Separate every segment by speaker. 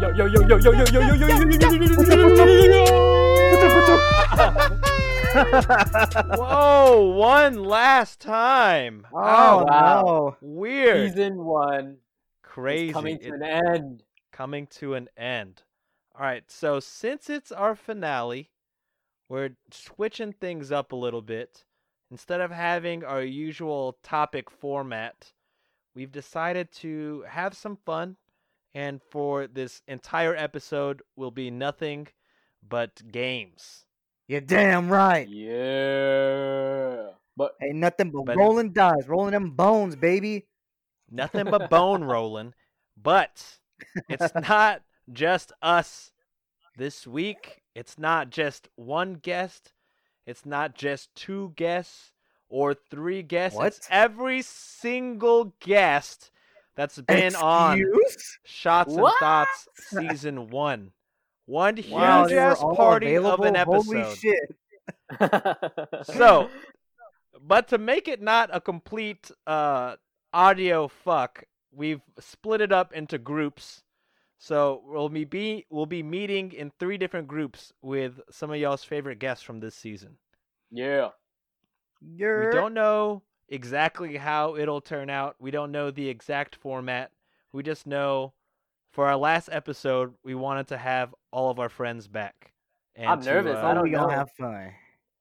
Speaker 1: yo, yo, yo, yo, yo, yo, yo, yo, yo,
Speaker 2: Whoa, one last time.
Speaker 3: Oh,
Speaker 1: wow.
Speaker 3: no.
Speaker 2: Weird.
Speaker 1: Season one
Speaker 2: Crazy.
Speaker 1: is coming to
Speaker 2: It-
Speaker 1: an end.
Speaker 2: coming to an end. All right, so since it's our finale, we're switching things up a little bit. Instead of having our usual topic format, we've decided to have some fun. And for this entire episode, will be nothing but games.
Speaker 3: You're damn right.
Speaker 1: Yeah. But
Speaker 3: Ain't nothing but
Speaker 2: But-
Speaker 3: rolling dice, rolling them bones, baby.
Speaker 2: Nothing but bone rolling. But it's not just us this week. It's not just one guest. It's not just two guests or three guests.
Speaker 3: What?
Speaker 2: It's every single guest that's been on
Speaker 3: Excuse?
Speaker 2: Shots and
Speaker 1: What?
Speaker 2: Thoughts season one. One huge
Speaker 1: Wow, they were
Speaker 2: ass
Speaker 3: all
Speaker 2: party of
Speaker 3: available?
Speaker 2: an episode.
Speaker 3: Holy shit.
Speaker 2: So, but to make it not a complete uh, audio fuck, we've split it up into groups. So we'll be, be we'll be meeting in three different groups with some of y'all's favorite guests from this season.
Speaker 1: yeah.
Speaker 3: You're...
Speaker 2: We don't know exactly how it'll turn out. We don't know the exact format. We just know for our last episode we wanted to have all of our friends back. And
Speaker 1: I'm
Speaker 2: to,
Speaker 1: nervous. I
Speaker 2: uh,
Speaker 3: Oh,
Speaker 1: don't
Speaker 3: we
Speaker 1: know.
Speaker 3: gonna have fun.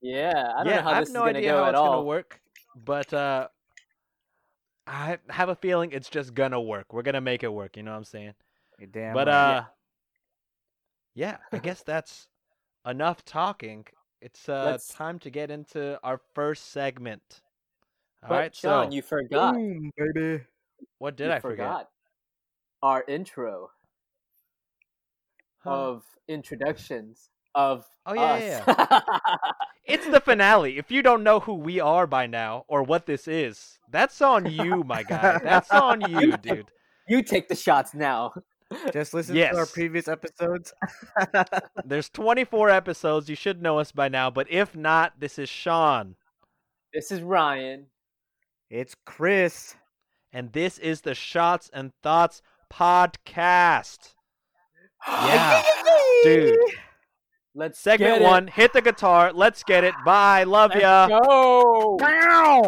Speaker 1: Yeah. I don't
Speaker 2: yeah,
Speaker 1: know how
Speaker 2: I
Speaker 1: this
Speaker 2: have no
Speaker 1: is gonna
Speaker 2: idea
Speaker 1: go
Speaker 2: how
Speaker 1: at
Speaker 2: it's
Speaker 1: all.
Speaker 2: gonna work, but uh, I have a feeling it's just gonna work. We're gonna make it work. You know what I'm saying?
Speaker 3: You're damn
Speaker 2: but
Speaker 3: right.
Speaker 2: uh, yeah. I guess that's enough talking. It's uh
Speaker 1: Let's-
Speaker 2: time to get into our first segment. All
Speaker 1: But
Speaker 2: right,
Speaker 1: Sean,
Speaker 2: so
Speaker 1: you forgot.
Speaker 3: Boom, baby.
Speaker 2: what did
Speaker 1: You
Speaker 2: I forget?
Speaker 1: Our intro
Speaker 2: Huh?
Speaker 1: of introductions of
Speaker 2: Oh, yeah, yeah,
Speaker 1: us.
Speaker 2: It's the finale. If you don't know who we are by now or what this is, that's on you, my guy. That's on you, dude.
Speaker 1: you take the shots now.
Speaker 3: Just listen to our
Speaker 2: Yes.
Speaker 3: previous episodes.
Speaker 2: There's 24 episodes. You should know us by now, but if not, this is Sean,
Speaker 1: This is Ryan.
Speaker 3: It's Chris.
Speaker 2: and this is the Shots and Thoughts podcast. Yeah. Dude.
Speaker 1: Let's
Speaker 2: Segment
Speaker 1: get it.
Speaker 2: one, hit the guitar. Let's get it. Bye. Love
Speaker 1: Let's
Speaker 2: ya.
Speaker 1: go.
Speaker 3: Down.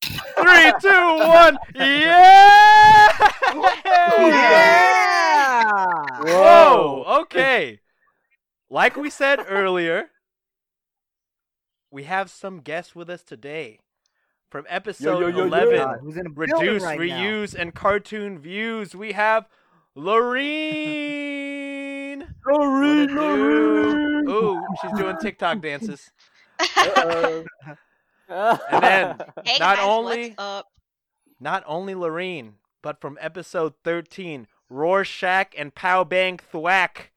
Speaker 2: Three, two, one. Yeah.
Speaker 3: Yeah.
Speaker 2: Whoa. Okay. Like we said earlier, we have some guests with us today from episode
Speaker 1: yo, yo,
Speaker 2: 11.
Speaker 3: God, who's in a building
Speaker 2: reduce,
Speaker 3: right now?
Speaker 2: reuse, and cartoon views. We have Lorene. What it do? Ooh, she's doing TikTok dances.
Speaker 1: Uh-oh.
Speaker 2: And then
Speaker 4: hey
Speaker 2: Not
Speaker 4: guys,
Speaker 2: only-
Speaker 4: what's up?
Speaker 2: not only Lorene, but from episode 13, Rorschach and Pow Bang Thwack,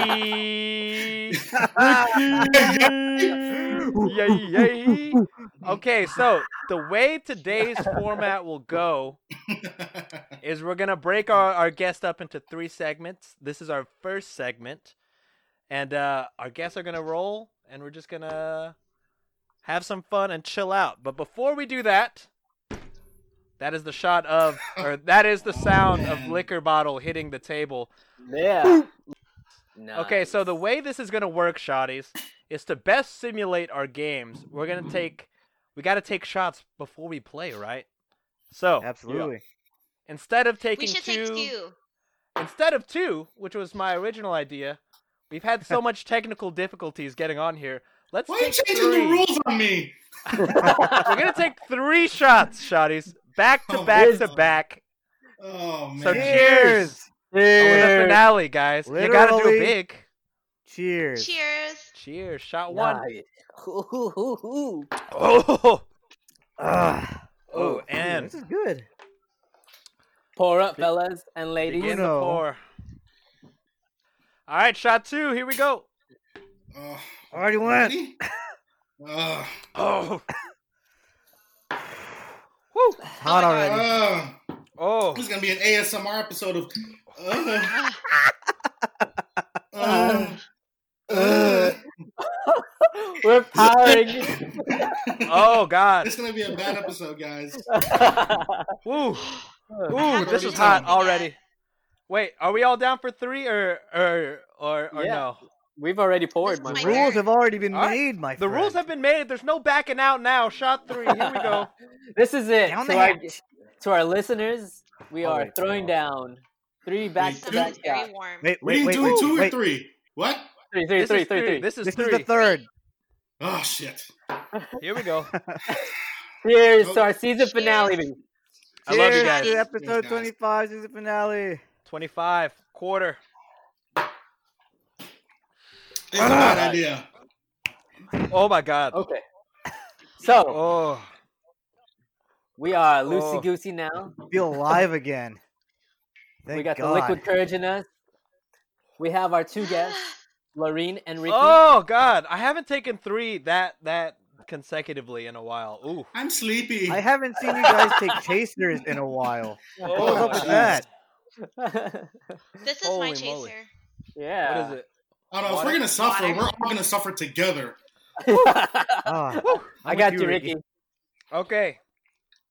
Speaker 2: Ricky. yay, yay. Okay, so the way today's format will go is we're gonna break our, our guest up into three segments. This is our first segment, and uh, our guests are gonna roll, and we're just gonna have some fun and chill out. But before we do that, that is the shot of, or that is the sound of
Speaker 5: man.
Speaker 2: liquor bottle hitting the table.
Speaker 1: yeah.
Speaker 2: Okay, so the
Speaker 1: Nice.
Speaker 2: way this is gonna work, shotties, is to best simulate our games. We're gonna take, we gotta take shots before we play, right? So
Speaker 3: Absolutely.
Speaker 2: instead of taking
Speaker 4: We should take two.
Speaker 2: instead of two, which was my original idea, we've had so much technical difficulties getting on here. Let's
Speaker 5: Why are you
Speaker 2: take
Speaker 5: changing
Speaker 2: three.
Speaker 5: the rules on me?
Speaker 2: We're gonna take three shots, shotties, back to
Speaker 5: Oh,
Speaker 2: back to
Speaker 5: wisdom.
Speaker 2: back.
Speaker 5: Oh man.
Speaker 2: So cheers. for the
Speaker 1: Cheers.
Speaker 2: finale, guys. You gotta do
Speaker 3: Literally.
Speaker 2: big.
Speaker 3: Cheers.
Speaker 4: Cheers.
Speaker 2: Cheers. Shot one.
Speaker 1: Nice. Ooh, ooh, ooh, ooh.
Speaker 2: Oh,
Speaker 3: Ugh.
Speaker 2: oh,
Speaker 1: Ooh,
Speaker 2: and
Speaker 3: this is good.
Speaker 1: pour up, fellas and ladies.
Speaker 2: begin the
Speaker 3: Uno.
Speaker 2: pour. All right, shot two. Here we go.
Speaker 5: Oh,
Speaker 3: Already went.
Speaker 5: ready? Oh,
Speaker 2: Oh. Woo.
Speaker 3: Hot
Speaker 4: my God.
Speaker 3: already.
Speaker 5: oh,
Speaker 2: Oh.
Speaker 5: this is gonna be an ASMR episode of. Uh,
Speaker 4: Ah,
Speaker 5: uh, uh.
Speaker 1: We're powering.
Speaker 2: Oh God.
Speaker 5: It's gonna be a bad episode, guys.
Speaker 2: Woo.
Speaker 1: Ooh,
Speaker 2: Ooh,
Speaker 4: Happy
Speaker 2: this is
Speaker 4: to
Speaker 2: hot
Speaker 4: be back.
Speaker 2: already. Wait, are we all down for three or or or, or
Speaker 1: Yeah.
Speaker 2: no?
Speaker 1: We've already poured, my
Speaker 5: Wait,
Speaker 3: The
Speaker 1: friend.
Speaker 3: rules have already been
Speaker 2: All right.
Speaker 3: made, my
Speaker 2: The
Speaker 3: friend.
Speaker 2: rules have been made. There's no backing out now. Shot three. Here we go.
Speaker 1: This is it.
Speaker 3: down
Speaker 1: To
Speaker 3: the
Speaker 1: our,
Speaker 3: hatch.
Speaker 1: to our listeners, we
Speaker 2: Oh,
Speaker 1: are
Speaker 2: wait,
Speaker 1: throwing
Speaker 2: no.
Speaker 1: down three back
Speaker 5: Wait,
Speaker 1: to
Speaker 5: two-
Speaker 1: back
Speaker 5: That's
Speaker 4: Sounds very
Speaker 1: shots.
Speaker 4: warm.
Speaker 3: Wait,
Speaker 5: What are
Speaker 3: wait,
Speaker 5: you
Speaker 3: wait,
Speaker 5: doing?
Speaker 3: wait,
Speaker 5: two
Speaker 3: wait.
Speaker 5: or three? What?
Speaker 1: Three, three,
Speaker 2: This
Speaker 1: three,
Speaker 2: is
Speaker 1: three, three.
Speaker 2: This is
Speaker 3: This
Speaker 2: three.
Speaker 3: is the third.
Speaker 5: Oh shit!
Speaker 2: Here we go.
Speaker 1: Cheers to
Speaker 5: Oh.
Speaker 1: our season finale. baby.
Speaker 2: I love you
Speaker 3: Cheers
Speaker 2: guys.
Speaker 3: to episode
Speaker 5: Cheers, guys.
Speaker 3: 25 season finale.
Speaker 2: Twenty-five quarter.
Speaker 5: It's a bad idea.
Speaker 2: Oh my god.
Speaker 1: Okay. So
Speaker 2: Oh.
Speaker 1: we are
Speaker 2: Oh.
Speaker 1: loosey goosey now.
Speaker 3: Feel alive again. Thank
Speaker 1: We got
Speaker 3: God.
Speaker 1: the liquid courage in us. We have our two guests, Lorene and Ricky.
Speaker 2: Oh god. I haven't taken three that that consecutively in a while. Ooh.
Speaker 5: I'm sleepy.
Speaker 3: I haven't seen you guys take chasers in a while. What's
Speaker 2: Oh,
Speaker 3: up
Speaker 2: my
Speaker 3: with
Speaker 5: jeez.
Speaker 3: that?
Speaker 4: This is
Speaker 2: Holy
Speaker 4: my chaser.
Speaker 2: moly. God.
Speaker 1: yeah.
Speaker 2: What is it?
Speaker 5: I don't know. If we're
Speaker 2: Water.
Speaker 5: gonna suffer,
Speaker 4: Water.
Speaker 5: we're all gonna suffer together.
Speaker 3: Ah,
Speaker 2: Woo.
Speaker 1: I
Speaker 3: with
Speaker 1: got
Speaker 3: you,
Speaker 1: you,
Speaker 3: Ricky.
Speaker 1: Ricky.
Speaker 2: Okay.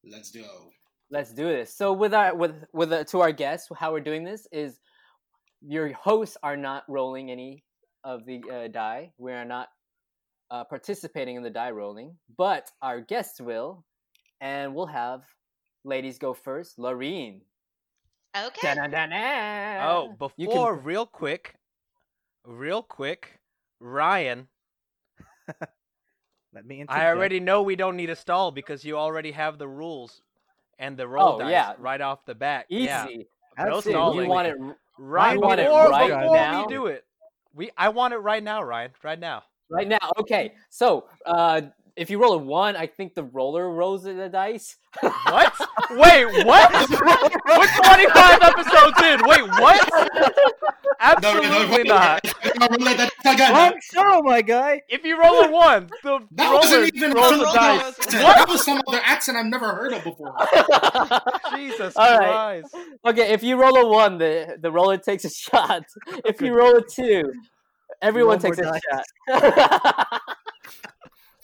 Speaker 5: Let's go.
Speaker 1: Let's do this. So with our with with uh, to our guests, how we're doing this is your hosts are not rolling any of the uh, die. We are not uh, participating in the die rolling, but our guests will, and we'll have ladies go first. Lorene.
Speaker 4: Okay.
Speaker 1: Da-na-na-na.
Speaker 2: Oh,
Speaker 1: You can-
Speaker 2: before real quick, real quick, Ryan.
Speaker 3: Let me
Speaker 2: I
Speaker 3: interject.
Speaker 2: already know we don't need a stall because you already have the rules and the roll
Speaker 1: Oh,
Speaker 2: dice
Speaker 1: yeah.
Speaker 2: right off the bat.
Speaker 1: Easy.
Speaker 2: Yeah.
Speaker 1: That's it.
Speaker 2: stalling.
Speaker 1: You want it r-
Speaker 2: Right
Speaker 1: You want it
Speaker 2: before,
Speaker 1: right
Speaker 2: before
Speaker 1: now?
Speaker 2: we do it. We I want it right now, Ryan. Right now.
Speaker 1: right now. Okay. So uh, if you roll a one, I think the roller rolls the dice.
Speaker 2: What? Wait, what? We're 25 episodes in. Wait, what? Absolutely not.
Speaker 5: I'm gonna let that- I got
Speaker 3: I'm
Speaker 5: it.
Speaker 3: so, my guy.
Speaker 2: If you roll a one, the
Speaker 5: That
Speaker 2: roller
Speaker 5: wasn't even
Speaker 2: rolls
Speaker 5: a
Speaker 2: the
Speaker 5: roll
Speaker 2: dice.
Speaker 5: accent. That was some other accent I've never heard of before.
Speaker 2: Jesus
Speaker 1: All right.
Speaker 2: Christ.
Speaker 1: Okay, if you roll a one, the the roller takes a shot. If you roll a two, everyone
Speaker 3: Roll more
Speaker 1: takes a
Speaker 3: dice.
Speaker 1: shot.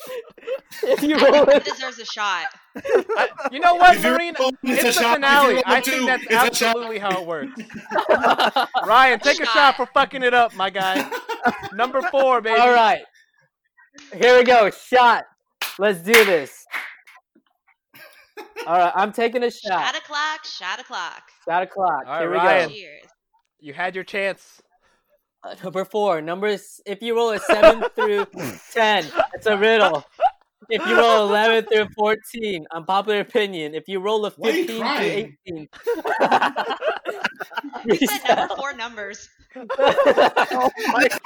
Speaker 1: if you
Speaker 4: I
Speaker 1: roll a,
Speaker 4: think it deserves a shot.
Speaker 2: I- you know what,
Speaker 5: If you
Speaker 2: Marina?
Speaker 5: roll, it's a
Speaker 2: It's the
Speaker 5: shot. If you
Speaker 2: finale.
Speaker 5: roll
Speaker 2: I
Speaker 5: two,
Speaker 2: think that's
Speaker 5: it's a shot.
Speaker 2: absolutely how it works. Ryan, take a shot for fucking it up, my guy. Number four, baby.
Speaker 1: all right, here we go. Shot. Let's do this. All right, I'm taking a
Speaker 4: Shot
Speaker 1: shot.
Speaker 4: o'clock, shot o'clock.
Speaker 1: Shot o'clock.
Speaker 2: All right,
Speaker 1: here we
Speaker 2: Ryan.
Speaker 4: Cheers.
Speaker 2: You had your chance.
Speaker 1: go. Uh, Number four. Numbers. If you roll a seven through ten, it's a riddle. If you roll eleven through fourteen, unpopular opinion. If you roll a
Speaker 5: Why are you
Speaker 1: fifteen through
Speaker 5: crying?
Speaker 1: eighteen,
Speaker 4: You said number four numbers.
Speaker 3: Oh my God.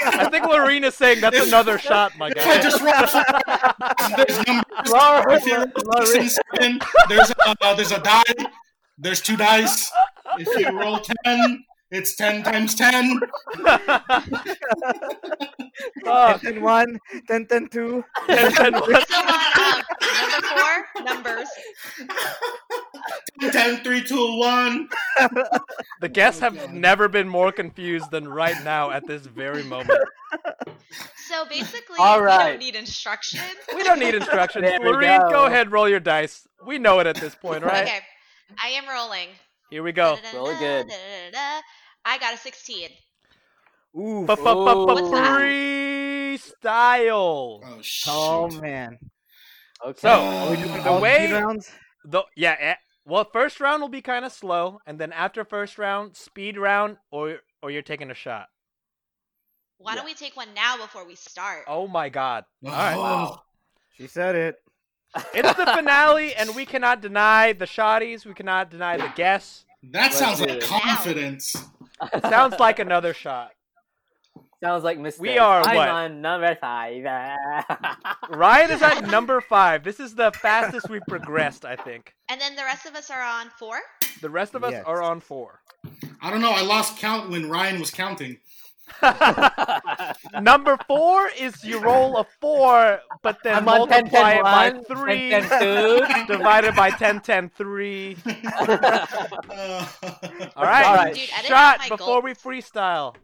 Speaker 2: I think Lorena's saying that's another shot, my
Speaker 5: If I
Speaker 2: guy.
Speaker 5: just roll, there's numbers. If you roll six and seven, there's a, uh, there's a die. There's two dice. If you roll ten, it's ten times ten.
Speaker 2: Fuck.
Speaker 3: Ten one, ten ten two.
Speaker 2: And then what?
Speaker 4: So on, um, number four numbers.
Speaker 5: Ten, ten, three, two, one.
Speaker 2: The guests have never been more confused than right now at this very moment.
Speaker 4: So basically,
Speaker 1: All
Speaker 4: we
Speaker 1: right.
Speaker 4: don't need instruction.
Speaker 2: We don't need instructions.
Speaker 1: There we
Speaker 2: Lorene, go.
Speaker 1: go.
Speaker 2: ahead, roll your dice. We know it at this point, right? Oh,
Speaker 4: Okay, I am rolling.
Speaker 2: Here we go.
Speaker 1: Roll good.
Speaker 4: Da-da-da-da-da-da. I got a 16.
Speaker 3: Ooh.
Speaker 4: What's that?
Speaker 2: Freestyle.
Speaker 5: Oh shit!
Speaker 3: Oh man.
Speaker 1: Okay.
Speaker 2: So,
Speaker 3: Are we doing
Speaker 5: The
Speaker 3: all three
Speaker 2: way-
Speaker 3: rounds?
Speaker 2: The yeah, eh, well, first round will be kind of slow, and then after first round, speed round, or or you're taking a shot.
Speaker 4: Why don't we take one now before we start?
Speaker 2: Oh my god!
Speaker 5: Oh,
Speaker 2: All right,
Speaker 3: She said it.
Speaker 2: it's the finale, and we cannot deny the shotties. We cannot deny the guests.
Speaker 5: That sounds like
Speaker 1: do it.
Speaker 5: confidence.
Speaker 2: Sounds like another shot.
Speaker 1: Sounds like mistakes.
Speaker 2: are
Speaker 1: I'm
Speaker 2: what?
Speaker 1: on number five.
Speaker 2: Ryan is at number five. This is the fastest we've progressed, I think.
Speaker 4: And then the rest of us are on four.
Speaker 2: The rest of us
Speaker 3: Yes.
Speaker 2: are on four.
Speaker 5: I don't know. I lost count when Ryan was counting.
Speaker 2: Number four is you roll a four, but then
Speaker 1: I'm on ten,
Speaker 2: multiply
Speaker 1: ten,
Speaker 2: it by
Speaker 1: one,
Speaker 2: three,
Speaker 1: ten, ten,
Speaker 2: divided by 10, 10, 3.
Speaker 1: two.
Speaker 5: Uh,
Speaker 2: All right,
Speaker 1: All right.
Speaker 4: Dude, I
Speaker 2: shot
Speaker 4: didn't have my
Speaker 2: before
Speaker 4: gold.
Speaker 2: we freestyle.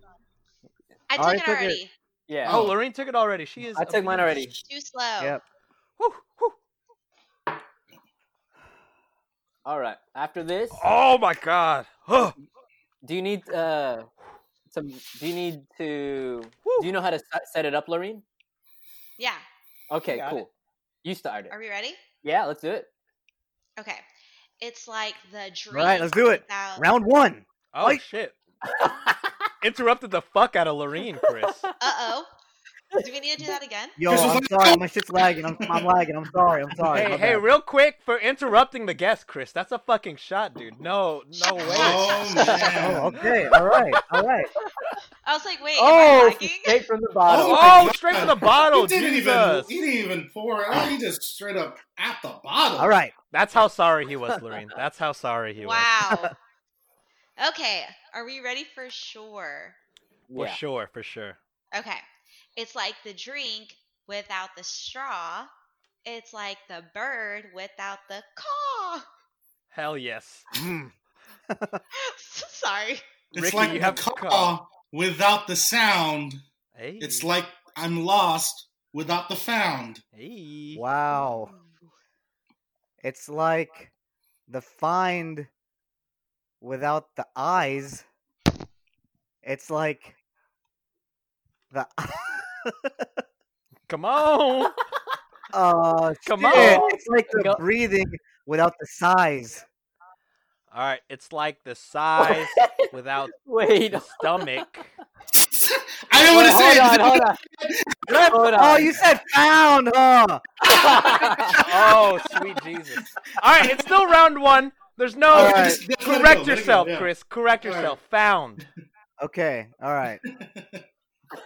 Speaker 4: I took
Speaker 3: I
Speaker 4: it
Speaker 3: took it.
Speaker 4: already.
Speaker 1: yeah.
Speaker 2: Oh, Lorraine took it already. She is.
Speaker 1: I took mine already.
Speaker 4: Too slow.
Speaker 3: Yep.
Speaker 2: Whew, whew.
Speaker 1: All right. After this,
Speaker 2: Oh my god. Huh.
Speaker 1: Do you need uh some? Do you need to? Do you know how to set- set it up, Lorene?
Speaker 4: Yeah.
Speaker 1: Okay,
Speaker 3: Got
Speaker 1: cool.
Speaker 3: it.
Speaker 1: You started.
Speaker 4: Are we ready?
Speaker 1: Yeah, let's do it.
Speaker 4: Okay. It's like the dream.
Speaker 3: Right, let's do it.
Speaker 4: without-
Speaker 3: Round one.
Speaker 2: Oh
Speaker 3: Like-
Speaker 2: shit! Interrupted the fuck out of Lorene, Chris.
Speaker 4: Uh-oh. Do we need to do that again?
Speaker 3: Yo,
Speaker 5: This was
Speaker 3: I'm
Speaker 5: like-
Speaker 3: sorry. My shit's lagging. I'm, I'm lagging. I'm sorry. I'm sorry.
Speaker 2: hey,
Speaker 3: my
Speaker 2: hey,
Speaker 3: bad.
Speaker 2: real quick for interrupting the guest, Chris. That's a fucking shot, dude. No, no way.
Speaker 5: Oh man.
Speaker 3: Oh, okay. All right. All right.
Speaker 4: I was like, wait, am I
Speaker 1: Oh, she
Speaker 4: lagging?
Speaker 1: straight from the bottom.
Speaker 5: Oh.
Speaker 2: Oh, straight from the
Speaker 5: He
Speaker 2: bottle,
Speaker 5: didn't
Speaker 2: Jesus.
Speaker 5: even. He didn't even pour it out. He just straight up at the bottom.
Speaker 3: All right.
Speaker 2: That's how sorry he was, Lorene. That's how sorry he was.
Speaker 4: Wow. okay. Are we ready for sure?
Speaker 2: For
Speaker 1: Yeah.
Speaker 2: sure, for sure.
Speaker 4: Okay. It's like the drink without the straw. It's like the bird without the caw.
Speaker 2: Hell yes.
Speaker 3: Mm.
Speaker 4: Sorry.
Speaker 5: It's
Speaker 2: Ricky,
Speaker 5: like
Speaker 2: you
Speaker 5: the
Speaker 2: have to Hmm.
Speaker 5: car without the sound.
Speaker 2: Hey.
Speaker 5: It's like I'm lost without the found.
Speaker 2: Hey.
Speaker 3: Wow. It's like the find without the eyes. It's like the.
Speaker 2: Come on.
Speaker 3: Oh,
Speaker 2: Come
Speaker 3: shit.
Speaker 2: on.
Speaker 3: It's like the
Speaker 1: Go-
Speaker 3: breathing without the sighs.
Speaker 2: All right. It's like the size without
Speaker 1: Wait.
Speaker 2: the stomach.
Speaker 5: I don't want to say
Speaker 1: Wait,
Speaker 5: it.
Speaker 1: hold on, hold on. Hold on.
Speaker 3: Oh, you said found, huh?
Speaker 2: Oh, sweet Jesus. All right. It's still round one. There's no.
Speaker 3: All right.
Speaker 5: Just- just let it go,
Speaker 2: Correct
Speaker 5: let it go,
Speaker 2: yourself,
Speaker 5: yeah.
Speaker 2: Chris. Correct
Speaker 5: All right.
Speaker 2: yourself. Found.
Speaker 3: Okay, all right.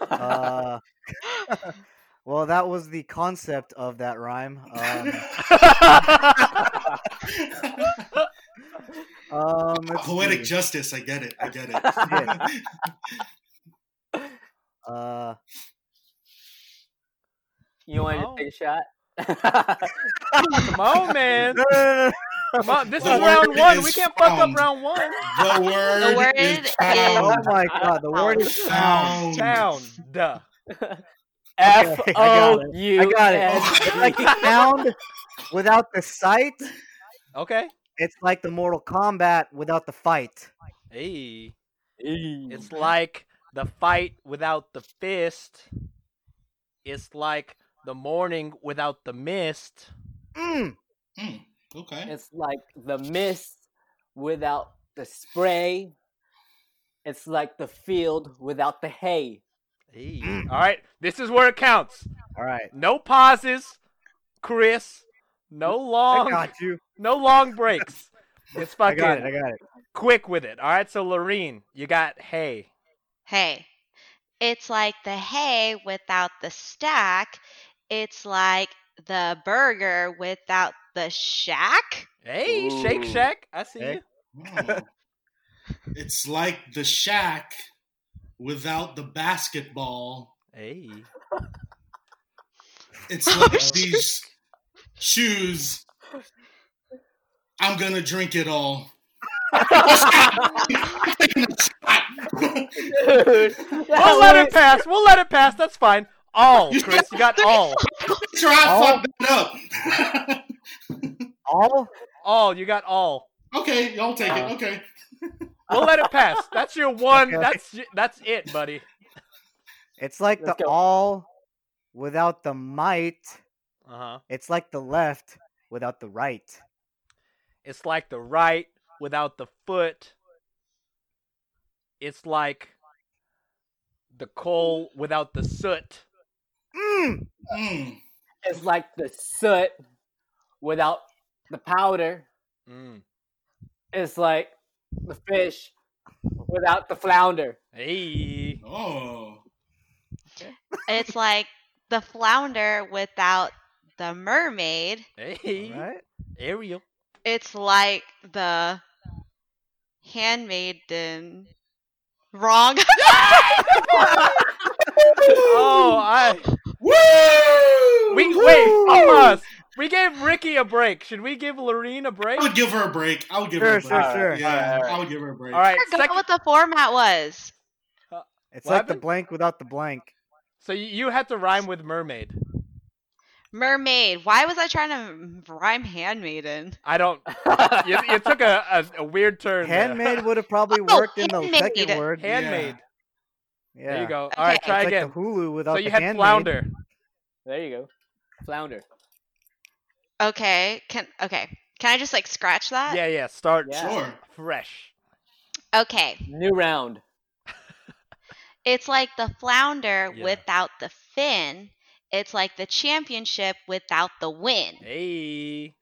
Speaker 3: Uh, well, that was the concept of that rhyme. Um, um, let's
Speaker 5: Poetic
Speaker 3: see.
Speaker 5: justice. I get it. I get
Speaker 3: Yeah.
Speaker 5: it.
Speaker 3: Uh,
Speaker 1: you wanted to
Speaker 2: Oh.
Speaker 1: take a shot?
Speaker 2: Come on, man.
Speaker 3: no, no, no, no.
Speaker 2: Come on. This
Speaker 5: The
Speaker 2: is round
Speaker 5: word
Speaker 2: one.
Speaker 5: is
Speaker 2: We can't fuck up
Speaker 5: found.
Speaker 2: round one.
Speaker 5: the word.
Speaker 4: The word
Speaker 5: is
Speaker 4: is-
Speaker 3: Oh
Speaker 5: found.
Speaker 3: my god, the word is found.
Speaker 5: Found.
Speaker 2: Found. Duh.
Speaker 1: F
Speaker 3: Okay, I got
Speaker 1: O
Speaker 3: it.
Speaker 1: U.
Speaker 3: I got it.
Speaker 1: S.
Speaker 3: It's like the sound without the sight.
Speaker 2: Okay.
Speaker 3: It's like the Mortal Kombat without the fight.
Speaker 2: Hey.
Speaker 1: E.
Speaker 2: It's like the fight without the fist. It's like the morning without the mist.
Speaker 3: Mm.
Speaker 5: Mm, okay.
Speaker 1: It's like the mist without the spray. It's like the field without the hay.
Speaker 2: Hey. All right, this is where it counts.
Speaker 3: All right,
Speaker 2: No pauses, Chris. No
Speaker 1: Oh,
Speaker 3: I
Speaker 2: long,
Speaker 3: got you.
Speaker 2: no long breaks. It's
Speaker 3: I
Speaker 2: fucking
Speaker 3: got it. I got it.
Speaker 2: quick with it. All right, so Lorene, you got hay.
Speaker 4: Hey. It's like the hay without the stack. It's like the burger without the shack.
Speaker 2: Hey, Shake
Speaker 1: Ooh.
Speaker 2: Shack. I see
Speaker 3: Hey.
Speaker 2: you.
Speaker 5: Oh. It's like the shack without the basketball.
Speaker 2: Hey.
Speaker 5: It's like these shoes. I'm gonna drink it all.
Speaker 1: Dude, that
Speaker 2: We'll let
Speaker 1: was-
Speaker 2: it pass. We'll let it pass. That's fine. All, Chris. You got all.
Speaker 5: Sure, I
Speaker 3: Oh.
Speaker 5: fucked that up.
Speaker 3: All
Speaker 2: All. You got all.
Speaker 5: okay, y'all take it. Okay.
Speaker 2: We'll let it pass. That's your one.
Speaker 3: Okay.
Speaker 2: That's y- that's it, buddy.
Speaker 3: It's like
Speaker 1: Let's
Speaker 3: the
Speaker 1: go.
Speaker 3: all without the might.
Speaker 2: Uh huh.
Speaker 3: It's like the left without the right.
Speaker 2: It's like the right without the foot. It's like the coal without the soot.
Speaker 3: Mm.
Speaker 5: Mm.
Speaker 1: It's like the soot without the powder.
Speaker 2: Mm.
Speaker 1: It's like the fish without the flounder.
Speaker 2: Hey.
Speaker 5: Oh.
Speaker 4: It's like the flounder without the mermaid.
Speaker 2: Hey.
Speaker 3: All right.
Speaker 2: Ariel.
Speaker 4: It's like the handmaiden. Wrong.
Speaker 2: Oh, I
Speaker 5: Woo!
Speaker 2: we wait, pause. We gave Ricky a break. Should we give Lorene a break?
Speaker 5: I would give her a break. I would give
Speaker 3: Sure,
Speaker 5: her a
Speaker 3: sure,
Speaker 5: break.
Speaker 3: sure.
Speaker 5: Yeah, I would give her a break.
Speaker 2: All right.
Speaker 4: I forgot
Speaker 2: Second,
Speaker 4: what the format was.
Speaker 3: It's
Speaker 2: What
Speaker 3: like the
Speaker 2: happened?
Speaker 3: blank without the blank.
Speaker 2: so you- you had to rhyme with mermaid.
Speaker 4: Mermaid. Why was I trying to rhyme handmaiden?
Speaker 2: I don't. You, you took a, a, a weird turn. there.
Speaker 3: Handmade would have probably
Speaker 4: Oh,
Speaker 3: worked in the second
Speaker 4: handmade.
Speaker 3: word.
Speaker 5: Yeah.
Speaker 2: Handmade.
Speaker 3: Yeah.
Speaker 2: There you go. All right,
Speaker 4: Okay.
Speaker 2: try
Speaker 3: It's
Speaker 2: again.
Speaker 3: like the Hulu without
Speaker 2: So you
Speaker 3: the
Speaker 2: had
Speaker 3: handmade.
Speaker 2: flounder.
Speaker 1: There you go. Flounder.
Speaker 4: Okay. Can okay. Can I just like scratch that?
Speaker 2: Yeah, yeah. Start
Speaker 1: Yeah.
Speaker 5: Sure.
Speaker 2: fresh.
Speaker 4: Okay.
Speaker 1: New round.
Speaker 4: It's like the flounder
Speaker 2: Yeah.
Speaker 4: without the fin. It's like the championship without the win.
Speaker 2: Hey.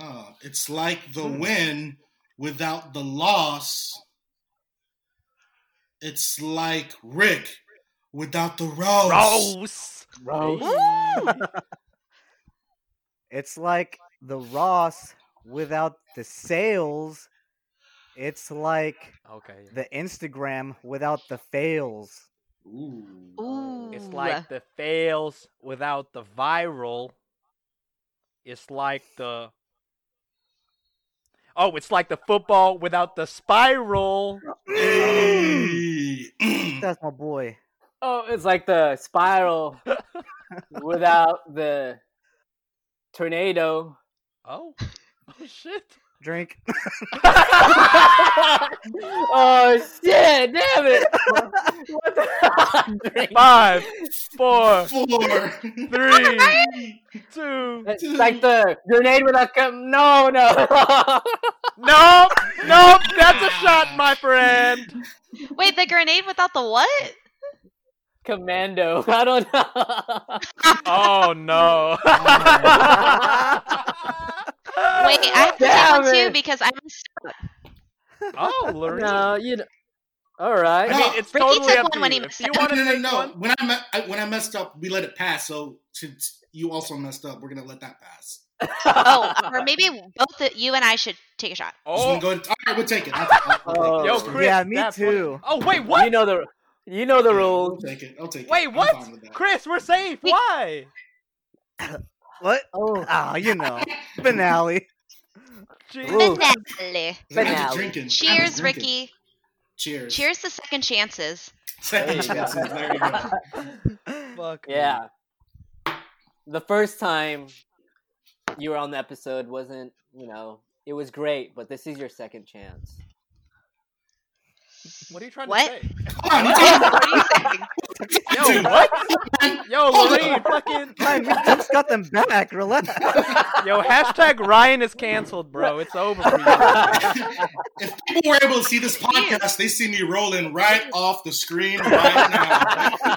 Speaker 5: Ah, it's like the win without the loss. It's like Rick without the rose.
Speaker 2: Gross.
Speaker 3: It's like the Ross without the sales. It's like
Speaker 2: Okay. yeah.
Speaker 3: the Instagram without the fails.
Speaker 5: Ooh.
Speaker 4: Ooh.
Speaker 2: It's like the fails without the viral. It's like the. Oh, it's like the football without the spiral.
Speaker 5: Hey.
Speaker 2: Mm.
Speaker 3: That's my boy.
Speaker 1: Oh, it's like the spiral without the tornado.
Speaker 2: Oh. Oh shit.
Speaker 3: Drink.
Speaker 1: oh shit! Damn it! What the Drink.
Speaker 2: Five, four,
Speaker 5: Four.
Speaker 2: three, two.
Speaker 1: It's like the grenade without com- no no.
Speaker 2: Nope. Nope. That's a shot, my friend.
Speaker 4: Wait, the grenade without the what?
Speaker 1: Commando. I don't know.
Speaker 2: Oh no.
Speaker 4: Wait, I have to
Speaker 1: Damn
Speaker 4: take one
Speaker 1: it.
Speaker 4: too because I'm.
Speaker 2: Oh, Lorraine.
Speaker 1: no, you. Know. All right.
Speaker 2: I mean, it's
Speaker 4: Ricky
Speaker 2: totally
Speaker 4: took
Speaker 2: up
Speaker 4: one
Speaker 2: to
Speaker 4: when
Speaker 2: you. If
Speaker 4: he messed
Speaker 2: you
Speaker 4: up.
Speaker 2: want to
Speaker 5: no, no,
Speaker 2: take
Speaker 5: no.
Speaker 2: one,
Speaker 5: When I, me- I when I messed up, we let it pass. So since you also messed up, we're gonna let that pass.
Speaker 4: Oh, or maybe both of you and I should take a shot.
Speaker 5: Just
Speaker 2: oh,
Speaker 5: wanna go all right, we'll take it. I'll take it. I'll
Speaker 1: Yo,
Speaker 5: take it.
Speaker 2: Chris,
Speaker 3: yeah, me
Speaker 2: that funny.
Speaker 3: too.
Speaker 2: oh, wait, what?
Speaker 1: You know the. You know the
Speaker 5: I'll
Speaker 1: rules.
Speaker 5: take it. I'll take it.
Speaker 2: Wait,
Speaker 5: I'm
Speaker 2: what?
Speaker 5: fine with that.
Speaker 2: Chris, we're safe.
Speaker 4: We-
Speaker 2: Why?
Speaker 3: What?
Speaker 1: Oh,
Speaker 3: Ah, you know, finale.
Speaker 2: Jeez.
Speaker 1: Rules. Ooh.
Speaker 4: Finale.
Speaker 5: I'm just
Speaker 1: Finale.
Speaker 5: drinking. I'm just
Speaker 4: Cheers,
Speaker 5: drinking.
Speaker 4: Ricky.
Speaker 5: Cheers.
Speaker 4: Cheers to second chances.
Speaker 5: Second
Speaker 1: There you go.
Speaker 5: chances. There you go.
Speaker 2: Fuck me.
Speaker 1: Yeah. The first time you were on the episode wasn't, you know, it was great, but this is your second chance.
Speaker 2: What are you trying
Speaker 4: What?
Speaker 2: to say?
Speaker 5: Come on,
Speaker 4: what are you saying?
Speaker 2: Yo, what? Yo, Lorraine, fucking.
Speaker 3: Ryan, we just got them back. Relax.
Speaker 2: Yo, hashtag Ryan is canceled, bro. It's over for you.
Speaker 5: if people were able to see this podcast, they see me rolling right off the screen right now.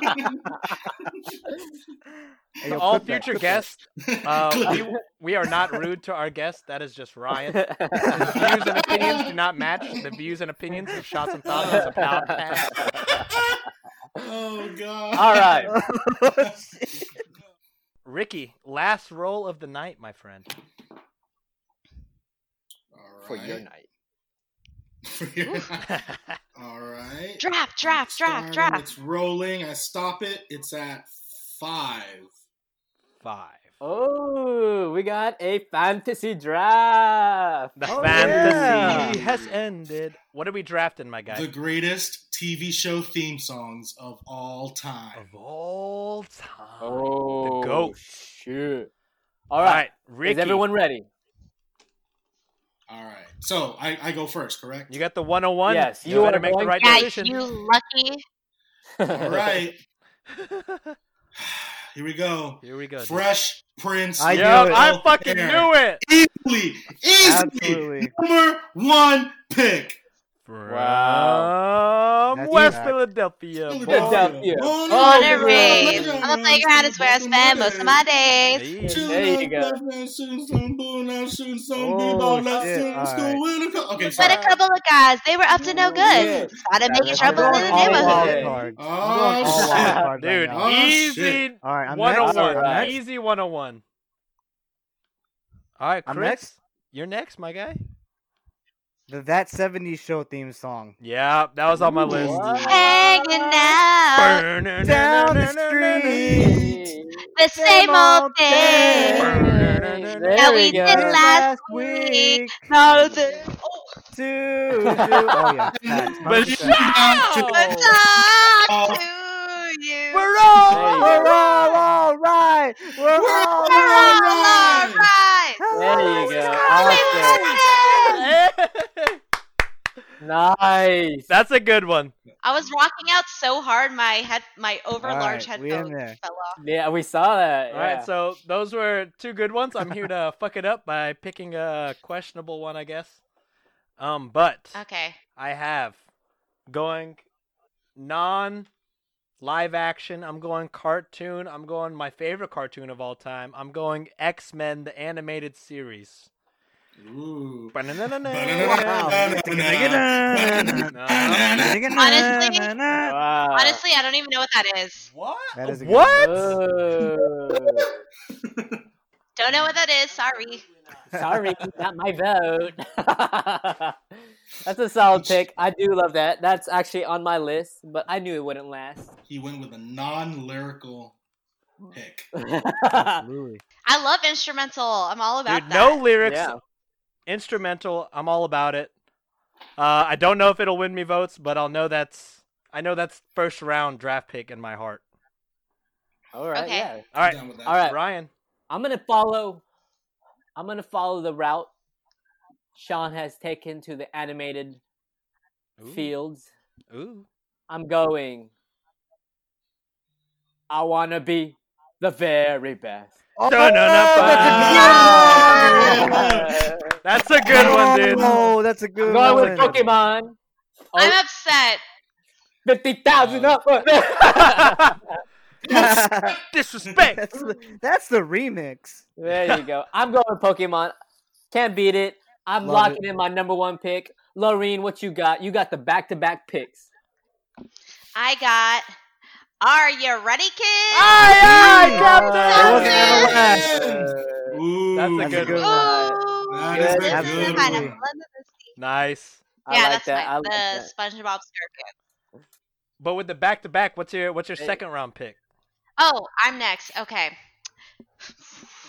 Speaker 2: To
Speaker 3: Hey, yo,
Speaker 2: all
Speaker 3: clip that,
Speaker 2: future
Speaker 3: clip
Speaker 2: guests, uh,
Speaker 5: Clip
Speaker 2: we, we are not rude to our guests. That is just Ryan. His views and opinions do not match the views and opinions of Shots and Thoughts as a podcast.
Speaker 5: oh god.
Speaker 1: All right.
Speaker 3: that.
Speaker 2: Ricky, last roll of the night, my friend.
Speaker 5: All
Speaker 1: For your
Speaker 5: right.
Speaker 1: night.
Speaker 5: For your night. All right.
Speaker 4: Draft, draft, draft,
Speaker 5: Starting,
Speaker 4: draft.
Speaker 5: It's rolling. I stop it. It's at five.
Speaker 2: Five.
Speaker 1: Oh, we got a fantasy draft.
Speaker 2: The
Speaker 3: Oh,
Speaker 2: fantasy
Speaker 5: yeah.
Speaker 2: has ended. What are we drafting, my guy?
Speaker 5: The greatest TV show theme songs of all time.
Speaker 2: Of all time.
Speaker 1: Oh,
Speaker 2: goat.
Speaker 1: Shoot. All right.
Speaker 2: Ricky.
Speaker 1: Is everyone ready?
Speaker 5: All right. So I, I go first, correct?
Speaker 2: You got the 101?
Speaker 1: Yes,
Speaker 2: you
Speaker 1: you
Speaker 2: better
Speaker 1: are
Speaker 2: make the
Speaker 1: going-
Speaker 2: right
Speaker 4: Yeah,
Speaker 2: decision.
Speaker 4: you lucky.
Speaker 5: all right. Here we go.
Speaker 2: Here we go. dude.
Speaker 5: Fresh Prince.
Speaker 3: I
Speaker 5: of
Speaker 3: knew
Speaker 2: Yup,
Speaker 3: it.
Speaker 2: I
Speaker 5: Bel-Air.
Speaker 2: fucking knew it.
Speaker 5: Easily, easily,
Speaker 3: Absolutely.
Speaker 5: number one pick.
Speaker 2: From
Speaker 1: Wow.
Speaker 3: That's
Speaker 2: West
Speaker 3: fact.
Speaker 2: Philadelphia. boy.
Speaker 1: Philadelphia.
Speaker 4: On
Speaker 1: Oh,
Speaker 4: a
Speaker 1: the
Speaker 4: raid. On the playground is where I spend most of my days.
Speaker 2: Hey.
Speaker 1: There you go.
Speaker 3: Oh, shit,
Speaker 5: Okay,
Speaker 4: But
Speaker 5: sorry.
Speaker 4: a couple of guys, they were up to no
Speaker 1: Yeah.
Speaker 4: good. Started making
Speaker 1: that's
Speaker 3: I'm
Speaker 4: trouble in
Speaker 3: going
Speaker 4: the
Speaker 1: right.
Speaker 3: all wild
Speaker 4: neighborhood.
Speaker 1: neighborhood.
Speaker 3: cards. I'm
Speaker 5: Oh,
Speaker 3: going all
Speaker 1: shit.
Speaker 3: wild cards right
Speaker 2: Dude,
Speaker 3: now.
Speaker 5: Oh,
Speaker 2: easy
Speaker 5: shit.
Speaker 3: All right, I'm next.
Speaker 2: 101.
Speaker 1: All right.
Speaker 2: Easy 101. All right, Chris.
Speaker 3: I'm next?
Speaker 2: You're next, my guy.
Speaker 3: The That 70s Show theme song.
Speaker 2: Yeah, that was on my list.
Speaker 4: Hanging out,
Speaker 3: Down the street.
Speaker 4: the same old thing.
Speaker 1: There we
Speaker 4: we
Speaker 1: go.
Speaker 4: did last week. No, it's a-
Speaker 3: Two, two. Oh, yeah. facts,
Speaker 2: But
Speaker 3: 100%.
Speaker 4: Oh,
Speaker 2: Wow.
Speaker 4: talk to you.
Speaker 2: We're all
Speaker 1: There you
Speaker 3: We're all all right. right. We're,
Speaker 5: We're
Speaker 3: all
Speaker 5: all
Speaker 3: right.
Speaker 5: right.
Speaker 4: right.
Speaker 1: There you go. Awesome.
Speaker 4: I
Speaker 1: Nice.
Speaker 2: That's a good one.
Speaker 4: was rocking out so hard, my head, my over
Speaker 3: All
Speaker 4: large
Speaker 3: right, we in
Speaker 4: headphones
Speaker 3: there.
Speaker 4: fell off.
Speaker 1: Yeah, we saw that.
Speaker 2: All
Speaker 1: yeah.
Speaker 2: right, so those were two good ones. I'm here to fuck it up by picking a questionable one, I guess. Um, but
Speaker 4: Okay.
Speaker 2: I have going non live action. I'm going cartoon. I'm going my favorite cartoon of all time. I'm going X Men the animated series.
Speaker 5: Ooh.
Speaker 4: Honestly-
Speaker 1: wow.
Speaker 4: Uh, Honestly, I don't even know what that is.
Speaker 2: What?
Speaker 3: That is a good
Speaker 2: what?
Speaker 1: Oh.
Speaker 4: Don't know what that is. Sorry.
Speaker 1: Sorry, not my vote. That's a solid pick. I do love that. That's actually on my list, but I knew it wouldn't last.
Speaker 5: He went with a non-lyrical pick.
Speaker 3: Absolutely.
Speaker 4: I love instrumental. I'm all about
Speaker 2: Dude,
Speaker 4: that.
Speaker 2: no lyrics.
Speaker 1: Yeah.
Speaker 2: Instrumental. I'm all about it. Uh, I don't know if it'll win me votes, but I'll know that's I know that's first round draft pick in my heart.
Speaker 1: All right.
Speaker 4: Okay.
Speaker 1: Yeah.
Speaker 2: All right,
Speaker 5: Done with that.
Speaker 1: All right.
Speaker 2: Ryan.
Speaker 1: I'm gonna follow. I'm gonna follow the route Sean has taken to the animated
Speaker 2: Ooh.
Speaker 1: fields.
Speaker 2: Ooh.
Speaker 1: I'm going. I wanna be the very best.
Speaker 3: Oh,
Speaker 5: Yeah!
Speaker 2: That's a good one, dude.
Speaker 3: Oh, that's a good
Speaker 1: I'm going
Speaker 3: one.
Speaker 1: with Pokemon.
Speaker 4: I'm
Speaker 1: Oh,
Speaker 4: upset.
Speaker 1: fifty thousand up.
Speaker 2: Disrespect.
Speaker 3: that's, the, that's the remix.
Speaker 1: there you go. I'm going with Pokemon. Can't beat it. I'm
Speaker 3: Love
Speaker 1: locking in my number one pick. Lorene, what you got? You got the back to back picks.
Speaker 4: I got. Are you ready, kid?
Speaker 2: Aye, aye,
Speaker 4: Oh,
Speaker 2: Captain.
Speaker 3: It wasn't gonna last.
Speaker 5: Ooh,
Speaker 2: That's a
Speaker 5: that's
Speaker 2: good
Speaker 3: one.
Speaker 4: Ooh.
Speaker 5: That
Speaker 1: is a
Speaker 4: This
Speaker 3: good
Speaker 4: is mine.
Speaker 5: one.
Speaker 4: I'm loving this.
Speaker 2: Nice.
Speaker 1: I
Speaker 4: Yeah,
Speaker 1: like
Speaker 4: that's
Speaker 1: that.
Speaker 4: mine.
Speaker 1: I like
Speaker 4: the
Speaker 1: that.
Speaker 4: SpongeBob Scorpion.
Speaker 2: But with the back to back, what's your what's your
Speaker 1: Hey.
Speaker 2: second round pick?
Speaker 4: Oh, I'm next. Okay.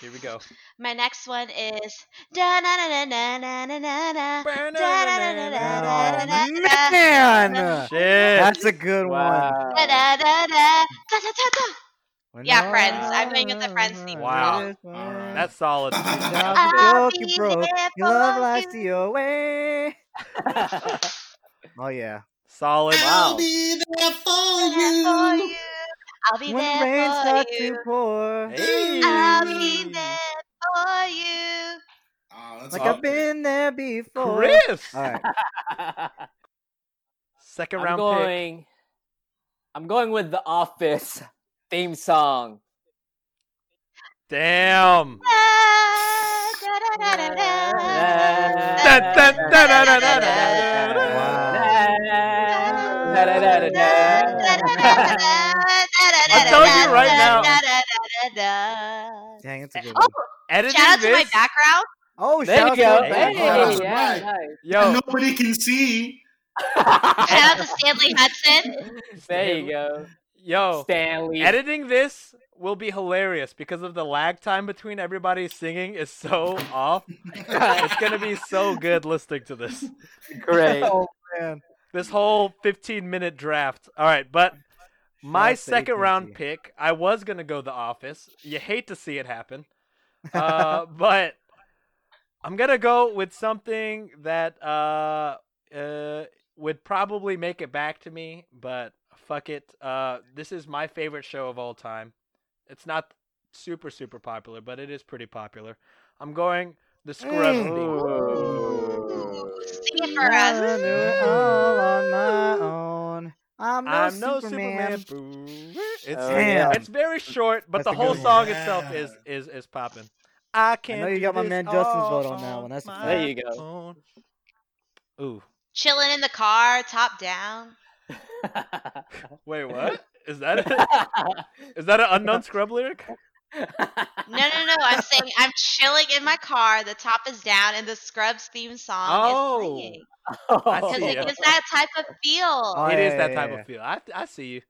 Speaker 2: Here we go.
Speaker 4: My next one is da na na na na na na na.
Speaker 3: Oh,
Speaker 4: Da-da-da-da-da-da-da.
Speaker 3: man.
Speaker 2: Shit.
Speaker 3: That's a good one.
Speaker 1: Wow.
Speaker 4: Da da da da da da da da.
Speaker 3: When
Speaker 4: Yeah,
Speaker 3: all
Speaker 4: Friends. I'm going with the Friends theme.
Speaker 2: Wow.
Speaker 3: is fine.
Speaker 5: Alright.
Speaker 2: That's solid.
Speaker 3: Stop the
Speaker 4: I'll
Speaker 3: joke,
Speaker 4: be
Speaker 3: you broke.
Speaker 4: there
Speaker 3: Your love
Speaker 4: for
Speaker 3: lies
Speaker 4: you.
Speaker 3: to your way. Oh yeah.
Speaker 2: solid.
Speaker 1: Wow.
Speaker 5: I'll be there
Speaker 4: I'll be there for
Speaker 5: for you.
Speaker 4: you. I'll be
Speaker 3: when the rain
Speaker 4: there
Speaker 3: starts
Speaker 4: for
Speaker 3: to
Speaker 4: you.
Speaker 3: pour,
Speaker 2: Hey.
Speaker 4: I'll be there for you.
Speaker 5: Oh, that's
Speaker 3: like
Speaker 5: a
Speaker 3: I've been there before.
Speaker 2: Chris.
Speaker 3: All right.
Speaker 2: Second
Speaker 1: I'm
Speaker 2: round pick.
Speaker 1: going. I'm going with the Office theme song.
Speaker 2: Damn.
Speaker 4: Oh, Da, da, da, da, da.
Speaker 2: Dun, dun, dun, dun, dun, dun, dun, dun.
Speaker 3: Wow.
Speaker 2: I'm telling you right now.
Speaker 4: now.
Speaker 3: Dang, it's a good
Speaker 4: Oh,
Speaker 3: one.
Speaker 2: Editing
Speaker 4: shout out to my
Speaker 2: this-
Speaker 4: background.
Speaker 3: Oh,
Speaker 1: There you
Speaker 3: shout
Speaker 1: go.
Speaker 3: out to
Speaker 1: Hey,
Speaker 5: Bank.
Speaker 3: Bank.
Speaker 5: That's
Speaker 1: yeah,
Speaker 5: right.
Speaker 2: Yo,
Speaker 5: Nobody can see.
Speaker 4: Shout out to
Speaker 1: nice.
Speaker 4: Stanley Hudson.
Speaker 1: there you go,
Speaker 2: yo.
Speaker 1: Stanley.
Speaker 2: Editing this will be hilarious because of the lag time between everybody singing is so off. it's gonna be so good listening to this.
Speaker 1: Great.
Speaker 3: Oh man.
Speaker 2: This whole 15 minute draft. All right, but my
Speaker 3: Shout out to
Speaker 2: second round
Speaker 3: AT&T.
Speaker 2: pick, I was gonna go The Office. You hate to see it happen, uh, but I'm gonna go with something that uh, uh, would probably make it back to me. But fuck it, uh, this is my favorite show of all time. It's not super super popular, but it is pretty popular. I'm going The Scrubs.
Speaker 4: Ooh, Sing it for us.
Speaker 3: I do it all on my own. I'm no
Speaker 2: I'm no
Speaker 3: Superman.
Speaker 2: Superman. boo. It's
Speaker 1: Oh, yeah.
Speaker 2: It's very short, but the
Speaker 3: That's a
Speaker 2: whole
Speaker 3: good one.
Speaker 2: song itself
Speaker 5: Yeah.
Speaker 2: is is is popping. I
Speaker 3: I
Speaker 2: can't.
Speaker 3: know you
Speaker 2: do
Speaker 3: got my
Speaker 2: this
Speaker 3: man Justin's
Speaker 2: all
Speaker 3: vote on that one. That's a
Speaker 2: my
Speaker 3: fact.
Speaker 1: There you go.
Speaker 2: own. Ooh,
Speaker 4: Chilling in the car, top down.
Speaker 2: wait, what? Is that a, is that an unknown scrub lyric?
Speaker 4: No, no, no. I'm saying I'm chilling in my car. The top is down, and the Scrubs theme song
Speaker 2: Oh.
Speaker 4: is playing
Speaker 1: Oh,
Speaker 2: I
Speaker 4: because
Speaker 2: see
Speaker 4: it
Speaker 2: ya.
Speaker 4: gives that type of feel.
Speaker 3: Oh,
Speaker 2: it
Speaker 3: yeah,
Speaker 2: is that
Speaker 3: yeah,
Speaker 2: type
Speaker 3: yeah.
Speaker 2: of feel. I I see you.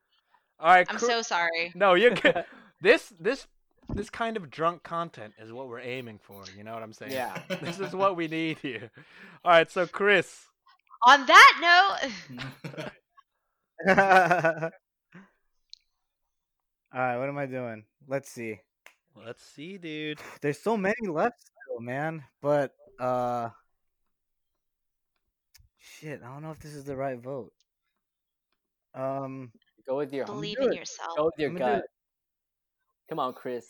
Speaker 2: All right,
Speaker 4: I'm
Speaker 2: Cr-
Speaker 4: so sorry.
Speaker 2: no, you're good. this this this kind of drunk content is what we're aiming for. You know what I'm saying?
Speaker 1: yeah.
Speaker 2: This is what we need here. All right, so Chris.
Speaker 4: On that note,
Speaker 5: Oh,
Speaker 3: All right, what am I doing? Let's see.
Speaker 2: Let's see, dude.
Speaker 3: There's so many left still, man. But uh shit, I don't know if this is the right vote. Um
Speaker 1: Go with your
Speaker 4: Believe
Speaker 3: do
Speaker 4: in
Speaker 3: it.
Speaker 4: yourself.
Speaker 1: go with your
Speaker 3: I'm gonna do
Speaker 1: gut. Come on, Chris.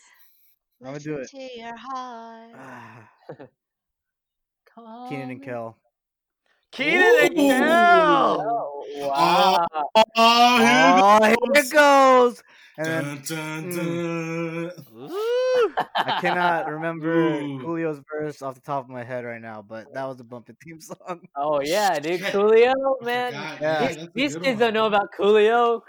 Speaker 3: I'm gonna
Speaker 4: Listen
Speaker 3: do it.
Speaker 4: to your heart.
Speaker 3: ah,
Speaker 1: Come on.
Speaker 3: Keenan and Kel.
Speaker 2: Keenan and
Speaker 5: Ooh.
Speaker 2: Kel.
Speaker 1: Oh,
Speaker 3: Ah,
Speaker 1: wow.
Speaker 5: Oh, here we go.
Speaker 3: Oh, here it goes. And then
Speaker 5: Dun, dun, dun.
Speaker 2: Ooh.
Speaker 3: I cannot remember
Speaker 5: Ooh.
Speaker 3: Julio's verse off the top of my head right now, but that was a bumping theme song.
Speaker 1: Oh yeah, dude,
Speaker 5: Shit.
Speaker 1: Coolio,
Speaker 5: I
Speaker 1: Oh, man.
Speaker 5: forgot.
Speaker 3: Yeah.
Speaker 5: Yeah,
Speaker 1: These,
Speaker 5: that's a
Speaker 1: these
Speaker 5: good
Speaker 1: kids don't
Speaker 5: one.
Speaker 1: know about Coolio.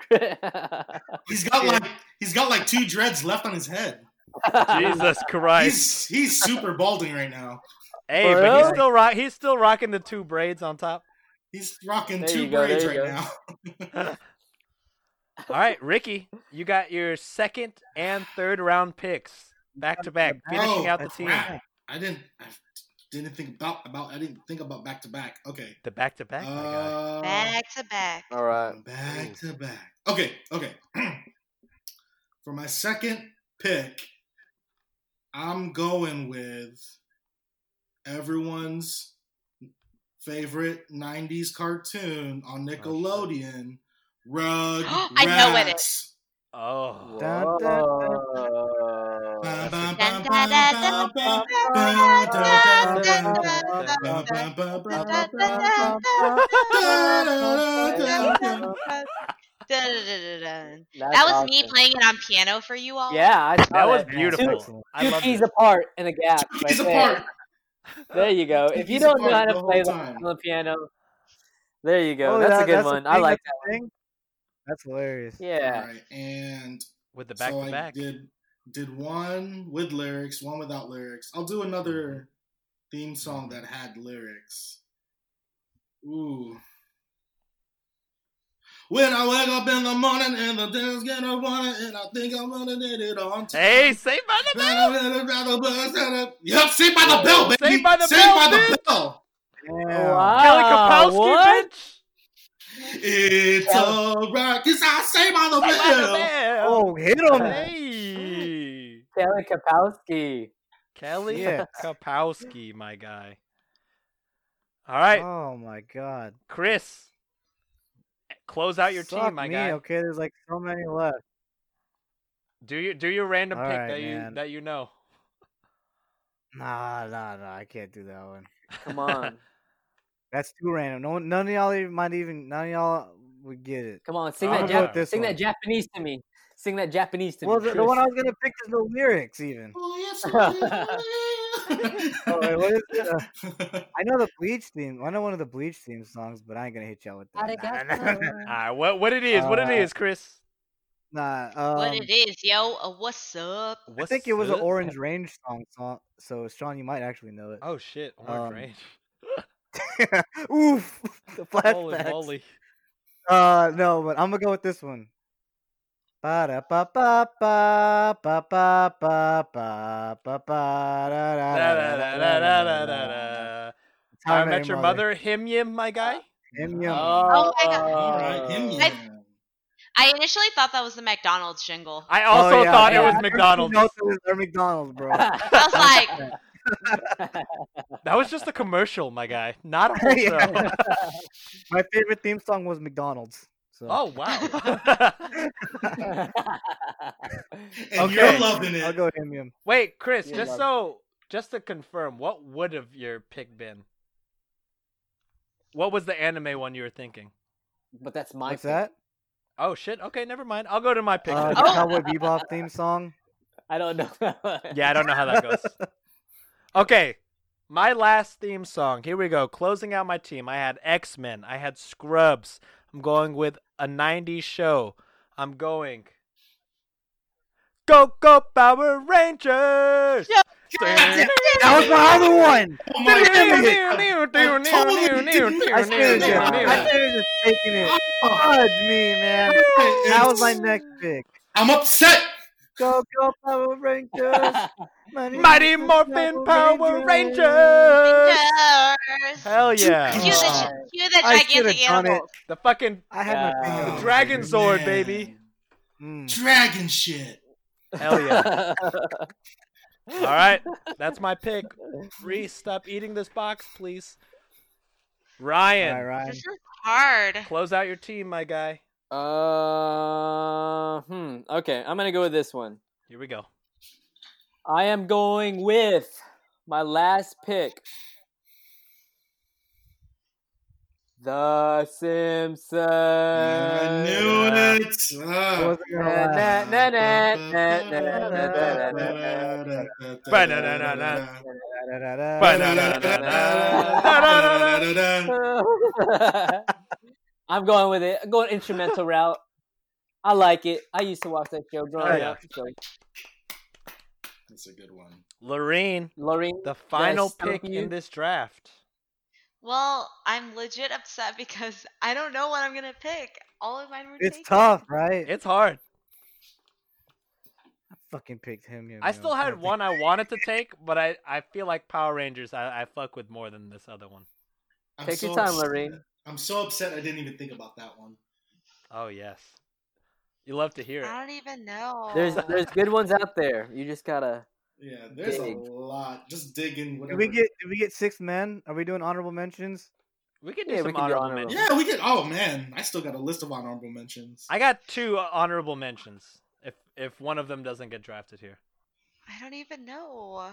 Speaker 5: He's got like he's got like two dreads left on his head.
Speaker 2: Jesus Christ.
Speaker 5: He's he's super balding right now.
Speaker 2: Hey,
Speaker 1: For
Speaker 2: but he's
Speaker 1: real?
Speaker 2: still rock. He's still rocking the two braids on top.
Speaker 5: He's rocking
Speaker 1: There
Speaker 5: two
Speaker 1: you go,
Speaker 5: braids
Speaker 1: there
Speaker 5: right
Speaker 1: you go.
Speaker 5: now.
Speaker 2: All right, Ricky, you got your second and third round picks back to back, finishing
Speaker 5: Oh,
Speaker 2: out the
Speaker 3: that's
Speaker 2: team.
Speaker 5: Crap. I didn't I didn't think about about I didn't think about back to back. Okay.
Speaker 2: The back to back. my guy.
Speaker 3: ah.
Speaker 5: Uh,
Speaker 4: Back to back.
Speaker 1: All right.
Speaker 5: Back to back. Okay, okay. For my second pick, I'm going with everyone's favorite 90s cartoon on Nickelodeon, Rug.
Speaker 4: I know it
Speaker 5: Rats.
Speaker 2: Oh,
Speaker 3: Dun, dun,
Speaker 1: Whoa.
Speaker 5: Ba, ba,
Speaker 4: Dun,
Speaker 5: ba,
Speaker 4: dun, dun,
Speaker 5: ba, ba,
Speaker 3: ah,
Speaker 5: ba,
Speaker 4: dun, dun, dun, dun, dun, dun, dun,
Speaker 5: ba, ba, ba, ba, ba, ba, ba,
Speaker 4: dun,
Speaker 3: ah,
Speaker 4: dun,
Speaker 5: ba,
Speaker 4: dun,
Speaker 5: ba, ba.
Speaker 4: dun,
Speaker 5: Da,
Speaker 4: dun,
Speaker 5: da,
Speaker 4: dun,
Speaker 5: da, da, da.
Speaker 4: dun, dun, dun, dun.
Speaker 1: That's
Speaker 4: That was me
Speaker 1: awesome.
Speaker 4: playing it on piano for you all.
Speaker 1: Yeah, I saw
Speaker 2: that was
Speaker 3: Yeah,
Speaker 2: beautiful.
Speaker 3: excellent.
Speaker 2: I
Speaker 1: Two
Speaker 2: love
Speaker 1: keys
Speaker 2: it.
Speaker 1: apart in a gap. right
Speaker 5: He's
Speaker 1: there.
Speaker 5: apart.
Speaker 1: There you go.
Speaker 5: Two
Speaker 1: If you
Speaker 5: keys
Speaker 1: don't know how
Speaker 5: apart
Speaker 1: to
Speaker 5: the
Speaker 1: play
Speaker 5: whole
Speaker 1: that
Speaker 5: time.
Speaker 1: on the piano, there you go.
Speaker 3: Oh,
Speaker 1: that's
Speaker 3: that-
Speaker 1: a good
Speaker 3: a
Speaker 1: one. I
Speaker 3: thing,
Speaker 1: like
Speaker 3: that's a thing? That's hilarious.
Speaker 1: that. Yeah.
Speaker 5: All right, and
Speaker 2: With the back
Speaker 5: so
Speaker 2: to
Speaker 5: I
Speaker 2: back.
Speaker 5: did did one with lyrics, one without lyrics. I'll do another
Speaker 2: Mm-hmm.
Speaker 5: theme song that had lyrics. Ooh. When I wake up in the morning and the day's gonna run and I think I'm gonna need it on time.
Speaker 2: Hey, saved by the bell.
Speaker 5: Yep, saved by the bell, baby.
Speaker 2: Saved by the
Speaker 5: saved
Speaker 2: Bell,
Speaker 5: by the
Speaker 2: bitch.
Speaker 5: bell.
Speaker 3: Damn.
Speaker 1: Wow.
Speaker 2: Kelly Kapowski,
Speaker 1: what?
Speaker 2: bitch.
Speaker 5: It's alright, cause I saved by the
Speaker 2: Saved by the
Speaker 5: bell.
Speaker 2: bell.
Speaker 3: Oh, hit him.
Speaker 2: Hey,
Speaker 1: Kelly Kapowski.
Speaker 2: Kelly
Speaker 3: Shit.
Speaker 2: Kapowski, my guy. All right,
Speaker 3: Oh my god.
Speaker 2: Chris, close out your
Speaker 3: Suck
Speaker 2: team, my
Speaker 3: me,
Speaker 2: guy.
Speaker 3: Okay, there's like so many left.
Speaker 2: Do your do your random
Speaker 3: All
Speaker 2: pick
Speaker 3: right,
Speaker 2: that you
Speaker 3: man.
Speaker 2: that you know.
Speaker 3: Nah, nah, nah. I can't do that one.
Speaker 1: Come on.
Speaker 3: That's too random. No, one, none of y'all even might even. None of y'all would get it.
Speaker 1: Come on. Sing
Speaker 2: I'm
Speaker 1: that
Speaker 2: gonna go
Speaker 1: Jap-
Speaker 2: with
Speaker 3: this
Speaker 1: sing
Speaker 3: one.
Speaker 1: that Japanese to me. Sing that Japanese to
Speaker 3: Well,
Speaker 1: me.
Speaker 3: the, the one I was gonna pick is no lyrics even.
Speaker 5: Oh, yes, it
Speaker 3: Oh, wait, what is it? Uh,
Speaker 5: is.
Speaker 3: I know the Bleach theme. I know one of the Bleach theme songs, but I ain't gonna hit y'all with that. Nah, nah, nah, nah,
Speaker 2: All right, what what it is? what it
Speaker 3: Uh,
Speaker 2: is, Chris?
Speaker 3: nah. Um,
Speaker 4: What it is, yo? Uh, What's up?
Speaker 2: What's
Speaker 3: I think it was an
Speaker 2: up?
Speaker 3: Orange Range song, so, so Sean, you might actually know it.
Speaker 2: Oh shit, orange
Speaker 3: um,
Speaker 2: range.
Speaker 3: Oof, the
Speaker 2: Holy
Speaker 3: flashbacks.
Speaker 2: moly.
Speaker 3: Uh, no, but I'm gonna go with this one. Ba da ba ba ba ba ba ba ba ba ba da da da da da da da da da da. It's How
Speaker 2: How I met your mother, him yim, my guy.
Speaker 3: Yum, yum.
Speaker 4: Oh my God.
Speaker 5: All right, him,
Speaker 1: Uh,
Speaker 5: yeah.
Speaker 4: I initially thought that was the McDonald's jingle.
Speaker 2: I
Speaker 3: Oh,
Speaker 2: also
Speaker 3: yeah,
Speaker 2: thought
Speaker 3: yeah,
Speaker 2: it
Speaker 3: I
Speaker 2: was
Speaker 3: heard you
Speaker 2: McDonald's.
Speaker 3: know it was- or McDonald's, bro.
Speaker 4: I was like,
Speaker 2: That was just a commercial, my guy. Not a whole
Speaker 3: Yeah.
Speaker 2: show.
Speaker 3: My favorite theme song was McDonald's. So.
Speaker 2: Oh wow.
Speaker 5: And
Speaker 2: Okay.
Speaker 5: you're loving
Speaker 3: I'll
Speaker 5: it.
Speaker 3: go Yum Yum.
Speaker 2: Wait, Chris,
Speaker 1: Yeah,
Speaker 2: just
Speaker 1: love.
Speaker 2: so just to confirm, what would have your pick been? What was the anime one you were thinking?
Speaker 1: but that's my
Speaker 3: What's
Speaker 1: pick.
Speaker 3: that?
Speaker 2: Oh shit. Okay, never mind. I'll go to my pick.
Speaker 3: Uh,
Speaker 2: then.
Speaker 3: the Cowboy Bebop theme song.
Speaker 1: I don't know.
Speaker 2: Yeah, I don't know how that goes. Okay, my last theme song. Here we go. Closing out my team. I had X Men. I had Scrubs. I'm going with a '90s show. I'm going. Go go Power Rangers!
Speaker 4: Yeah.
Speaker 3: That was my other one.
Speaker 5: Oh my God.
Speaker 3: I should have just, I should have just taken it. Fudge me, man. That was my next pick.
Speaker 5: I'm upset.
Speaker 3: Go go Power Rangers. Mighty,
Speaker 2: Mighty Morphin Power Rangers!
Speaker 4: Rangers.
Speaker 2: Hell
Speaker 4: Cue
Speaker 2: yeah!
Speaker 5: Yeah.
Speaker 4: the, gi- cue the
Speaker 3: Oh. I should've
Speaker 4: gigantic
Speaker 3: done it.
Speaker 4: animals.
Speaker 2: The fucking Uh,
Speaker 3: I had my finger
Speaker 5: Oh,
Speaker 3: on it.
Speaker 2: Dragon Zord,
Speaker 5: man.
Speaker 2: baby.
Speaker 3: Mm.
Speaker 5: Dragon shit.
Speaker 2: Hell yeah.
Speaker 3: Oh,
Speaker 2: All right. That's my pick. Reese, stop eating this box, please. Ryan,
Speaker 3: All right,
Speaker 4: This is hard.
Speaker 2: close out your team, my guy.
Speaker 1: Uh, hmm. Okay, I'm gonna go with this one.
Speaker 2: Here we go.
Speaker 1: I am going with my last pick. The Simpsons. Uh,
Speaker 5: I knew it. Ah.
Speaker 3: Wasn't gonna lie.
Speaker 2: Ba-da-da-da-da.
Speaker 3: Da-da-da-da.
Speaker 5: Ba-da-da-da-da.
Speaker 1: I'm going with it. I'm going instrumental route. I like it. I used to watch that show growing
Speaker 2: Oh, yeah.
Speaker 1: up. So,
Speaker 5: That's a good one.
Speaker 2: Lorene,
Speaker 1: Lorraine,
Speaker 2: the final
Speaker 1: stump
Speaker 2: pick
Speaker 1: you?
Speaker 2: in this draft.
Speaker 4: Well, I'm legit upset because I don't know what I'm gonna pick. All of mine were
Speaker 3: It's
Speaker 4: taken.
Speaker 3: tough, right?
Speaker 2: It's hard.
Speaker 3: I fucking picked him. you
Speaker 2: I
Speaker 3: know,
Speaker 2: still had
Speaker 3: kinda
Speaker 2: one I wanted to take, but I, I feel like Power Rangers I, I fuck with more than this other one.
Speaker 5: I'm
Speaker 1: Take your
Speaker 5: so
Speaker 1: time,
Speaker 5: upset.
Speaker 1: Lorraine.
Speaker 5: I'm so upset I didn't even think about that one.
Speaker 2: Oh yes. You love to hear it.
Speaker 4: I don't even know.
Speaker 1: there's there's good ones out there. You just gotta.
Speaker 5: Yeah, there's a
Speaker 1: Dig.
Speaker 5: lot. Just digging
Speaker 3: Did
Speaker 5: whatever.
Speaker 3: we get did we get six men? Are we doing honorable mentions?
Speaker 2: We can do
Speaker 1: Yeah, we
Speaker 2: some
Speaker 1: can do
Speaker 2: honorable
Speaker 1: honorable.
Speaker 2: mentions.
Speaker 5: Yeah, we did. Oh man, I still got a list of honorable mentions.
Speaker 2: I got two honorable mentions. If if one of them doesn't get drafted here.
Speaker 4: I don't even know.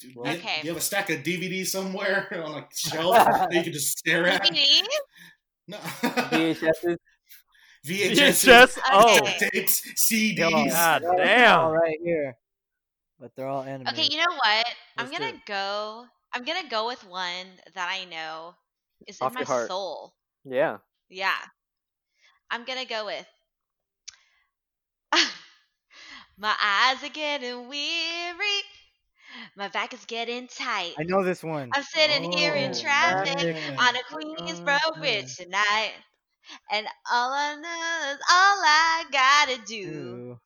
Speaker 5: Dude,
Speaker 1: Well-
Speaker 5: you-
Speaker 4: Okay.
Speaker 5: You have a stack of DVDs somewhere on a shelf that you can just stare at.
Speaker 4: DVD?
Speaker 5: No.
Speaker 1: VHSs.
Speaker 5: VHS
Speaker 2: Oh.
Speaker 4: Okay.
Speaker 5: tapes, CDs.
Speaker 3: Yo,
Speaker 2: God
Speaker 3: they're all
Speaker 2: damn.
Speaker 3: right here, but they're all animated.
Speaker 4: Okay, you know what? I'm
Speaker 2: Let's do
Speaker 4: gonna
Speaker 2: it.
Speaker 4: go. I'm gonna go with one that I know is
Speaker 1: Off
Speaker 4: in
Speaker 1: your
Speaker 4: my
Speaker 1: heart.
Speaker 4: soul.
Speaker 1: Yeah.
Speaker 4: Yeah, I'm gonna go with. my eyes are getting weary. My back is getting tight.
Speaker 3: I know this one.
Speaker 4: I'm sitting here in
Speaker 5: Oh,
Speaker 4: traffic
Speaker 5: man.
Speaker 4: on a
Speaker 3: Oh,
Speaker 4: Queens Road bridge tonight. And all I know is all I gotta do
Speaker 3: Ooh.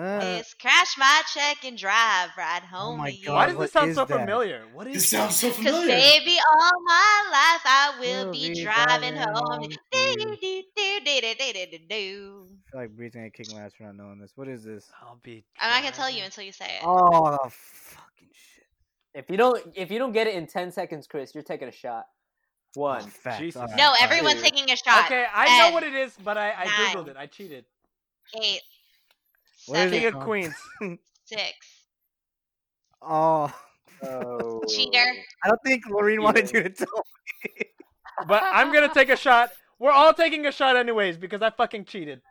Speaker 3: Uh,
Speaker 4: is crash my check and drive right home
Speaker 3: Oh my
Speaker 4: to you.
Speaker 3: God,
Speaker 2: Why does
Speaker 3: what
Speaker 2: this sound
Speaker 3: is
Speaker 2: so
Speaker 3: that?
Speaker 2: familiar? What
Speaker 5: It
Speaker 2: is
Speaker 5: sounds so
Speaker 4: Cause
Speaker 5: familiar.
Speaker 4: baby, all my life I will
Speaker 3: We'll
Speaker 4: be,
Speaker 3: be
Speaker 4: driving,
Speaker 3: driving
Speaker 4: home.
Speaker 3: home
Speaker 4: Do,
Speaker 3: to
Speaker 4: do, do, do, do, do, do, do, do.
Speaker 3: I feel like breathing a kick my ass for not knowing this. What is this?
Speaker 2: I'll be
Speaker 4: I'm not gonna tell you
Speaker 2: driving.
Speaker 4: until you say it.
Speaker 3: Oh the fucking shit!
Speaker 1: If you don't if you don't get it in ten seconds, Chris, you're taking a shot.
Speaker 3: Oh,
Speaker 1: One.
Speaker 3: facts.
Speaker 2: Jesus.
Speaker 3: All right,
Speaker 4: no,
Speaker 3: all right.
Speaker 4: everyone's
Speaker 1: Dude.
Speaker 4: taking a shot.
Speaker 2: Okay, I know
Speaker 4: Ten,
Speaker 2: what it is, but I, I
Speaker 4: nine,
Speaker 2: googled it. I cheated.
Speaker 4: Eight,
Speaker 3: What is
Speaker 4: seven,
Speaker 2: King
Speaker 1: Oh.
Speaker 3: it
Speaker 2: of
Speaker 3: called?
Speaker 2: Queens.
Speaker 4: six.
Speaker 3: Oh,
Speaker 1: Oh.
Speaker 4: Cheater.
Speaker 3: I don't think Lorene wanted
Speaker 1: Yeah.
Speaker 3: you to tell.
Speaker 2: But I'm gonna take a shot. We're all taking a shot anyways because I fucking cheated.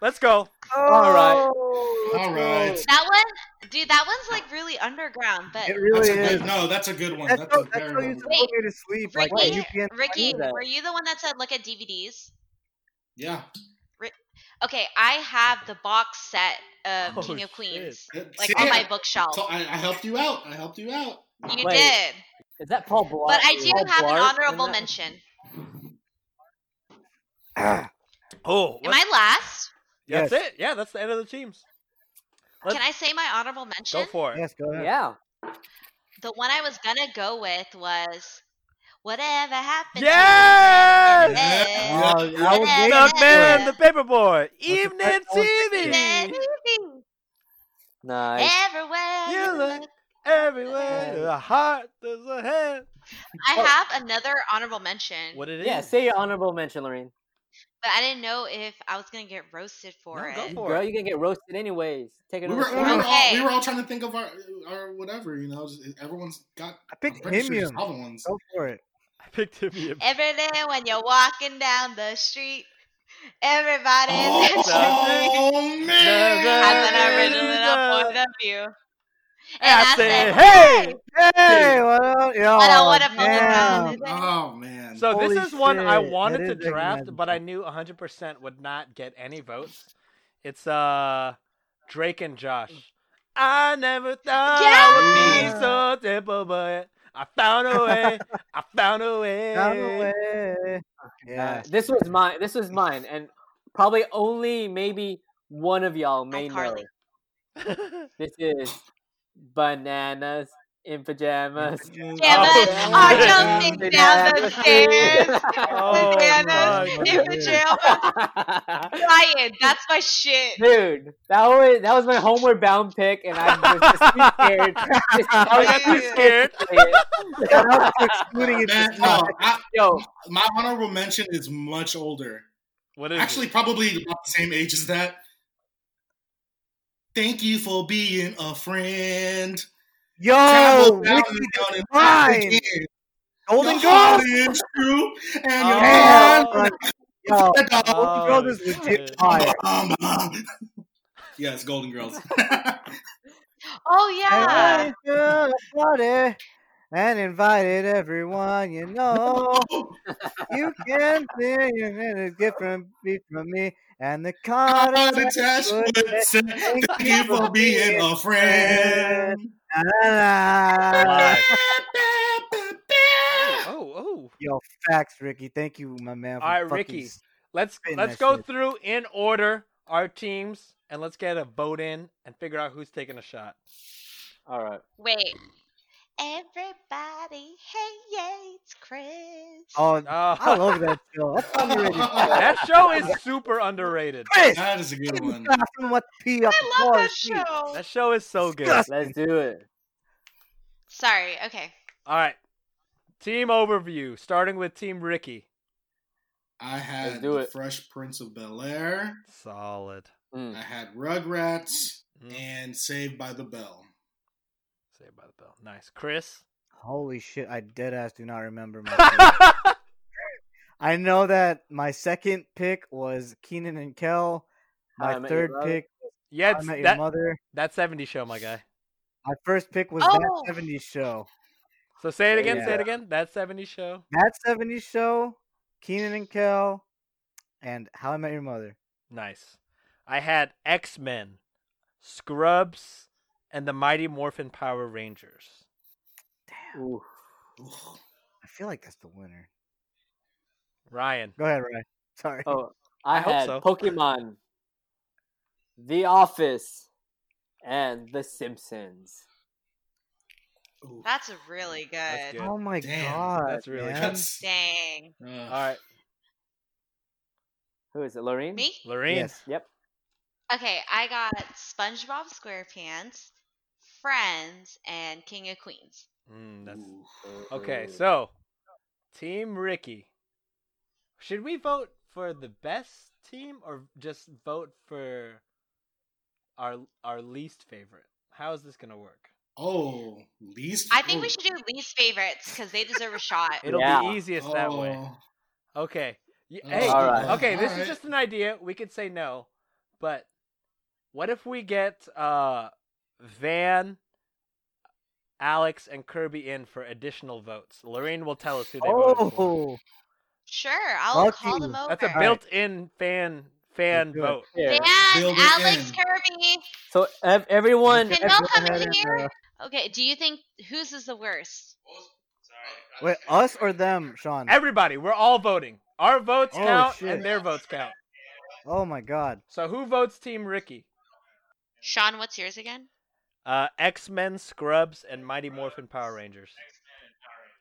Speaker 2: Let's go.
Speaker 1: All right.
Speaker 5: All right.
Speaker 4: That one, dude, that one's like really underground. But
Speaker 3: It really
Speaker 5: That's a
Speaker 3: is.
Speaker 5: good, no, that's a good one.
Speaker 3: That's,
Speaker 5: That's,
Speaker 3: how,
Speaker 5: a
Speaker 3: that's
Speaker 5: very
Speaker 3: how you
Speaker 5: good
Speaker 3: used to
Speaker 5: one.
Speaker 4: Wait,
Speaker 3: put me to sleep. Like
Speaker 4: Ricky,
Speaker 3: you can't.
Speaker 4: Ricky,
Speaker 1: that.
Speaker 4: were you the one that said look at DVDs?
Speaker 5: Yeah.
Speaker 4: Okay, I have the box set of
Speaker 2: Oh,
Speaker 4: King of
Speaker 2: shit.
Speaker 4: Queens,
Speaker 5: It-
Speaker 4: like
Speaker 5: see,
Speaker 4: on my
Speaker 5: I-
Speaker 4: bookshelf.
Speaker 5: so I, I helped you out. I helped you out.
Speaker 4: you
Speaker 1: Wait.
Speaker 4: did,
Speaker 1: Is that Paul Blart?
Speaker 4: but I do
Speaker 1: Paul
Speaker 4: have an
Speaker 1: Blart in
Speaker 4: honorable
Speaker 1: that?
Speaker 4: mention.
Speaker 3: Ah,
Speaker 2: Oh,
Speaker 4: Am
Speaker 2: let's-
Speaker 4: I last?
Speaker 2: that's
Speaker 3: Yes.
Speaker 2: it. Yeah, that's the end of the teams. Let-
Speaker 4: Can I say my honorable mention?
Speaker 2: Go for it.
Speaker 3: Yes, go ahead.
Speaker 1: Yeah.
Speaker 4: the one I was gonna go with was whatever happened.
Speaker 2: Yes!
Speaker 4: To Ned,
Speaker 3: Oh, I was
Speaker 4: Yeah.
Speaker 3: waiting
Speaker 2: The
Speaker 4: Yes.
Speaker 2: man, the paperboy, evening
Speaker 3: first one.
Speaker 4: Ned,
Speaker 2: TV.
Speaker 1: Nice.
Speaker 4: Eh. everywhere
Speaker 2: You
Speaker 4: look.
Speaker 2: look everywhere. There's a heart, there's a hand.
Speaker 4: I have another honorable mention,
Speaker 2: Oh. What it is?
Speaker 1: Yeah, say your honorable mention, Lorraine.
Speaker 4: but I didn't know if I was gonna get roasted for
Speaker 2: No,
Speaker 4: it.
Speaker 2: go for
Speaker 1: Girl, you're gonna get roasted anyways. Take it
Speaker 5: We were, we,
Speaker 4: Okay.
Speaker 5: were
Speaker 1: over.
Speaker 5: all, we were all trying to think of our, our whatever, you know. just- Everyone's got.
Speaker 3: I
Speaker 5: I'm
Speaker 3: picked
Speaker 5: pretty sure it's
Speaker 3: Himium.
Speaker 5: all the ones.
Speaker 3: Go for it.
Speaker 2: I picked him. yeah.
Speaker 4: Every day when you're walking down the street, everybody's
Speaker 5: Oh,
Speaker 4: I'm
Speaker 5: man!
Speaker 4: gonna riddle it up point of view. And
Speaker 2: I
Speaker 4: I
Speaker 2: said,
Speaker 4: said,
Speaker 2: hey!
Speaker 3: Hey, what up? Yo,
Speaker 4: I don't want to pull
Speaker 3: damn.
Speaker 4: it down.
Speaker 5: Oh man!
Speaker 2: So
Speaker 3: Holy
Speaker 2: this is one I
Speaker 3: shit,
Speaker 2: wanted to
Speaker 3: that is
Speaker 2: draft, but
Speaker 3: recognizable.
Speaker 2: I knew 100% would not get any votes. It's uh Drake and Josh. I never thought I would be
Speaker 3: Yeah!
Speaker 2: so simple, but I found a way. I found a way.
Speaker 3: Out of the way. Yeah.
Speaker 1: Uh, This was mine. This was mine, and probably only maybe one of y'all may know.
Speaker 4: iCarly.
Speaker 1: This is bananas in pajamas.
Speaker 4: Pajamas
Speaker 2: Oh,
Speaker 4: are
Speaker 2: shit.
Speaker 4: jumping down the stairs.
Speaker 2: Oh,
Speaker 4: Pajamas
Speaker 2: my
Speaker 4: in
Speaker 2: God.
Speaker 4: pajamas. Ryan, that's my shit.
Speaker 1: Dude, that was that was my homeward bound pick, and I was just too scared. Just- I
Speaker 2: I
Speaker 1: was
Speaker 2: got too
Speaker 1: too scared
Speaker 2: scared.
Speaker 1: to play it.
Speaker 3: Shout out to excluding it
Speaker 5: Man,
Speaker 3: this
Speaker 5: no,
Speaker 3: time.
Speaker 5: I,
Speaker 1: Yo,
Speaker 5: my honorable mention is much older.
Speaker 2: What is
Speaker 5: Actually,
Speaker 2: it?
Speaker 5: probably about the same age as that. Thank you for being a friend.
Speaker 3: Yo,
Speaker 5: Travel down
Speaker 3: Ricky,
Speaker 5: and down and back
Speaker 3: mine.
Speaker 5: again.
Speaker 3: Oh, Golden
Speaker 5: Your
Speaker 3: Girls.
Speaker 5: heart is true, and your
Speaker 2: Oh.
Speaker 5: hand
Speaker 3: Damn, Yo,
Speaker 5: is a dog.
Speaker 2: Oh,
Speaker 3: Golden Girls is legit
Speaker 2: shit.
Speaker 3: fire.
Speaker 5: Um, um. yes, Golden Girls.
Speaker 4: Oh
Speaker 3: And
Speaker 4: yeah.
Speaker 3: I threw a party and invited everyone you know. You can sing and it's different beat from me. And the
Speaker 5: How
Speaker 3: contact
Speaker 5: detached
Speaker 3: would
Speaker 5: would say,
Speaker 3: thank
Speaker 5: Thank you for being a friend.
Speaker 3: Ah.
Speaker 2: Oh, oh.
Speaker 3: Yo, facts, Ricky. Thank you, my man. for
Speaker 2: All right,
Speaker 3: fucking
Speaker 2: Ricky.
Speaker 3: s-
Speaker 2: Let's
Speaker 3: Spin
Speaker 2: let's
Speaker 3: that
Speaker 2: go
Speaker 3: shit.
Speaker 2: through in order our teams and let's get a vote in and figure out who's taking a shot.
Speaker 1: all right.
Speaker 4: Wait. Everybody hates Chris.
Speaker 3: Oh, I
Speaker 2: Oh,
Speaker 3: love that show. That's underrated.
Speaker 2: that show is super underrated.
Speaker 3: Chris,
Speaker 5: That is a good one.
Speaker 3: I'm about to pee up
Speaker 4: I
Speaker 3: the
Speaker 4: love
Speaker 3: floor.
Speaker 4: that show.
Speaker 2: That show is so good.
Speaker 3: Disgusting.
Speaker 1: Let's do it.
Speaker 4: Sorry. Okay.
Speaker 2: All right. Team overview, starting with Team Ricky.
Speaker 5: I had
Speaker 1: do
Speaker 5: the
Speaker 1: it.
Speaker 5: Fresh Prince of Bel Air.
Speaker 2: Solid.
Speaker 1: Mm.
Speaker 5: I had Rugrats
Speaker 2: Mhm.
Speaker 5: and Saved by the Bell.
Speaker 2: Saved by the bell. Nice. Chris.
Speaker 3: Holy shit, I dead ass do not remember my team.
Speaker 2: oh,
Speaker 3: I know that my second pick was Keenan and Kel.
Speaker 1: How I
Speaker 3: My
Speaker 1: Met Your
Speaker 3: third
Speaker 1: Mother.
Speaker 3: pick
Speaker 2: yeah,
Speaker 3: I
Speaker 2: it's,
Speaker 3: Met Your
Speaker 2: that,
Speaker 3: Mother.
Speaker 2: that 70 show, my guy.
Speaker 3: My first pick was
Speaker 4: Oh.
Speaker 3: that 70s show.
Speaker 2: So say it again, say it
Speaker 1: Yeah.
Speaker 2: again. That 70 show.
Speaker 3: That 70s show, Keenan and Kel, and How I Met Your Mother.
Speaker 2: Nice. I had X Men, Scrubs, and the Mighty Morphin Power Rangers.
Speaker 1: Ooh.
Speaker 5: Ooh.
Speaker 3: I feel like that's the winner.
Speaker 2: Ryan.
Speaker 3: Go ahead, Ryan. Sorry.
Speaker 1: Oh, I,
Speaker 2: I hope
Speaker 1: had
Speaker 2: so.
Speaker 1: Pokemon, The Office, and The Simpsons.
Speaker 5: Ooh.
Speaker 4: That's really good.
Speaker 2: That's good.
Speaker 3: Oh my
Speaker 5: Damn,
Speaker 3: god.
Speaker 2: that's really
Speaker 3: man.
Speaker 5: That's,
Speaker 4: Dang.
Speaker 5: uh,
Speaker 2: All right.
Speaker 1: Who is it? Lorraine.
Speaker 4: Me?
Speaker 2: Lorraine.
Speaker 3: Yes.
Speaker 1: Yep.
Speaker 4: Okay, I got SpongeBob SquarePants, Friends, and King of Queens.
Speaker 2: Mm, that's...
Speaker 5: ooh.
Speaker 2: Okay, so Team Ricky. Should we vote for the best team or just vote for our our least favorite? How is this gonna work?
Speaker 5: Oh, least.
Speaker 4: I think we
Speaker 5: ooh.
Speaker 4: should do least favorites because they deserve a shot.
Speaker 2: It'll
Speaker 1: Yeah.
Speaker 2: be easiest that way.
Speaker 5: Oh.
Speaker 2: Okay. Y-
Speaker 5: Oh,
Speaker 2: Hey,
Speaker 1: Alright.
Speaker 2: okay, this
Speaker 5: alright.
Speaker 2: is just an idea. We could say no, but what if we get uh Van, Alex, and Kirby in for additional votes? Lorraine will tell us who they voted for.
Speaker 3: Oh,
Speaker 4: Sure, I'll
Speaker 3: Lucky.
Speaker 4: call them over.
Speaker 2: That's a
Speaker 3: Alright.
Speaker 2: built-in fan fan
Speaker 3: do it.
Speaker 2: vote.
Speaker 1: Here.
Speaker 4: Van,
Speaker 5: Build it
Speaker 4: Alex
Speaker 5: in.
Speaker 4: Kirby.
Speaker 1: So ev- everyone,
Speaker 4: Can y'all come
Speaker 3: Everyone had
Speaker 4: in
Speaker 3: it,
Speaker 4: here?
Speaker 3: uh,
Speaker 4: Okay, do you think whose is the worst?
Speaker 3: Oh! Wait, us or them, Sean?
Speaker 2: Everybody, we're all voting. Our votes
Speaker 3: Oh,
Speaker 2: count
Speaker 3: shit.
Speaker 2: and their votes count.
Speaker 3: oh my god.
Speaker 2: So who votes Team Ricky?
Speaker 4: Sean, what's yours again?
Speaker 2: Uh, X Men, Scrubs, and Mighty Morphin Power Rangers.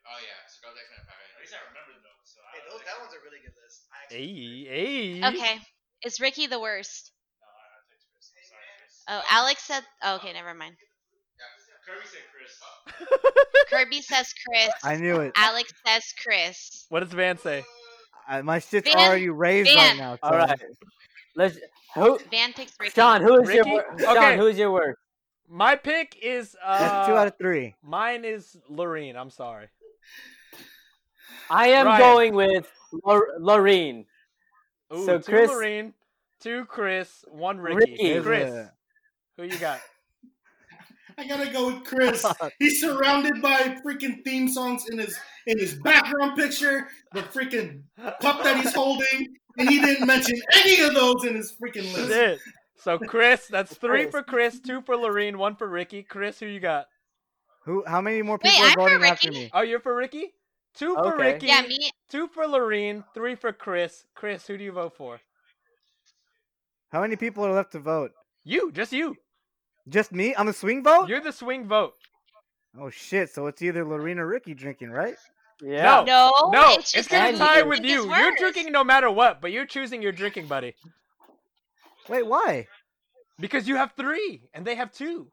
Speaker 6: Oh yeah, Scrub X Men Power Rangers. At least I remembered those. So hey, those, that one's a really good list. I
Speaker 2: Hey, hey.
Speaker 4: Okay, is Ricky the worst? Oh, Alex said. Oh, okay, never mind.
Speaker 6: Kirby said Chris.
Speaker 4: Kirby says Chris.
Speaker 3: I knew it.
Speaker 4: Alex says Chris.
Speaker 2: What does Van say?
Speaker 3: I, my shit's
Speaker 4: Van-
Speaker 3: already raised right
Speaker 4: Van.
Speaker 3: now.
Speaker 1: all right. Let's who
Speaker 4: Van picks Ricky.
Speaker 1: Sean. Who is your
Speaker 2: Ricky?
Speaker 1: wor-
Speaker 2: Okay.
Speaker 1: Sean? Who is your word?
Speaker 2: My pick is uh,
Speaker 3: That's two out of three.
Speaker 2: mine is Lorene. I'm sorry.
Speaker 1: I am
Speaker 2: Ryan.
Speaker 1: going with Lor- Lorraine.
Speaker 2: Ooh,
Speaker 1: So
Speaker 2: two
Speaker 1: Chris-
Speaker 2: Lorene, two Chris, one Ricky.
Speaker 1: Ricky. There's
Speaker 2: Chris,
Speaker 3: a-
Speaker 2: who you got?
Speaker 5: I gotta go with Chris. He's surrounded by freaking theme songs in his in his background picture, the freaking cup that he's holding, and he didn't mention any of those in his freaking list.
Speaker 2: Shit. So Chris, that's three
Speaker 1: Chris.
Speaker 2: for Chris, two for Lorene, one for Ricky. Chris, who you got?
Speaker 3: Who? How many more
Speaker 4: Wait,
Speaker 3: people
Speaker 4: I'm
Speaker 3: are
Speaker 4: for
Speaker 3: voting after
Speaker 4: Ricky.
Speaker 3: me?
Speaker 2: Oh, you're for Ricky? Two for
Speaker 1: Okay.
Speaker 2: Ricky.
Speaker 4: Yeah, me.
Speaker 2: Two for Lorene, three for Chris. Chris, who do you vote for?
Speaker 3: How many people are left to vote?
Speaker 2: You, just you.
Speaker 1: Oh.
Speaker 3: Just me? I'm a swing vote.
Speaker 2: You're the swing vote.
Speaker 3: Oh shit! So it's either Lorena or Ricky drinking, right?
Speaker 1: Yeah.
Speaker 2: No.
Speaker 4: No,
Speaker 2: no,
Speaker 4: Oh, it's, just
Speaker 1: gonna
Speaker 4: who
Speaker 1: tie
Speaker 2: tie
Speaker 4: you
Speaker 2: with
Speaker 4: think is
Speaker 2: you. You're
Speaker 4: worse.
Speaker 2: drinking no matter what, but you're choosing your drinking buddy
Speaker 3: Wait, why?
Speaker 2: because you have three and they have two.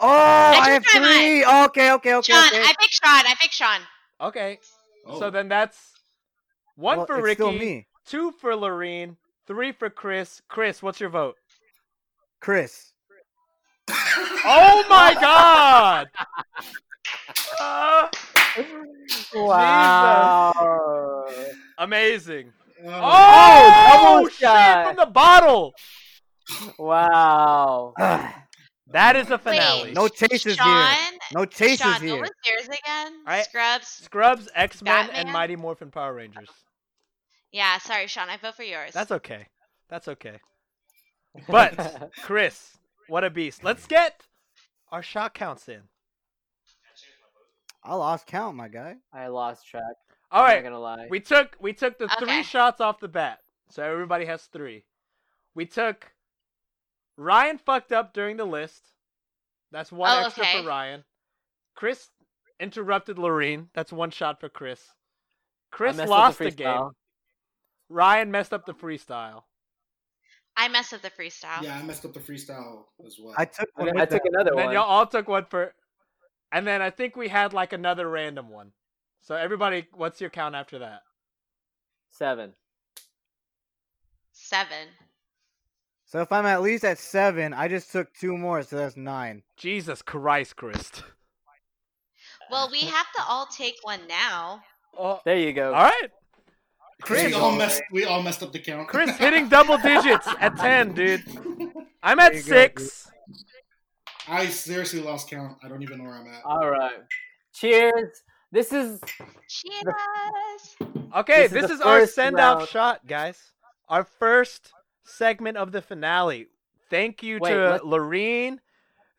Speaker 3: Oh, I, have
Speaker 4: just tried mine.
Speaker 3: three. Okay, okay, okay.
Speaker 4: Sean,
Speaker 3: okay.
Speaker 4: I pick Sean. I pick Sean.
Speaker 2: Okay,
Speaker 5: Oh.
Speaker 2: so then that's one
Speaker 3: Well,
Speaker 2: for
Speaker 3: it's
Speaker 2: Ricky,
Speaker 3: Still me,
Speaker 2: two for Lorene, three for Chris. Chris, what's your vote?
Speaker 3: Chris.
Speaker 2: Oh my God! Uh,
Speaker 1: Wow.
Speaker 2: amazing!
Speaker 5: Oh,
Speaker 2: Oh,
Speaker 1: double
Speaker 2: shit
Speaker 1: shot.
Speaker 2: from the bottle.
Speaker 1: Wow.
Speaker 3: Ah,
Speaker 2: That is the finale.
Speaker 4: Wait.
Speaker 3: no chases
Speaker 4: Sean,
Speaker 3: here. No chases
Speaker 4: Sean,
Speaker 3: here.
Speaker 4: what was yours again?
Speaker 2: I-
Speaker 4: Scrubs.
Speaker 2: Scrubs, X Men, and
Speaker 4: Batman?
Speaker 2: Mighty Morphin Power Rangers.
Speaker 4: Yeah, sorry, Sean. I vote for yours.
Speaker 2: That's okay. That's okay. But Chris, what a beast! Let's get our shot counts in.
Speaker 3: I lost count, my guy.
Speaker 1: I lost track. I'm
Speaker 2: All
Speaker 1: not
Speaker 2: right,
Speaker 1: gonna lie.
Speaker 2: we took we took the
Speaker 4: Okay.
Speaker 2: three shots off the bat, so everybody has three. We took Ryan fucked up during the list. That's one
Speaker 4: Oh,
Speaker 2: extra
Speaker 4: okay.
Speaker 2: for Ryan. Chris interrupted Lorene. That's one shot for Chris. Chris
Speaker 1: messed up
Speaker 2: lost the, game.
Speaker 1: freestyle.
Speaker 2: Ryan messed up the freestyle.
Speaker 4: I messed up the freestyle.
Speaker 5: yeah, I messed up the freestyle as well.
Speaker 3: I took
Speaker 1: And
Speaker 3: one.
Speaker 1: then
Speaker 3: with
Speaker 1: I took
Speaker 3: them.
Speaker 1: another
Speaker 2: And then
Speaker 1: one.
Speaker 2: y'all all took one for, and then I think we had like another random one. So everybody, what's your count after that?
Speaker 1: Seven.
Speaker 4: Seven.
Speaker 3: So if I'm at least at seven, I just took two more, so that's nine.
Speaker 2: Jesus Christ, Chris.
Speaker 4: Well, we have to all take one now.
Speaker 2: Oh,
Speaker 1: There you go.
Speaker 2: all right,
Speaker 5: we
Speaker 2: Chris.
Speaker 5: all messed. We all messed up the count.
Speaker 2: Chris hitting double digits at ten, dude. I'm at
Speaker 3: There you go,
Speaker 2: six.
Speaker 5: I seriously lost count. I don't even know where I'm at.
Speaker 1: All right. Cheers. This is
Speaker 4: Cheers.
Speaker 2: Okay,
Speaker 1: This is
Speaker 2: this,
Speaker 1: the
Speaker 2: is, our
Speaker 1: first
Speaker 2: send out
Speaker 1: round.
Speaker 2: shot, guys. Our first segment of the finale. Thank you
Speaker 1: Wait,
Speaker 2: to
Speaker 1: let's-
Speaker 2: Lorene.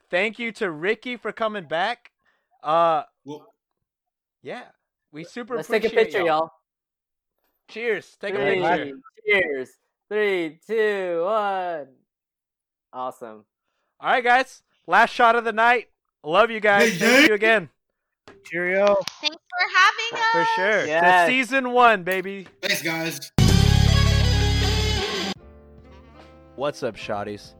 Speaker 2: Thank you to Ricky for coming back. Uh,
Speaker 5: Well,
Speaker 2: yeah, we super
Speaker 1: let's take a
Speaker 2: appreciate
Speaker 1: picture,
Speaker 2: y'all.
Speaker 1: y'all.
Speaker 2: Cheers. Take
Speaker 1: Three,
Speaker 2: a picture.
Speaker 1: Cheers. Three, two, one. Awesome.
Speaker 2: All right, guys. Last shot of the night. Love you guys.
Speaker 5: Hey,
Speaker 2: Thank
Speaker 5: yay.
Speaker 2: you again
Speaker 3: Cheerio.
Speaker 4: Thanks for having us.
Speaker 2: for sure.
Speaker 1: Yes.
Speaker 2: To season one, baby.
Speaker 5: thanks, guys.
Speaker 2: What's up, Shotties?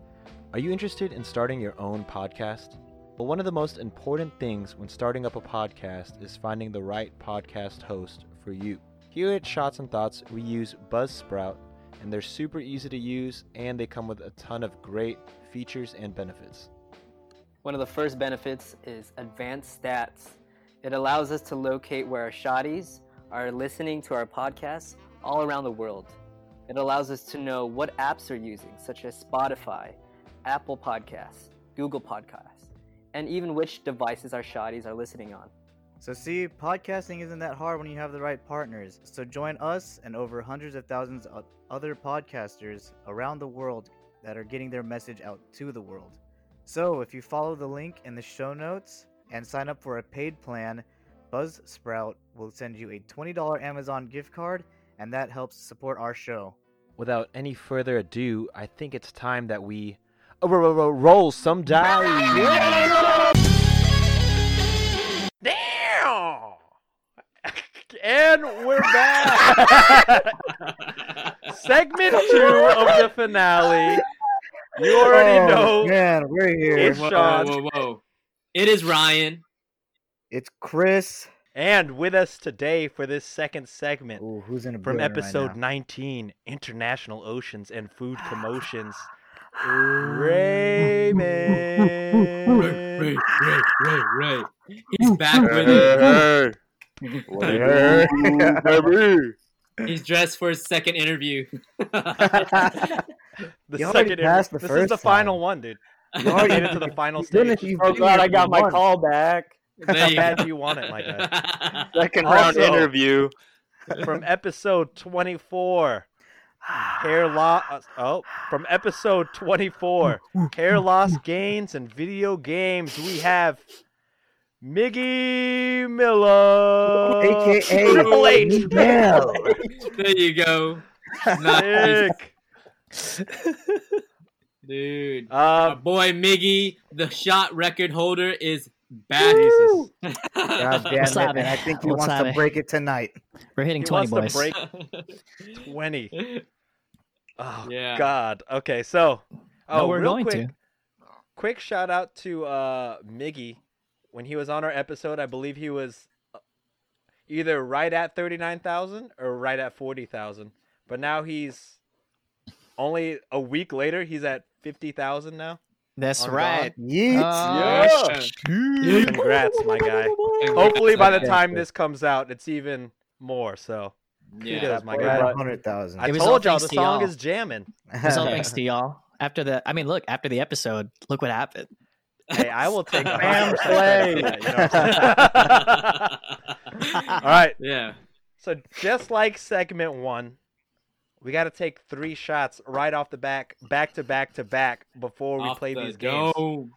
Speaker 2: Are you interested in starting your own podcast? Well, one of the most important things when starting up a podcast is finding the right podcast host for you. Here at Shots and Thoughts, we use Buzzsprout, and they're super easy to use and they come with a ton of great features and benefits.
Speaker 1: One of the first benefits is advanced stats. It allows us to locate where our shotties are listening to our podcasts all around the world. It allows us to know what apps are using, such as Spotify, Apple Podcasts, Google Podcasts, and even which devices our shotties are listening on.
Speaker 3: So see, podcasting isn't that hard when you have the right partners. So join us and over hundreds of thousands of other podcasters around the world that are getting their message out to the world. So if you follow the link in the show notes and sign up for a paid plan, Buzzsprout will send you a $20 Amazon gift card and that helps support our show.
Speaker 2: Without any further ado, I think it's time that we uh, ro- ro- ro- roll some dice. Damn! And we're back. Segment two of the finale. You already
Speaker 3: Oh,
Speaker 2: know
Speaker 3: Man, we're here.
Speaker 2: it's
Speaker 7: whoa,
Speaker 2: Sean.
Speaker 7: whoa, whoa. It is Ryan.
Speaker 3: It's Chris.
Speaker 2: And with us today for this second segment
Speaker 3: Ooh, who's in a
Speaker 2: from
Speaker 3: building right
Speaker 2: episode
Speaker 3: now?
Speaker 2: 19 International Oceans and Food Promotions.
Speaker 3: Ah.
Speaker 2: Raymond.
Speaker 7: Ray, Ray, Ray, Ray. He's back with it. He's dressed for his second interview.
Speaker 2: The
Speaker 3: You already
Speaker 2: second
Speaker 3: passed
Speaker 2: inter-
Speaker 3: the
Speaker 2: This is the
Speaker 3: first
Speaker 2: final
Speaker 3: time.
Speaker 2: one, dude.
Speaker 3: You already-
Speaker 2: Made it to the final
Speaker 3: Goodness,
Speaker 2: stage.
Speaker 3: you've
Speaker 8: Oh
Speaker 3: been
Speaker 8: glad
Speaker 3: here
Speaker 8: I got
Speaker 3: for
Speaker 8: my
Speaker 3: once.
Speaker 8: call back.
Speaker 7: There
Speaker 2: How
Speaker 7: you
Speaker 2: bad
Speaker 7: go.
Speaker 2: do you want it, my guy?
Speaker 8: Second round
Speaker 2: Also-
Speaker 8: interview.
Speaker 2: From episode 24, hair loss. Oh, from episode 24, hair loss gains and video games. We have Miggy Miller,
Speaker 3: AKA
Speaker 2: Triple H.
Speaker 3: Miguel.
Speaker 7: There you go. Nice.
Speaker 2: Sick.
Speaker 7: Dude.
Speaker 2: Uh,
Speaker 7: Our boy Miggy, the shot record holder, is Bad.
Speaker 3: Woo!
Speaker 7: God
Speaker 3: God damn it! man. I think he
Speaker 9: Let's
Speaker 3: wants
Speaker 9: have
Speaker 3: to
Speaker 9: it.
Speaker 3: break it tonight.
Speaker 9: We're hitting
Speaker 2: He
Speaker 9: 20
Speaker 2: wants
Speaker 9: boys.
Speaker 2: to break twenty. Oh
Speaker 7: Yeah.
Speaker 2: God. Okay, so oh,
Speaker 9: No, we're
Speaker 2: real
Speaker 9: going
Speaker 2: quick,
Speaker 9: to.
Speaker 2: quick shout out to uh, Miggy when he was on our episode. I believe he was uh, either right at thirty nine thousand or right at forty thousand, but now he's only a week later. He's at fifty thousand now.
Speaker 9: That's
Speaker 2: On
Speaker 9: right.
Speaker 3: Yeet.
Speaker 9: Uh,
Speaker 2: Yeah.
Speaker 9: shoot.
Speaker 2: Congrats, my guy. Hopefully, by the
Speaker 3: Okay.
Speaker 2: time this comes out, it's even more. So
Speaker 7: Yeah.
Speaker 2: kudos, my
Speaker 3: We're
Speaker 2: guy.
Speaker 3: about hundred thousand.
Speaker 2: I
Speaker 9: It was all
Speaker 2: told y'all the
Speaker 9: thanks to
Speaker 2: song
Speaker 9: y'all.
Speaker 2: is jamming.
Speaker 9: It's all thanks to y'all. After the, I mean, look, after the episode, look what happened.
Speaker 2: Hey, I will take a
Speaker 8: Bam,
Speaker 2: hundred percent credit for that, you know what I'm saying? All right.
Speaker 7: yeah.
Speaker 2: So just like segment one, we got to take three shots right off the back, back to back to back before we
Speaker 7: Off
Speaker 2: play
Speaker 7: the
Speaker 2: these games.
Speaker 7: dome.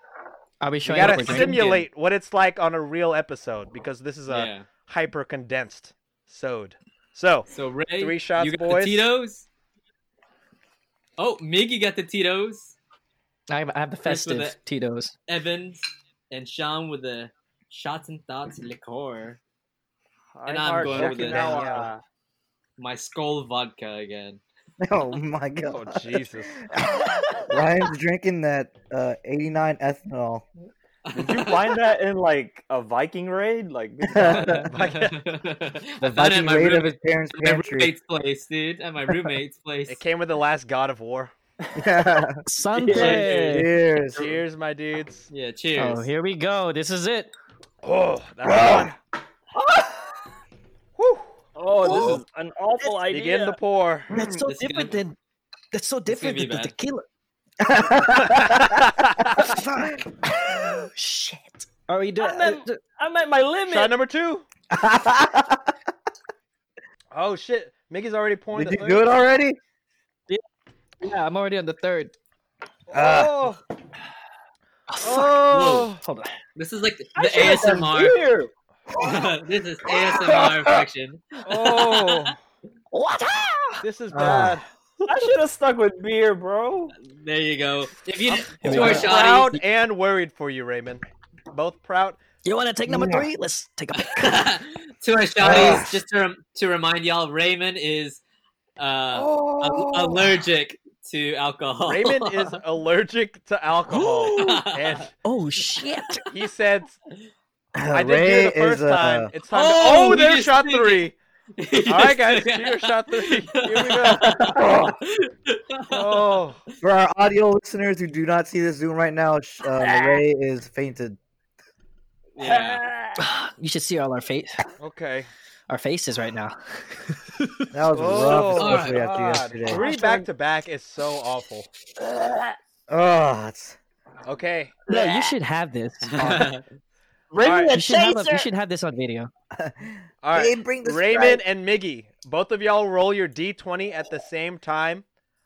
Speaker 9: I'll be
Speaker 2: We
Speaker 9: showing up
Speaker 2: got to
Speaker 9: with
Speaker 7: drinking.
Speaker 2: simulate what it's like on a real episode because this is a
Speaker 7: Yeah.
Speaker 2: hyper condensed sode. So
Speaker 7: So Ray,
Speaker 2: Three shots,
Speaker 7: you got
Speaker 2: boys.
Speaker 7: the Tito's. Oh, Miggy got the Tito's.
Speaker 9: I have, I have the
Speaker 7: Chris with
Speaker 9: festive Tito's.
Speaker 7: Evans and Sean with the shots and thoughts liqueur. And I'm
Speaker 2: Our
Speaker 7: going with
Speaker 2: second
Speaker 7: it.
Speaker 1: uh,
Speaker 2: hour.
Speaker 7: My skull vodka again.
Speaker 3: Oh my
Speaker 2: Oh
Speaker 3: god!
Speaker 2: Jesus!
Speaker 3: Ryan's drinking that uh, 89 ethanol.
Speaker 8: Did you find that in like a Viking raid? Like this guy-
Speaker 7: the
Speaker 3: The Viking
Speaker 7: my
Speaker 3: raid of
Speaker 7: room,
Speaker 3: his parents'
Speaker 7: my
Speaker 3: pantry.
Speaker 7: roommate's place, dude. At my roommate's place.
Speaker 2: It came with the last God of War.
Speaker 9: Sunday.
Speaker 3: Cheers.
Speaker 2: Cheers, my dudes.
Speaker 7: Yeah, cheers.
Speaker 9: Oh, here we go. This is it.
Speaker 2: Oh, that's one. Woo!
Speaker 8: oh, this is an awful idea.
Speaker 2: Begin to pour.
Speaker 9: That's so
Speaker 7: This is
Speaker 9: different
Speaker 7: gonna-
Speaker 9: than. That's so
Speaker 7: is gonna
Speaker 9: different
Speaker 7: be
Speaker 9: than the
Speaker 7: bad.
Speaker 9: tequila.
Speaker 2: Shot
Speaker 9: Fuck. Oh, shit. Are we doing?
Speaker 8: I'm at, I'm at my limit.
Speaker 2: number two. Oh shit! Mickey's already pouring
Speaker 3: Did
Speaker 2: the
Speaker 3: you
Speaker 2: third.
Speaker 3: do it already?
Speaker 9: yeah, I'm already on the third.
Speaker 2: Oh,
Speaker 9: Oh, fuck.
Speaker 2: oh.
Speaker 9: Hold on.
Speaker 7: This is like the
Speaker 8: I should've done
Speaker 7: ASMR.
Speaker 8: beer.
Speaker 7: this is ASMR section.
Speaker 2: oh,
Speaker 9: What?
Speaker 2: this
Speaker 3: Ah.
Speaker 2: is bad.
Speaker 8: I should have stuck with beer, bro.
Speaker 7: There you go. If you
Speaker 9: I'm
Speaker 7: to our
Speaker 9: proud.
Speaker 2: proud
Speaker 7: shotties,
Speaker 2: and worried for you, Raymond. Both proud.
Speaker 9: You want to take number
Speaker 3: Yeah.
Speaker 9: three? Let's take a.
Speaker 8: Uh,
Speaker 7: to our shotties, just to, rem- to remind y'all, Raymond is uh,
Speaker 2: oh.
Speaker 7: a- allergic to alcohol.
Speaker 2: Raymond is allergic to alcohol, and
Speaker 9: Oh shit!
Speaker 2: he said, "I did
Speaker 3: Ray
Speaker 2: do it the first
Speaker 3: is, uh,
Speaker 2: time. It's time."
Speaker 7: Oh,
Speaker 2: to- oh
Speaker 7: you
Speaker 2: there's
Speaker 7: just
Speaker 2: shot
Speaker 7: think it.
Speaker 2: three. All right, guys, to your shot three. Here we go. Oh,
Speaker 3: For our audio listeners who do not see this Zoom right now, sh- uh,
Speaker 2: Ah.
Speaker 3: Ray is fainted.
Speaker 7: Yeah.
Speaker 9: you should see all our face,
Speaker 2: okay.
Speaker 9: our faces right now.
Speaker 3: That was rough,
Speaker 2: Oh,
Speaker 3: especially after
Speaker 2: God.
Speaker 3: yesterday.
Speaker 2: Three back to back is so awful.
Speaker 3: Oh, it's
Speaker 2: Okay.
Speaker 9: No, you should have this.
Speaker 8: Bring
Speaker 2: All right,
Speaker 8: the
Speaker 9: You should, have a- you
Speaker 8: chaser.
Speaker 9: should have this on video.
Speaker 2: All right.
Speaker 3: Hey, bring the
Speaker 2: Raymond and Miggy, both of y'all roll your d20 at the same time.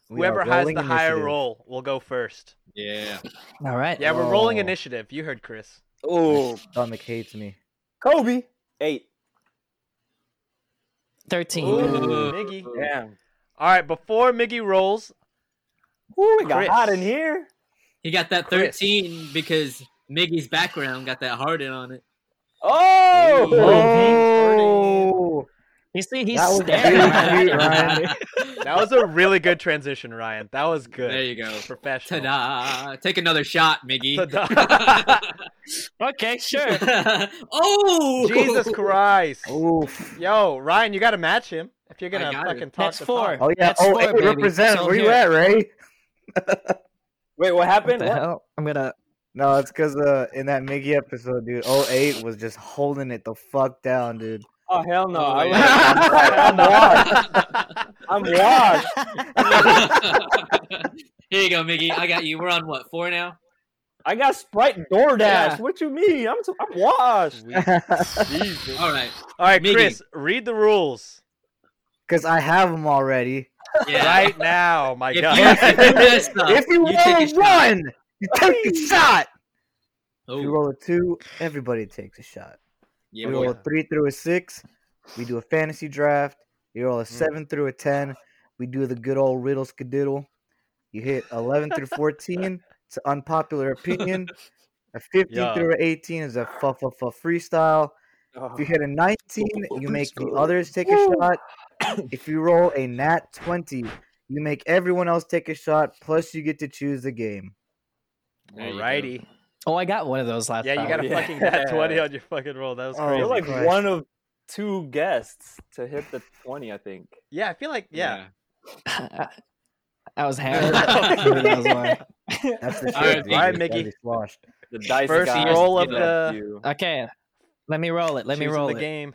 Speaker 3: We are
Speaker 2: Whoever has
Speaker 3: rolling
Speaker 2: the higher
Speaker 3: initiative.
Speaker 2: roll will go first.
Speaker 7: yeah.
Speaker 9: All right.
Speaker 2: Yeah, we're rolling
Speaker 3: Oh.
Speaker 2: initiative. You heard Chris.
Speaker 8: Oh,
Speaker 3: stomach hates me.
Speaker 8: Kobe. Eight.
Speaker 9: Thirteen.
Speaker 2: Ooh, Miggy.
Speaker 8: Damn.
Speaker 2: All right, before Miggy rolls,
Speaker 8: Ooh, we got
Speaker 2: Chris.
Speaker 8: hot in here.
Speaker 7: He got that
Speaker 2: Chris.
Speaker 7: 13 because Miggy's background got that harden on it.
Speaker 8: Oh,
Speaker 3: Oh,
Speaker 9: You see, he's
Speaker 3: That was
Speaker 9: staring.
Speaker 3: really
Speaker 9: right
Speaker 3: cute,
Speaker 9: at
Speaker 3: Ryan.
Speaker 9: us.
Speaker 2: that was a really good transition, Ryan. That was good.
Speaker 7: There you go.
Speaker 2: Professional.
Speaker 7: Ta-da! Take another shot, Miggy.
Speaker 2: Ta-da.
Speaker 9: okay, sure.
Speaker 7: oh!
Speaker 2: Jesus Christ.
Speaker 3: Oof.
Speaker 2: Yo, Ryan, you got to match him if you're
Speaker 7: I
Speaker 2: going to
Speaker 7: got it.
Speaker 2: fucking talk
Speaker 9: That's
Speaker 2: the
Speaker 9: four.
Speaker 2: talk.
Speaker 3: Oh yeah.
Speaker 9: That's
Speaker 3: oh,
Speaker 9: four,
Speaker 3: hey,
Speaker 9: baby.
Speaker 3: representative,
Speaker 9: So
Speaker 3: where you
Speaker 9: here-
Speaker 3: at, Ray?
Speaker 8: Wait, what
Speaker 9: What
Speaker 8: happened?
Speaker 9: the
Speaker 8: What?
Speaker 9: hell? I'm gonna.
Speaker 3: No, it's because uh, in that Miggy episode, dude, 08 was just holding it the fuck down, dude.
Speaker 8: Oh hell no!
Speaker 7: Oh,
Speaker 8: I
Speaker 7: yeah.
Speaker 8: am washed. I'm washed.
Speaker 7: Here you go, Miggy. I got you. We're on what four now?
Speaker 8: I got Sprite DoorDash.
Speaker 9: Yeah.
Speaker 8: What you mean? I'm so, I'm washed.
Speaker 2: Jesus.
Speaker 7: All right.
Speaker 2: All right,
Speaker 7: Miggy.
Speaker 2: Chris, read the rules
Speaker 3: Because I have them already.
Speaker 7: Yeah.
Speaker 2: right now. My
Speaker 7: If
Speaker 2: God.
Speaker 7: you, if uh, you mess up,
Speaker 3: if you, roll a
Speaker 7: take a shot.
Speaker 3: one, you take the shot. If you
Speaker 7: Oh,
Speaker 3: roll a two, everybody takes a shot.
Speaker 7: yeah,
Speaker 3: we
Speaker 7: boy.
Speaker 3: roll a three through a six. We do a fantasy draft. You roll a
Speaker 7: Hmm.
Speaker 3: seven through a ten. We do the good old riddle skadiddle. You hit eleven through fourteen. It's an unpopular opinion. A 15
Speaker 2: Yeah.
Speaker 3: through an 18 is a fa fa fa freestyle.
Speaker 2: Oh,
Speaker 3: If you hit a 19, you make the others take a shot. If you roll a nat 20, you make everyone else take a shot, plus you get to choose the game.
Speaker 7: There you go.
Speaker 2: Alrighty.
Speaker 9: Oh, I got one of those last.
Speaker 2: Yeah, you
Speaker 9: time.
Speaker 2: got a
Speaker 8: Yeah.
Speaker 2: fucking nat 20 on your fucking roll. That was
Speaker 3: Oh.
Speaker 2: crazy.
Speaker 8: You're like
Speaker 3: Christ.
Speaker 8: one of two guests to hit the twenty. I think.
Speaker 2: yeah, I feel like yeah.
Speaker 9: I was hammered. Maybe that was why.
Speaker 3: That's the shit.
Speaker 7: All right,
Speaker 3: dude.
Speaker 7: all right,
Speaker 3: That'd
Speaker 2: Mickey.
Speaker 3: be sloshed.
Speaker 8: The dice
Speaker 2: First
Speaker 8: guy
Speaker 2: roll of
Speaker 8: did that
Speaker 2: the-
Speaker 8: you.
Speaker 9: Okay, let me roll it. Let me
Speaker 2: choosing
Speaker 9: roll
Speaker 2: the
Speaker 9: it.
Speaker 2: game.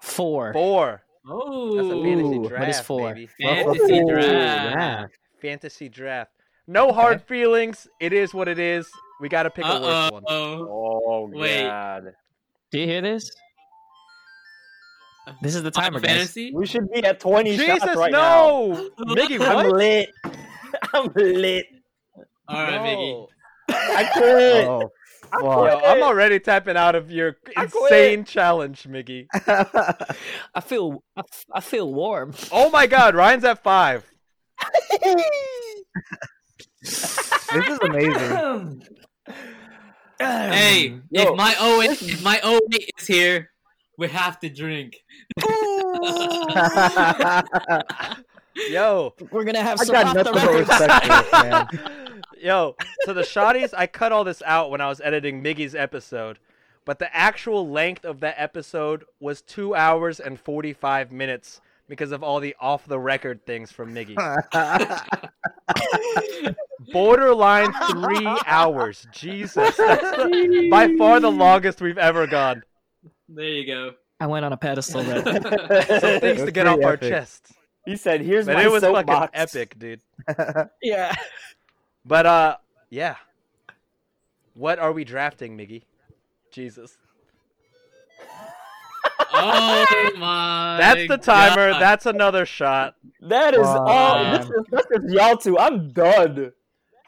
Speaker 9: Four.
Speaker 2: Four. That's a fantasy
Speaker 7: Oh,
Speaker 3: Ooh,
Speaker 2: draft.
Speaker 9: what is four?
Speaker 2: Baby.
Speaker 7: fantasy
Speaker 3: Oh,
Speaker 7: draft.
Speaker 2: Fantasy draft. No hard feelings. It is what it is. We got to pick a worse one.
Speaker 7: Uh-oh.
Speaker 8: Oh
Speaker 7: Wait.
Speaker 8: god.
Speaker 9: Do you hear this? This is the timer,
Speaker 7: Final
Speaker 9: guys.
Speaker 7: Fantasy.
Speaker 8: We should be at twenty
Speaker 2: Jesus,
Speaker 8: shots right now.
Speaker 2: no, Mickey,
Speaker 7: I'm
Speaker 2: what?
Speaker 8: lit. I'm lit.
Speaker 7: All right, Mickey.
Speaker 2: No.
Speaker 8: I quit.
Speaker 3: Oh,
Speaker 8: quit.
Speaker 3: fuck.
Speaker 2: Yo, I'm already tapping out of your
Speaker 8: I quit.
Speaker 2: insane challenge, Mickey.
Speaker 9: I feel I, f- I feel warm.
Speaker 2: Oh my God, Ryan's at five.
Speaker 3: this is amazing.
Speaker 7: Hey,
Speaker 8: Yo,
Speaker 7: if my O if my O is here, we have to drink.
Speaker 2: Yo,
Speaker 9: We're gonna have
Speaker 3: I
Speaker 9: some
Speaker 3: got
Speaker 9: off the
Speaker 3: nothing but
Speaker 9: record.
Speaker 3: respect for this, man.
Speaker 2: yo. So the shotties, I cut all this out when I was editing Miggy's episode, but the actual length of that episode was two hours and forty-five minutes because of all the off-the-record things from Miggy. borderline three hours. Jesus, that's the- by far the longest we've ever gone.
Speaker 7: There you go.
Speaker 9: I went on a pedestal there.
Speaker 2: Some things to
Speaker 3: That's
Speaker 2: get
Speaker 3: pretty
Speaker 2: off our
Speaker 3: epic.
Speaker 2: chest.
Speaker 8: he said, "Here's
Speaker 2: But
Speaker 8: my
Speaker 2: it was
Speaker 8: soapbox."
Speaker 2: fucking epic, dude.
Speaker 9: yeah.
Speaker 2: But uh, yeah. What are we drafting, Miggy? Jesus,
Speaker 7: oh my.
Speaker 2: that's the timer.
Speaker 7: God.
Speaker 2: That's another shot,
Speaker 8: That is
Speaker 3: Wow.
Speaker 8: all. This is, this is y'all two. I'm done.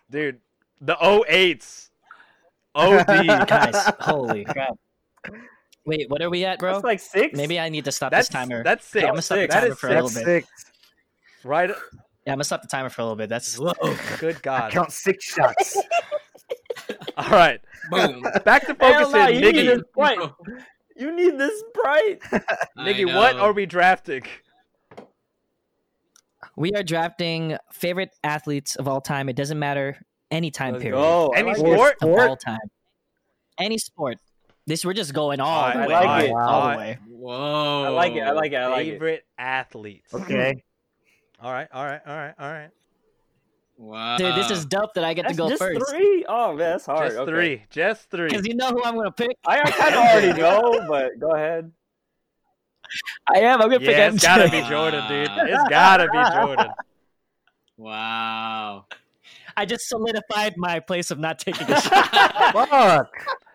Speaker 2: dude. The 08s. OD.
Speaker 9: Guys, holy crap. Wait, what are we at, bro?
Speaker 8: That's like six.
Speaker 9: Maybe I need to stop
Speaker 2: That's
Speaker 9: this timer.
Speaker 2: That's six.
Speaker 9: Yeah, I'm gonna stop the
Speaker 2: That
Speaker 9: timer
Speaker 2: is
Speaker 9: for a
Speaker 2: six.
Speaker 9: little
Speaker 3: That's
Speaker 9: bit.
Speaker 3: six.
Speaker 2: Right.
Speaker 9: yeah, I'm gonna stop the timer for a little bit. That's
Speaker 2: Good God.
Speaker 3: Count six shots.
Speaker 2: All right.
Speaker 7: boom.
Speaker 2: Back to
Speaker 8: Hell
Speaker 2: focusing,
Speaker 8: nah, you need
Speaker 2: Miggy.
Speaker 8: this bright. You need this bright.
Speaker 7: I
Speaker 2: Miggy, what
Speaker 7: know.
Speaker 2: are we drafting?
Speaker 9: we are drafting favorite athletes of all time. It doesn't matter any time
Speaker 8: Let's
Speaker 9: period
Speaker 1: Oh,
Speaker 8: go. I
Speaker 2: Any
Speaker 8: like
Speaker 2: sport?
Speaker 8: this.
Speaker 9: of all time. Any sport. This we're just going all
Speaker 2: Alright,
Speaker 9: the
Speaker 8: I
Speaker 9: way.
Speaker 8: like
Speaker 9: all,
Speaker 8: it.
Speaker 9: all
Speaker 2: Alright.
Speaker 9: the way.
Speaker 7: Whoa.
Speaker 8: I like it. I like it. I like it.
Speaker 2: Favorite athletes.
Speaker 3: Okay.
Speaker 2: All right, all right, all right, all right.
Speaker 7: Wow.
Speaker 9: Dude, this is dope that I get
Speaker 8: That's
Speaker 9: to go
Speaker 8: just
Speaker 9: first.
Speaker 8: three. Oh man, that's hard.
Speaker 2: just
Speaker 8: okay.
Speaker 2: three. Just three.
Speaker 9: Because you know who I'm gonna pick.
Speaker 8: I, I kind of already know, but go ahead.
Speaker 9: I am. I'm gonna
Speaker 2: Yeah,
Speaker 9: pick
Speaker 2: it's gotta
Speaker 9: MJ.
Speaker 2: be Jordan, dude.
Speaker 7: Wow.
Speaker 2: It's gotta be Jordan.
Speaker 7: wow.
Speaker 9: I just solidified my place of not taking a shot.
Speaker 3: Fuck.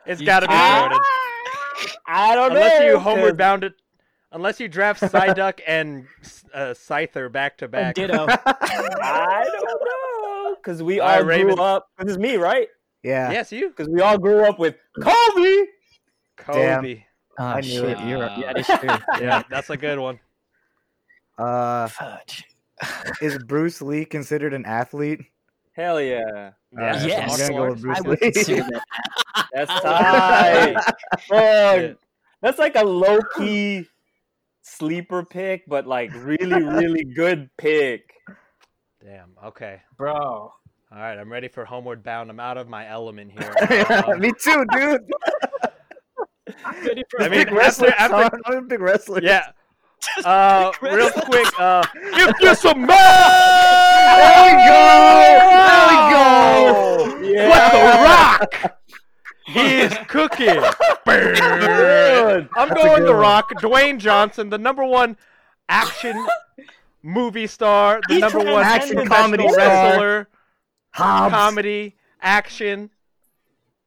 Speaker 2: It's
Speaker 7: You
Speaker 2: gotta be
Speaker 7: did.
Speaker 2: Jordan.
Speaker 8: I don't
Speaker 2: Unless
Speaker 8: know.
Speaker 2: you homeward
Speaker 8: 'cause
Speaker 2: bound it, unless you draft Psyduck and uh, Scyther back to back.
Speaker 9: Ditto.
Speaker 8: I don't know. Because we
Speaker 2: All
Speaker 8: all,
Speaker 2: right,
Speaker 8: grew
Speaker 2: Raven.
Speaker 8: up. This is me, right?
Speaker 3: Yeah.
Speaker 2: Yes, you.
Speaker 8: Because we all grew up with Kobe.
Speaker 3: Damn.
Speaker 2: Kobe.
Speaker 9: Oh
Speaker 3: I knew
Speaker 7: it.
Speaker 9: shit, you're up.
Speaker 7: Wow.
Speaker 9: Yeah, that's true.
Speaker 2: Yeah, that's a good one.
Speaker 3: Uh,
Speaker 9: Fudge.
Speaker 3: is Bruce Lee considered an athlete?
Speaker 8: Hell yeah.
Speaker 3: Yeah,
Speaker 2: that's
Speaker 9: yes.
Speaker 2: a
Speaker 3: I'm gonna go
Speaker 2: martial
Speaker 3: with
Speaker 9: I
Speaker 3: Bruce
Speaker 9: would
Speaker 3: Lee.
Speaker 9: consider that.
Speaker 8: That's tight. Fuck. That's like a low key sleeper pick, but like really, really good pick.
Speaker 2: arts. Damn. Okay.
Speaker 9: Bro.
Speaker 2: All right. I'm ready for homeward bound. I'm out of my element here. Um,
Speaker 3: Me too, dude.
Speaker 2: I mean,
Speaker 3: big
Speaker 2: after-
Speaker 3: wrestler.
Speaker 2: after-
Speaker 3: I'm a big wrestler.
Speaker 2: Yeah. Uh, real quick. Uh, if you some
Speaker 3: There we go.
Speaker 2: Oh,
Speaker 8: Oh, yeah.
Speaker 2: What the rock? He is cooking.
Speaker 8: Dude.
Speaker 2: I'm
Speaker 3: That's a
Speaker 2: going
Speaker 3: good
Speaker 2: the
Speaker 3: one.
Speaker 2: rock. Dwayne Johnson, the number one action movie star, the
Speaker 8: He
Speaker 2: number one
Speaker 3: transcended
Speaker 2: professional
Speaker 3: comedy star.
Speaker 2: wrestler,
Speaker 3: Hobbs.
Speaker 2: comedy, action,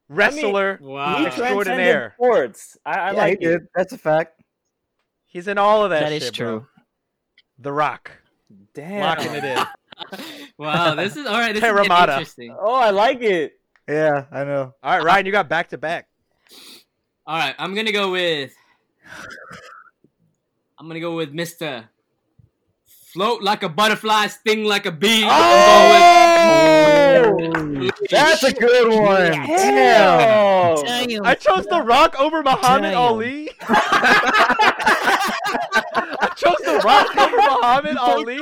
Speaker 2: wrestler.
Speaker 8: He
Speaker 7: Wow.
Speaker 2: Extraordinaire.
Speaker 8: transcended sports. I, I
Speaker 3: Yeah,
Speaker 8: like it.
Speaker 3: he did. That's a fact.
Speaker 2: He's in all of that.
Speaker 9: That is
Speaker 2: shit, bro.
Speaker 9: true.
Speaker 2: The Rock,
Speaker 8: Damn.
Speaker 2: locking it in.
Speaker 7: wow. This is all right. This is
Speaker 2: Terramata.
Speaker 7: getting interesting.
Speaker 8: Oh, I like it.
Speaker 3: Yeah, I know.
Speaker 2: All right, Ryan, you got back to back.
Speaker 7: All right. I'm gonna go with. I'm gonna go with Mister Float like a butterfly, sting like a bee.
Speaker 8: Oh! That's a good one.
Speaker 2: Damn.
Speaker 9: Damn.
Speaker 2: I chose The Rock over Muhammad
Speaker 9: Damn.
Speaker 2: Ali. I chose The Rock over Muhammad Ali.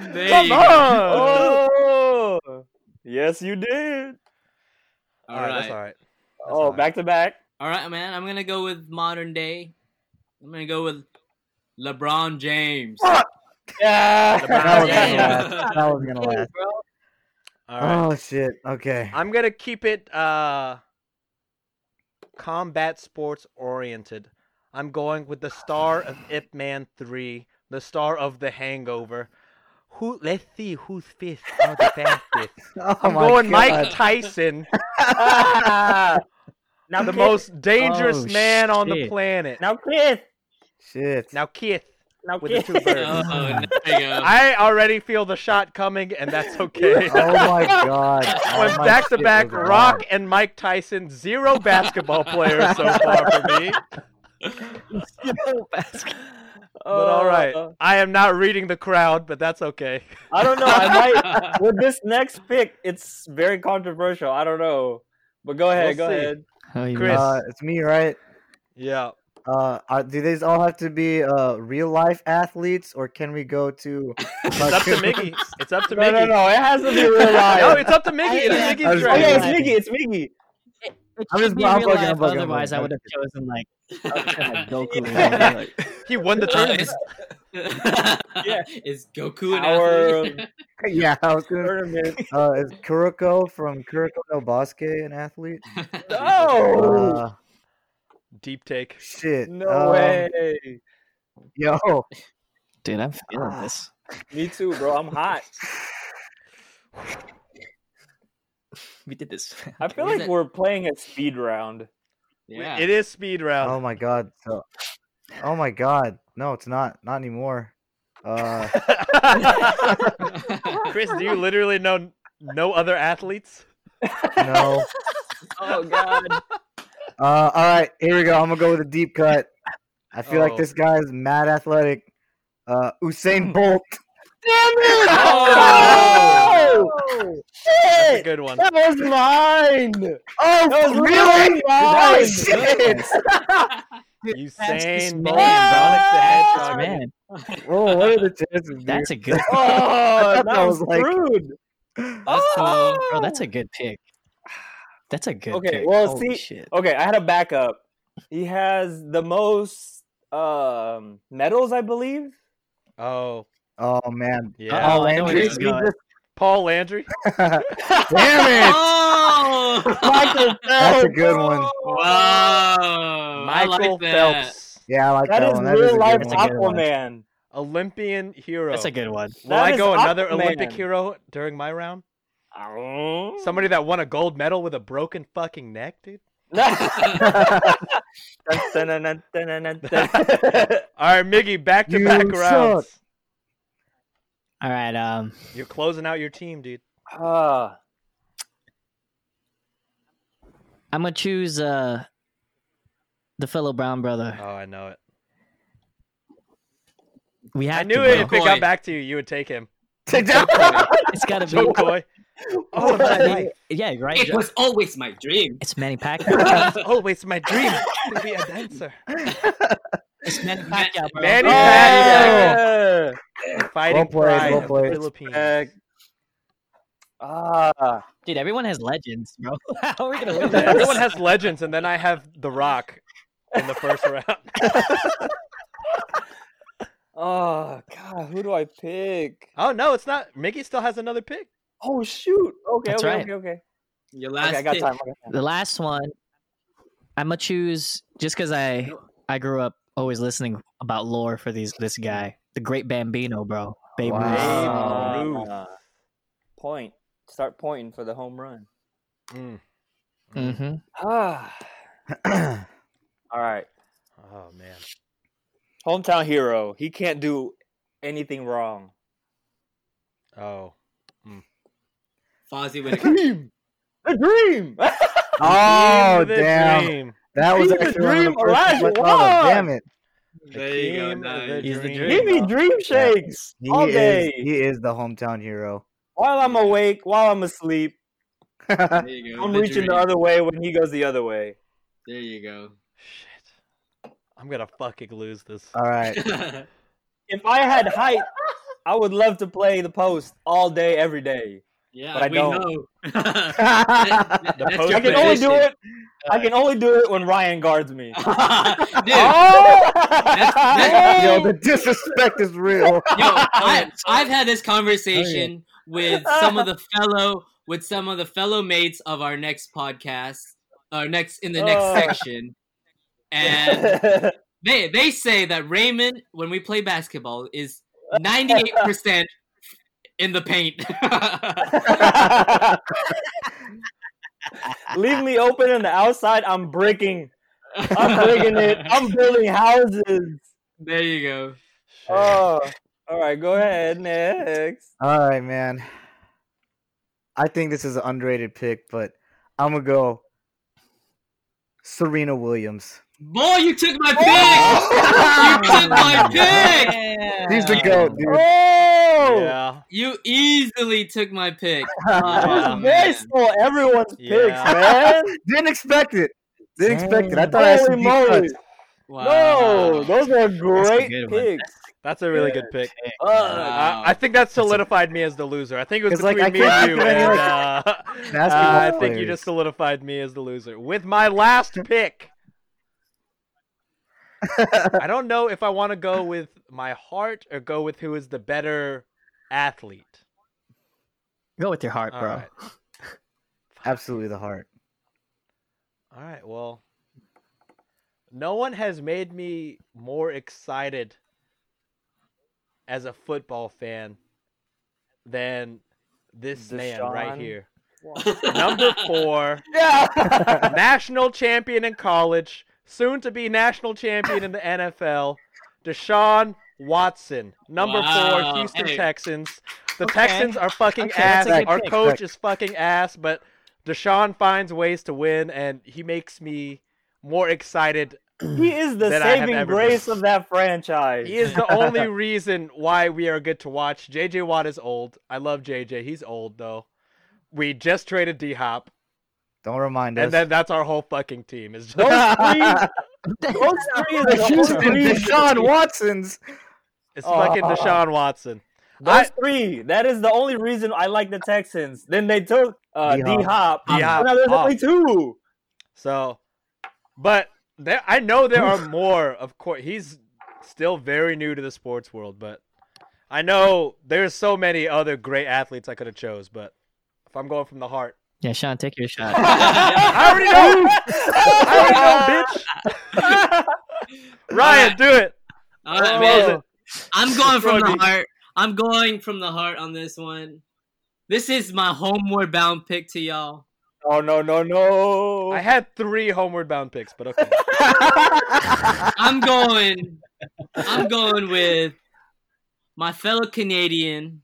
Speaker 7: There
Speaker 2: Come
Speaker 7: you go.
Speaker 2: on.
Speaker 8: Oh. Yes, you did.
Speaker 7: All
Speaker 2: Alright,
Speaker 7: right.
Speaker 2: That's all right.
Speaker 8: oh,
Speaker 2: fine.
Speaker 8: back to back.
Speaker 7: All right, man. I'm gonna go with modern day. I'm gonna go with LeBron James.
Speaker 3: That was
Speaker 8: Yeah.
Speaker 3: gonna
Speaker 7: Yeah.
Speaker 3: last. That was gonna last.
Speaker 2: All right.
Speaker 3: Oh shit. Okay.
Speaker 2: I'm gonna keep it uh combat sports oriented. I'm going with the star of Ip Man 3, the star of The Hangover. Who? Let's see whose fists are the fastest.
Speaker 3: Oh
Speaker 2: I'm
Speaker 3: my
Speaker 2: going
Speaker 3: God.
Speaker 2: Mike Tyson,
Speaker 8: now,
Speaker 2: the
Speaker 8: Keith-
Speaker 2: most dangerous
Speaker 9: Oh,
Speaker 2: man on the
Speaker 9: shit.
Speaker 2: planet.
Speaker 8: Now, Keith.
Speaker 3: Shit.
Speaker 2: Now, Keith.
Speaker 8: Now,
Speaker 2: With the
Speaker 8: Keith.
Speaker 2: two birds.
Speaker 7: Oh, there you go.
Speaker 2: I already feel the shot coming, and that's okay.
Speaker 3: Oh my god. Oh
Speaker 2: Went back to back, Rock and Mike Tyson, zero basketball players so far for me. But all right,
Speaker 8: Uh,
Speaker 2: I am not reading the crowd, but that's okay.
Speaker 8: I don't know. I might with this next pick. It's very controversial. I don't know, but go ahead. go
Speaker 2: We'll see.
Speaker 8: ahead.
Speaker 9: Oh, you
Speaker 2: Chris.
Speaker 3: Uh, it's me, right?
Speaker 2: Yeah.
Speaker 3: Uh, are, do these all have to be uh real life athletes, or can we go to? uh,
Speaker 2: It's up to Miggy. It's up to
Speaker 8: No, no,
Speaker 2: Miggy.
Speaker 8: no. It has to be real life.
Speaker 2: No, it's up to Miggy. It's
Speaker 3: I
Speaker 2: Miggy's
Speaker 3: was-
Speaker 8: oh yeah, it's
Speaker 2: draft.
Speaker 3: Right.
Speaker 8: Miggy. It's Miggy.
Speaker 9: It
Speaker 3: I'm
Speaker 9: should
Speaker 3: just-
Speaker 9: be
Speaker 3: I'm
Speaker 9: real
Speaker 3: fucking-
Speaker 9: life,
Speaker 3: I'm fucking- I'm
Speaker 9: Otherwise, I
Speaker 3: fucking.
Speaker 9: would have chosen like, I would've chosen, like Goku.
Speaker 8: Yeah.
Speaker 9: or something, like-
Speaker 2: He won the tournament.
Speaker 7: yeah. Is Goku an
Speaker 8: Our-
Speaker 7: athlete?
Speaker 3: yeah, I was gonna.
Speaker 8: Tournament.
Speaker 3: Uh, is Kuroko from Kuroko no Basque an athlete?
Speaker 8: um, No.
Speaker 3: Uh,
Speaker 2: Deep take.
Speaker 3: shit.
Speaker 8: no
Speaker 3: um,
Speaker 8: way.
Speaker 3: Yo,
Speaker 9: Dude, I'm feeling this.
Speaker 8: Me too, bro. I'm hot.
Speaker 9: We did this.
Speaker 8: I feel
Speaker 7: What is
Speaker 8: like
Speaker 7: it?
Speaker 8: we're playing a speed round.
Speaker 7: yeah.
Speaker 2: It is speed
Speaker 3: oh
Speaker 2: round.
Speaker 3: my god. So, oh my god. No, it's not. Not anymore. Uh,
Speaker 8: Um,
Speaker 2: Chris, do you literally know no other athletes?
Speaker 3: no.
Speaker 8: Oh god.
Speaker 3: Uh, all right, here we go. I'm gonna go with a deep cut. I feel
Speaker 2: Oh.
Speaker 3: like this guy is mad athletic. Uh, Usain Bolt.
Speaker 2: Oh, that's a good one.
Speaker 8: That was mine.
Speaker 3: Oh,
Speaker 8: That was
Speaker 3: really?
Speaker 8: really mine.
Speaker 3: Oh shit!
Speaker 2: Usain
Speaker 9: man,
Speaker 2: Bolt,
Speaker 9: bro.
Speaker 2: Sonic the
Speaker 9: Oh,
Speaker 2: Hedgehog.
Speaker 9: man,
Speaker 3: Whoa, what are the chances? Dude?
Speaker 9: that's a good,
Speaker 8: Oh,
Speaker 3: That
Speaker 8: that
Speaker 3: was
Speaker 8: was
Speaker 3: like-
Speaker 8: screwed.
Speaker 9: Oh.
Speaker 7: That's cool.
Speaker 9: bro. That's
Speaker 2: Oh!
Speaker 9: a good pick. That's a good.
Speaker 8: Okay,
Speaker 9: pick.
Speaker 8: well,
Speaker 9: Holy
Speaker 8: see-
Speaker 9: shit.
Speaker 8: Okay, I had a backup. He has the most um medals, I believe.
Speaker 2: Oh,
Speaker 3: oh man.
Speaker 2: yeah.
Speaker 9: Oh, I know where
Speaker 3: Landry,
Speaker 9: this is
Speaker 3: we
Speaker 9: going.
Speaker 2: Uh, Paul Landry.
Speaker 3: just- Damn it!
Speaker 7: Oh!
Speaker 3: That's a good one.
Speaker 7: wow. Oh, I
Speaker 2: Michael
Speaker 7: like that.
Speaker 2: Phelps,
Speaker 3: Yeah, I like that,
Speaker 8: that is
Speaker 3: one. That is a
Speaker 8: real
Speaker 3: good
Speaker 8: life
Speaker 3: one.
Speaker 9: That's a good one.
Speaker 8: Aquaman.
Speaker 2: Olympian hero.
Speaker 9: That's a good one.
Speaker 2: Will
Speaker 8: That
Speaker 2: I
Speaker 8: is
Speaker 2: go another
Speaker 8: Aquaman.
Speaker 2: Olympic hero during my round?
Speaker 8: Oh.
Speaker 2: Somebody that won a gold medal with a broken fucking neck, dude.
Speaker 8: Dun, dun, dun, dun, dun, dun, dun.
Speaker 2: All right, Miggy, back to
Speaker 3: You
Speaker 2: back rounds.
Speaker 9: All right. Um,
Speaker 2: You're closing out your team, dude.
Speaker 8: Ah,
Speaker 9: I'm gonna choose uh the fellow Brown brother.
Speaker 2: Oh, I know it.
Speaker 9: we have
Speaker 2: I knew
Speaker 9: to,
Speaker 2: it.
Speaker 9: bro.
Speaker 2: If it
Speaker 7: Coin.
Speaker 2: got back to you, you would take him.
Speaker 3: Take that.
Speaker 9: It's gotta be.
Speaker 2: Joe Coy.
Speaker 9: Oh,
Speaker 2: Oh, my
Speaker 9: yeah,
Speaker 2: life.
Speaker 9: yeah, right.
Speaker 7: It
Speaker 9: Joe.
Speaker 7: was always my dream.
Speaker 9: It's Manny Pacquiao.
Speaker 2: That's always Oh, my dream to be a dancer.
Speaker 9: it's Manny Pacquiao, bro.
Speaker 2: Manny
Speaker 3: Yeah.
Speaker 2: Pacquiao
Speaker 8: yeah.
Speaker 2: fighting
Speaker 3: played,
Speaker 2: pride
Speaker 3: well
Speaker 2: of the
Speaker 3: played.
Speaker 2: Philippines.
Speaker 8: Heck. Ah,
Speaker 9: Dude, everyone has legends, bro. How are we gonna win
Speaker 2: Yeah,
Speaker 9: this?
Speaker 2: Everyone has legends, and then I have The Rock in the first round.
Speaker 8: oh God, who do I pick?
Speaker 2: Oh no, it's not. Mickey still has another pick.
Speaker 8: Oh shoot! Okay,
Speaker 9: That's
Speaker 8: okay,
Speaker 9: right.
Speaker 8: okay, okay.
Speaker 7: Your
Speaker 8: Okay,
Speaker 7: last
Speaker 8: I got
Speaker 7: pick.
Speaker 8: time. I got time.
Speaker 9: the last one, I'm gonna choose just because I I grew up always listening about lore for these this guy, the Great Bambino, bro. Babe
Speaker 3: Wow.
Speaker 9: Ruth.
Speaker 2: Babe Ruth.
Speaker 8: Ah, point. Start pointing for the home run.
Speaker 2: Mm. Mm.
Speaker 9: Mm-hmm.
Speaker 8: Ah. All right.
Speaker 2: Oh man.
Speaker 8: Hometown hero. He can't do anything wrong.
Speaker 2: Oh.
Speaker 7: Fozzie Whitaker.
Speaker 8: Dream. The dream.
Speaker 3: oh
Speaker 2: Dream the
Speaker 3: damn!
Speaker 2: dream.
Speaker 3: That was
Speaker 8: He's a
Speaker 3: actually one of the
Speaker 8: dream
Speaker 3: first ones I
Speaker 8: Elijah
Speaker 3: thought of.
Speaker 8: Wood.
Speaker 3: Damn it!
Speaker 7: There you go.
Speaker 2: Hakeem,
Speaker 7: Nice.
Speaker 2: the
Speaker 7: He's the
Speaker 2: dream.
Speaker 8: Give me dream
Speaker 3: Yeah.
Speaker 8: shakes
Speaker 3: He
Speaker 8: all
Speaker 3: is
Speaker 8: day
Speaker 3: he is the hometown hero.
Speaker 8: while I'm awake, while I'm asleep.
Speaker 7: There you go.
Speaker 8: I'm reaching the
Speaker 7: dream.
Speaker 8: other way when he goes the other way.
Speaker 7: There you go.
Speaker 2: Shit. I'm gonna fucking lose this.
Speaker 3: All right.
Speaker 8: If I had height, I would love to play the post all day, every day.
Speaker 7: yeah,
Speaker 8: But I
Speaker 7: we
Speaker 8: don't.
Speaker 7: know.
Speaker 8: I
Speaker 7: That's your
Speaker 2: post- I
Speaker 8: can only do
Speaker 7: position.
Speaker 8: it. I can only do it when Ryan guards me.
Speaker 7: Dude,
Speaker 8: Oh!
Speaker 7: that's-
Speaker 3: Yo, the disrespect is real.
Speaker 7: yo, I, I've had this conversation with some of the fellow with some of the fellow mates of our next podcast, or next in the next
Speaker 8: Oh.
Speaker 7: section, and they they say that Raymond, when we play basketball, is ninety eight percent in the paint.
Speaker 8: Leave me open on the outside. I'm breaking. I'm breaking it. I'm building houses.
Speaker 7: there you go.
Speaker 2: Shit.
Speaker 8: Oh, all right. Go ahead next.
Speaker 3: All right, man. I think this is an underrated pick, but I'm gonna go Serena Williams.
Speaker 7: Boy, you took my pick. you took my pick.
Speaker 3: She's the goat, dude.
Speaker 8: Oh,
Speaker 2: Yeah.
Speaker 7: You easily took my pick.
Speaker 8: This
Speaker 7: Oh,
Speaker 8: man
Speaker 7: man.
Speaker 8: stole everyone's
Speaker 2: Yeah.
Speaker 8: picks, man.
Speaker 3: Didn't expect it. Didn't expect it. I thought I had
Speaker 8: Holy
Speaker 3: some deep
Speaker 8: moly!
Speaker 3: cuts.
Speaker 8: No,
Speaker 7: Wow.
Speaker 8: those are great
Speaker 9: good one.
Speaker 8: picks.
Speaker 2: That's a really good pick.
Speaker 8: Uh,
Speaker 2: I,
Speaker 7: Wow.
Speaker 2: I think that solidified me as the loser. I think it was
Speaker 3: 'Cause, like,
Speaker 2: between
Speaker 3: I
Speaker 2: me
Speaker 3: can't
Speaker 2: and
Speaker 3: think
Speaker 2: you.
Speaker 3: of any,
Speaker 2: And,
Speaker 3: like,
Speaker 2: uh,
Speaker 3: basketball
Speaker 2: I think you
Speaker 3: players.
Speaker 2: just solidified me as the loser with my last pick. I don't know if I want to go with my heart or go with who is the better athlete.
Speaker 9: Go with your heart,
Speaker 2: All
Speaker 9: bro.
Speaker 2: right.
Speaker 3: Absolutely the heart.
Speaker 2: All right. Well, no one has made me more excited as a football fan than this man right
Speaker 8: Deshaun
Speaker 2: here. Number four,
Speaker 8: Uh, yeah.
Speaker 2: national champion in college, soon to be national champion in the NFL, Deshaun Watson. Number
Speaker 7: Wow.
Speaker 2: four, Houston
Speaker 7: Hey.
Speaker 2: Texans. The
Speaker 9: Okay.
Speaker 2: Texans are fucking
Speaker 9: Okay,
Speaker 2: ass.
Speaker 9: that's a good
Speaker 2: Our
Speaker 9: pick.
Speaker 2: coach is fucking ass, but Deshaun finds ways to win, and he makes me more excited.
Speaker 8: he is the
Speaker 2: That I have
Speaker 8: saving
Speaker 2: ever
Speaker 8: grace
Speaker 2: been.
Speaker 8: of that franchise.
Speaker 2: He is the only reason why we are good to watch. JJ Watt is old. I love JJ. He's old though. We just traded D Hop,
Speaker 3: Don't remind us.
Speaker 2: and then that's our whole fucking team. Is
Speaker 8: Those
Speaker 2: just
Speaker 8: three, those three are the
Speaker 3: Houston,
Speaker 8: only reason-
Speaker 3: Deshaun Watson's.
Speaker 2: it's
Speaker 8: Oh.
Speaker 2: fucking
Speaker 8: Aw.
Speaker 2: Deshaun Watson.
Speaker 8: Those
Speaker 2: I-
Speaker 8: three. That is the only reason I like the Texans. Then they took uh,
Speaker 3: D-Hop.
Speaker 8: D Hop.
Speaker 2: D-Hop
Speaker 8: Now there's
Speaker 2: off.
Speaker 8: only two.
Speaker 2: Oh. So, but there, I know there are more. Of course, he's still very new to the sports world, but I know there's so many other great athletes I could have chose. But if I'm going from the heart,
Speaker 9: Yeah, Sean, take your shot.
Speaker 2: I already know. I already know, bitch. Ryan, do it.
Speaker 7: All right,
Speaker 2: Close
Speaker 7: man.
Speaker 2: it.
Speaker 7: Uh, I'm going from
Speaker 2: Destroy
Speaker 7: the
Speaker 2: me.
Speaker 7: heart. I'm going from the heart on this one. This is my homeward bound pick to y'all.
Speaker 8: Oh no no no!
Speaker 2: I had three homeward bound picks, but okay.
Speaker 7: I'm going. I'm going with my fellow Canadian.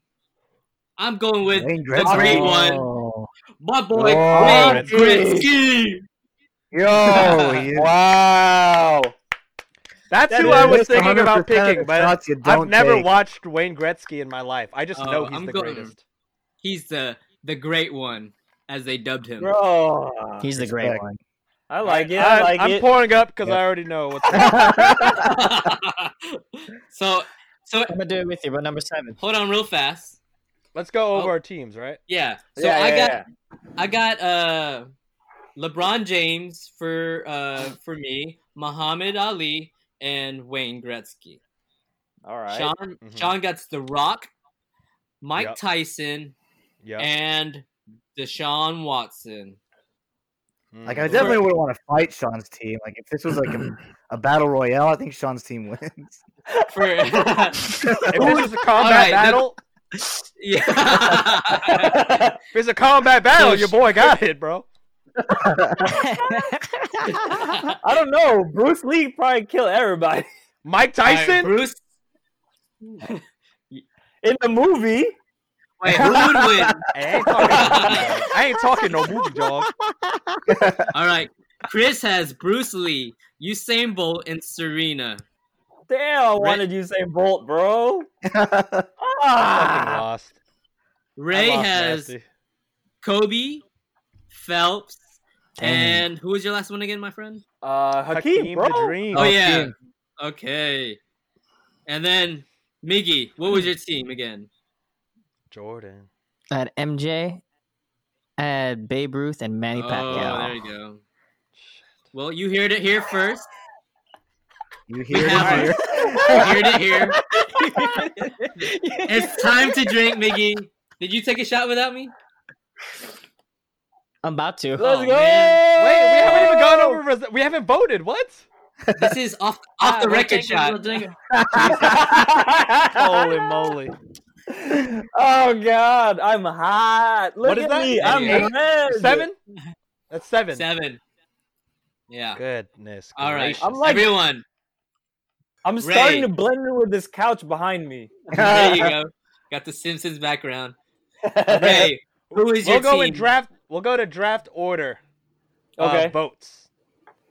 Speaker 7: I'm going with
Speaker 3: Wayne
Speaker 7: the great
Speaker 3: Gretzky.
Speaker 7: one,
Speaker 9: Oh,
Speaker 7: my boy
Speaker 3: Oh,
Speaker 7: Wayne
Speaker 8: Gretzky.
Speaker 7: Gretzky.
Speaker 3: Yo, he is-
Speaker 8: wow!
Speaker 2: That's
Speaker 8: That
Speaker 2: who I
Speaker 8: is
Speaker 2: was
Speaker 3: missed
Speaker 2: thinking about
Speaker 3: 100% of the
Speaker 2: picking, but
Speaker 3: shots you
Speaker 2: I've
Speaker 3: don't
Speaker 2: never
Speaker 3: take.
Speaker 2: watched Wayne Gretzky in my life. I just
Speaker 7: Oh,
Speaker 2: know he's
Speaker 7: I'm
Speaker 2: the
Speaker 7: going-
Speaker 2: greatest.
Speaker 7: He's the the great one, as they dubbed him.
Speaker 8: Bro,
Speaker 9: he's the great
Speaker 3: Respect.
Speaker 9: one.
Speaker 8: I like it. I
Speaker 2: I'm,
Speaker 8: like
Speaker 2: I'm
Speaker 8: it.
Speaker 2: pouring up because
Speaker 3: Yep.
Speaker 2: I already know what's going
Speaker 7: so so
Speaker 9: I'm gonna do it with you, but number seven.
Speaker 7: hold on real fast.
Speaker 2: Let's go over
Speaker 7: Oh.
Speaker 2: our teams, right?
Speaker 7: Yeah. So
Speaker 8: Yeah,
Speaker 7: I
Speaker 8: yeah,
Speaker 7: got
Speaker 8: yeah.
Speaker 7: I got uh LeBron James for uh for me, Muhammad Ali and Wayne Gretzky.
Speaker 8: All right.
Speaker 7: Sean
Speaker 2: Mhm.
Speaker 7: Sean got The Rock, Mike
Speaker 2: Yep.
Speaker 7: Tyson,
Speaker 2: Yeah.
Speaker 7: and Deshaun Watson.
Speaker 2: Hmm.
Speaker 3: Like I definitely would want to fight Sean's team. Like if this was like a, a battle royale, I think Sean's team wins.
Speaker 7: For
Speaker 2: if this was a combat
Speaker 7: Alright, the-
Speaker 2: battle,
Speaker 7: yeah.
Speaker 2: if it's a combat battle,
Speaker 7: So
Speaker 2: your
Speaker 7: sh-
Speaker 2: boy got it, bro.
Speaker 8: I don't know. Bruce Lee probably kill everybody
Speaker 2: Mike
Speaker 7: Alright,
Speaker 2: Tyson.
Speaker 7: Bruce
Speaker 8: in the movie.
Speaker 7: Wait, who would win?
Speaker 2: Hey, I, ain't talking, I ain't talking no movie, dog.
Speaker 7: All right. Chris has Bruce Lee, Usain Bolt, and Serena.
Speaker 8: Damn, I wanted Usain Bolt, bro.
Speaker 2: Fucking
Speaker 8: ah!
Speaker 2: lost.
Speaker 7: Ray
Speaker 2: I lost
Speaker 7: has
Speaker 2: nasty.
Speaker 7: Kobe, Phelps,
Speaker 9: Dang.
Speaker 7: and who was your last one again, my friend?
Speaker 8: Uh, Hakeem,
Speaker 2: Hakeem
Speaker 8: bro.
Speaker 2: the Dream.
Speaker 7: Oh, yeah.
Speaker 9: Hakeem.
Speaker 7: Okay. And then Miggy, what was your team again?
Speaker 2: Jordan.
Speaker 9: I had MJ, I had Babe Ruth, and Manny
Speaker 7: Oh, there
Speaker 9: Pacquiao.
Speaker 7: you go. Well, you heard it here first.
Speaker 3: You
Speaker 7: We
Speaker 3: hear it
Speaker 7: have-
Speaker 3: here.
Speaker 7: You heard it here. it's time to drink, Miggy. Did you take a shot without me?
Speaker 9: I'm about to.
Speaker 8: Let's
Speaker 7: Oh,
Speaker 8: go.
Speaker 7: man.
Speaker 2: Wait, we haven't even gone over.
Speaker 8: Oh.
Speaker 2: Res- we haven't voted. What?
Speaker 7: This is off off the
Speaker 8: Uh, we'll
Speaker 7: record
Speaker 8: take it,
Speaker 7: shot.
Speaker 8: we'll
Speaker 2: Holy moly!
Speaker 8: oh God, I'm hot. Look
Speaker 2: What is
Speaker 8: at
Speaker 2: that?
Speaker 8: me, I'm
Speaker 7: Eight?
Speaker 8: red.
Speaker 2: Seven. That's seven.
Speaker 7: Seven. Yeah.
Speaker 2: Goodness.
Speaker 7: All right.
Speaker 2: gracious.
Speaker 8: I'm like-
Speaker 7: Everyone.
Speaker 8: I'm
Speaker 7: Ray.
Speaker 8: starting to blend in with this couch behind me.
Speaker 7: There you go. Got the Simpsons background. Okay. Who is
Speaker 2: We'll
Speaker 7: your
Speaker 2: go in
Speaker 7: team?
Speaker 2: draft. We'll go to draft order. of
Speaker 8: Okay.
Speaker 2: votes.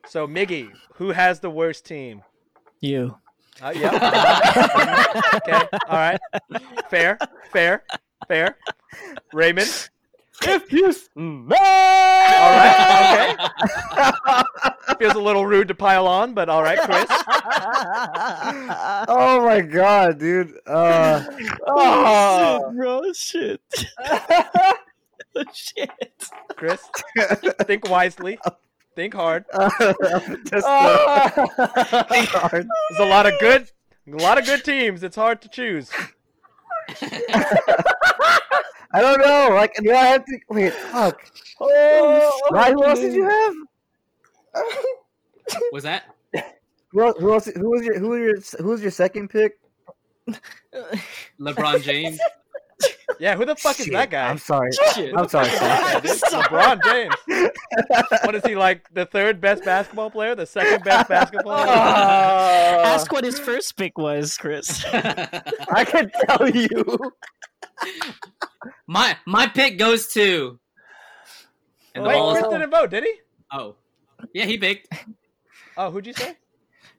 Speaker 2: So Miggy, who has the worst team?
Speaker 9: You.
Speaker 2: Uh, yeah. okay. All right. Fair. Fair. Fair. Raymond.
Speaker 8: if you smell.
Speaker 2: All right. Okay. Feels a little rude to pile on, but all right, Chris.
Speaker 3: Oh my god, dude. Uh,
Speaker 8: Oh.
Speaker 9: bro. Shit. Oh, shit.
Speaker 2: Chris, think wisely. Think hard.
Speaker 3: I'm just so hard.
Speaker 2: There's a lot of good, a lot of good teams. It's hard to choose.
Speaker 3: I don't know. Like, do I have to wait? Fuck.
Speaker 8: Oh,
Speaker 3: Ryan, who else did you have?
Speaker 7: Was that?
Speaker 3: Who else? Who, else, who was your? Who was your? Who was your second pick?
Speaker 7: LeBron James.
Speaker 2: Yeah, who the fuck is
Speaker 3: Shit,
Speaker 2: that guy?
Speaker 3: I'm sorry.
Speaker 9: Shit.
Speaker 3: I'm sorry. Sam.
Speaker 2: Yeah, dude, LeBron James. What is he like? The third best basketball player? The second best basketball player?
Speaker 9: Ask what his first pick was, Chris.
Speaker 8: I can tell you.
Speaker 7: my my pick goes to. And the
Speaker 2: Wait,
Speaker 7: ball is-
Speaker 2: Chris didn't vote, did he?
Speaker 7: Oh. Yeah, he picked.
Speaker 2: Oh, who'd you say?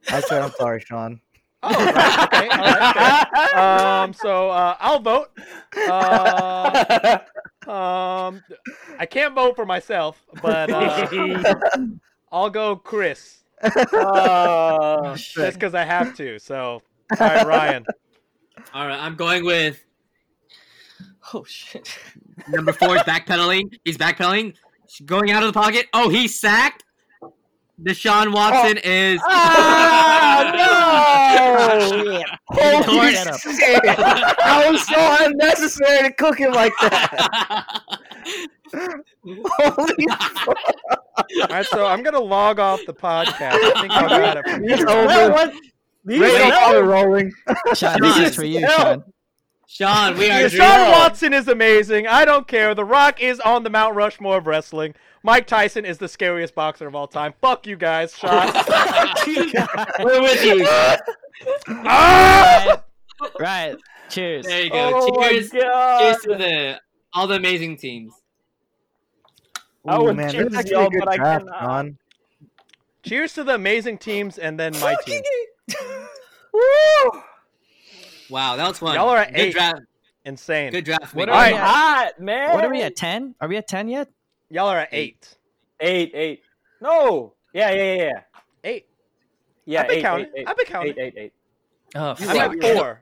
Speaker 3: I said I'm sorry, Sean.
Speaker 2: Oh, right. okay, all right, fair. Um, so uh, I'll vote. Uh, um, I can't vote for myself, but uh, I'll go Chris
Speaker 8: Oh.
Speaker 2: just because I have to. So, all right, Ryan.
Speaker 7: All right, I'm going with
Speaker 9: oh shit.
Speaker 7: number four is backpedaling. He's backpedaling. Going out of the pocket. Oh, he sacked. Deshaun Watson
Speaker 2: Oh.
Speaker 7: is.
Speaker 8: Ah, no!
Speaker 9: Holy
Speaker 7: Holy
Speaker 9: shit. Up.
Speaker 3: Shit. I was so unnecessary to cook him like that. Holy
Speaker 2: All right, so I'm gonna log off the podcast. I think I got it. From
Speaker 3: It's
Speaker 2: here.
Speaker 3: over.
Speaker 8: what? These
Speaker 3: Ray don't
Speaker 8: smell-
Speaker 3: bother rolling.
Speaker 9: Sean, this is for you, Sean.
Speaker 7: Sean, we are.
Speaker 2: Deshaun Watson is amazing. I don't care. The Rock is on the Mount Rushmore of wrestling. Mike Tyson is the scariest boxer of all time. Fuck you guys, Sean.
Speaker 7: We're with you.
Speaker 2: Ah!
Speaker 9: Right. Cheers.
Speaker 7: There you go.
Speaker 8: Oh my
Speaker 7: cheers.
Speaker 8: god!
Speaker 7: Cheers to the all the amazing teams.
Speaker 8: I
Speaker 3: Ooh,
Speaker 8: would
Speaker 3: man,
Speaker 8: cheer
Speaker 3: this is
Speaker 8: for
Speaker 3: actually
Speaker 8: y'all,
Speaker 3: a good
Speaker 8: but I
Speaker 3: draft,
Speaker 8: cannot.
Speaker 3: Sean.
Speaker 2: Cheers to the amazing teams and then my team.
Speaker 8: Woo!
Speaker 7: Wow, that was fun.
Speaker 2: Y'all are at
Speaker 7: good
Speaker 2: eight.
Speaker 7: draft.
Speaker 2: Insane.
Speaker 7: Good draft.
Speaker 8: What
Speaker 7: Miggy.
Speaker 8: are
Speaker 2: All
Speaker 8: we
Speaker 2: right.
Speaker 8: hot, man?
Speaker 9: What are we at? Ten? Are we at ten yet?
Speaker 2: Y'all are at eight.
Speaker 8: Eight, eight. No. Yeah, yeah, yeah, yeah.
Speaker 2: Eight.
Speaker 8: Yeah,
Speaker 2: I've been
Speaker 8: eight,
Speaker 2: counting.
Speaker 8: eight, eight.
Speaker 2: I've been counting.
Speaker 8: Eight, eight, eight.
Speaker 9: Oh,
Speaker 2: I'm
Speaker 9: fuck.
Speaker 2: at four.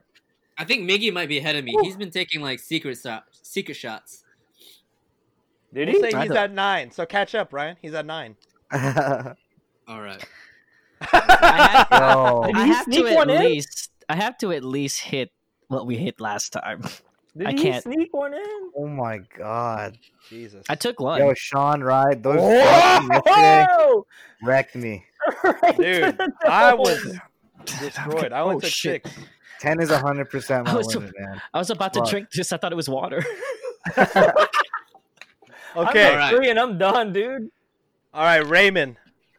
Speaker 7: I think Miggy might be ahead of me. He's been taking like secret shot, secret shots.
Speaker 8: Did
Speaker 2: We'll
Speaker 8: he?
Speaker 2: say
Speaker 9: I
Speaker 2: he's
Speaker 9: don't-
Speaker 2: at nine. So catch up, Ryan. He's at nine.
Speaker 7: All right.
Speaker 9: I have,
Speaker 3: Yo.
Speaker 8: Did
Speaker 9: I
Speaker 8: he
Speaker 9: have
Speaker 8: sneak
Speaker 9: to at
Speaker 8: one in?
Speaker 9: least. I have to at least hit what we hit last time.
Speaker 8: Did
Speaker 9: I
Speaker 8: he
Speaker 9: can't-
Speaker 8: sneak one in?
Speaker 3: Oh my god.
Speaker 2: Jesus.
Speaker 9: I took one.
Speaker 3: Yo, Sean Ride, those fucks from yesterday
Speaker 8: Whoa!
Speaker 3: wrecked me.
Speaker 8: Right to
Speaker 2: Dude,
Speaker 8: the
Speaker 2: I
Speaker 8: nose.
Speaker 2: was destroyed. I only
Speaker 9: Oh,
Speaker 2: took
Speaker 9: shit.
Speaker 2: six.
Speaker 3: Ten is hundred percent
Speaker 9: I
Speaker 3: my
Speaker 9: was so-
Speaker 3: limit, man.
Speaker 9: I was about to
Speaker 3: Fuck.
Speaker 9: drink this. I thought it was water.
Speaker 2: Okay.
Speaker 8: I'm
Speaker 2: All
Speaker 8: at
Speaker 2: right,
Speaker 7: Alright.
Speaker 8: three and I'm done, dude.
Speaker 2: Raymond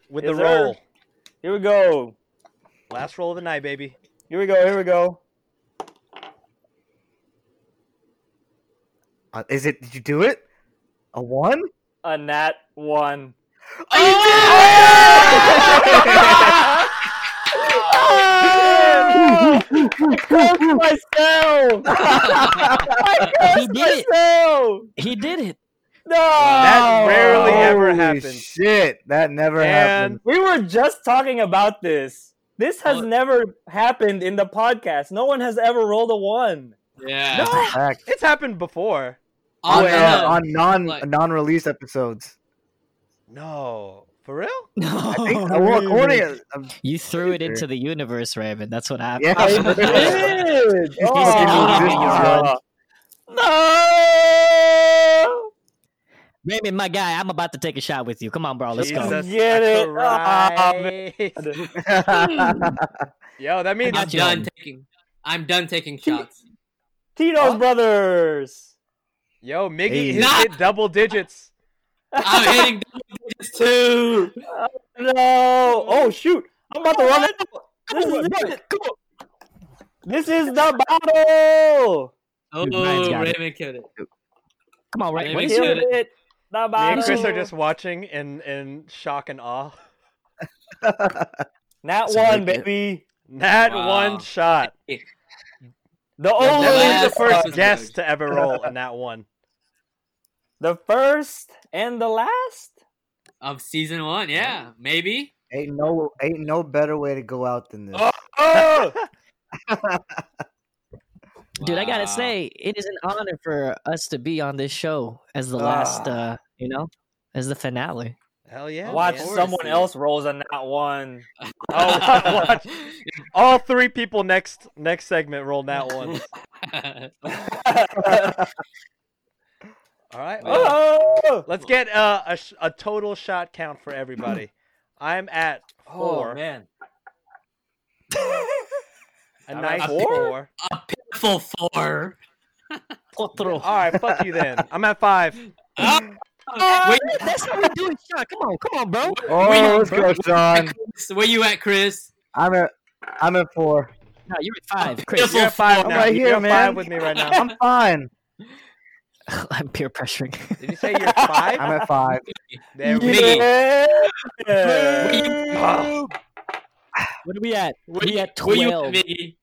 Speaker 2: with
Speaker 8: Yes,
Speaker 2: the
Speaker 8: sir.
Speaker 2: roll.
Speaker 8: Here we go.
Speaker 2: Last roll of the night, baby.
Speaker 8: Here we go. Here we go.
Speaker 3: Uh, is it? Did you do it? A one?
Speaker 8: A nat one.
Speaker 3: Oh,
Speaker 8: I cursed myself. I
Speaker 9: He
Speaker 8: cursed
Speaker 9: did it.
Speaker 8: myself.
Speaker 9: He did it.
Speaker 8: No,
Speaker 2: That rarely ever
Speaker 3: Oh, Holy
Speaker 2: happens.
Speaker 3: Shit, that never
Speaker 2: And-
Speaker 3: happened.
Speaker 8: We were just talking about this. This has
Speaker 7: Oh.
Speaker 8: never happened in the podcast. No one has ever rolled a one.
Speaker 7: Yeah.
Speaker 2: No,
Speaker 3: Fact.
Speaker 2: it's happened before.
Speaker 7: On
Speaker 3: Well,
Speaker 7: the
Speaker 3: Oh, yeah,
Speaker 7: nose.
Speaker 3: uh, on non
Speaker 7: Like-
Speaker 3: non release episodes.
Speaker 2: No, for real?
Speaker 9: No.
Speaker 3: I think oh, well, according um,
Speaker 9: you threw it
Speaker 3: Sure.
Speaker 9: into the universe, Raven. That's what happened.
Speaker 3: yeah,
Speaker 8: I did. Oh. No.
Speaker 9: Raymond, my guy, I'm about to take a shot with you. Come on, bro. Let's go.
Speaker 2: Jesus
Speaker 8: Get it. Ah,
Speaker 2: Christ. Oh, Yo, that means
Speaker 9: got
Speaker 7: I'm
Speaker 9: you.
Speaker 7: done taking. I'm done taking shots.
Speaker 8: Tito's brothers.
Speaker 2: yo Miggy
Speaker 3: Hey.
Speaker 2: hit,
Speaker 7: Nah.
Speaker 2: hit double digits.
Speaker 7: I'm hitting double digits too.
Speaker 8: No. Oh shoot. I'm about to run out. This
Speaker 9: Come
Speaker 8: is
Speaker 9: on,
Speaker 8: it.
Speaker 9: bro. Come on.
Speaker 8: This is the bottle.
Speaker 7: Oh,
Speaker 9: Dude, Ryan's got it.
Speaker 7: Raymond killed it.
Speaker 9: Come on,
Speaker 7: Raymond
Speaker 9: Raymond. What is
Speaker 7: killed
Speaker 9: your
Speaker 8: Give it the
Speaker 2: Me
Speaker 8: bottle.
Speaker 2: and Chris are just watching in in shock and awe.
Speaker 8: Not
Speaker 9: It's a
Speaker 8: one,
Speaker 9: great game.
Speaker 8: baby.
Speaker 2: That
Speaker 7: Wow.
Speaker 2: one shot.
Speaker 8: The
Speaker 2: You're
Speaker 8: only
Speaker 2: definitely the
Speaker 7: last
Speaker 2: first
Speaker 7: one.
Speaker 2: guest to ever roll in that one.
Speaker 8: The first and the last?
Speaker 7: Of season one, yeah, maybe.
Speaker 3: ain't no ain't no better way to go out than this.
Speaker 2: Oh,
Speaker 9: Dude, I gotta
Speaker 7: Wow.
Speaker 9: say, it is an honor for us to be on this show as the last, uh, you know, as the finale.
Speaker 2: hell yeah!
Speaker 8: Watch
Speaker 7: man.
Speaker 8: someone
Speaker 7: Morrissey.
Speaker 8: else rolls a not one.
Speaker 2: Oh, watch. All three people next next segment rolled that one. All right. well,
Speaker 8: oh!
Speaker 2: Let's get uh, a sh- a total shot count for everybody. I'm at four.
Speaker 8: Oh, man.
Speaker 3: Oh,
Speaker 2: A
Speaker 8: I'm
Speaker 2: nice
Speaker 8: at four?
Speaker 2: four.
Speaker 7: Full four.
Speaker 2: All right, fuck you then. I'm at five.
Speaker 7: Ah,
Speaker 8: Ah.
Speaker 7: Where,
Speaker 9: That's how we do it, Sean. Come on, come on, bro.
Speaker 3: oh, let's go, Sean.
Speaker 7: where you at, Chris?
Speaker 3: I'm at I'm at four.
Speaker 9: No, you're at five, Chris.
Speaker 7: Beautiful
Speaker 2: You're at five
Speaker 7: four.
Speaker 2: now.
Speaker 3: right
Speaker 2: you're
Speaker 3: here,
Speaker 2: at
Speaker 3: man.
Speaker 2: five with me right now.
Speaker 3: I'm fine.
Speaker 9: I'm peer pressuring.
Speaker 2: Did you say you're five?
Speaker 3: I'm at five.
Speaker 2: There we
Speaker 7: Miggy.
Speaker 8: Yeah.
Speaker 2: go.
Speaker 9: What are we at?
Speaker 7: Where
Speaker 9: we
Speaker 7: you-
Speaker 9: at
Speaker 7: where you
Speaker 9: twelve.
Speaker 7: at, Miggy?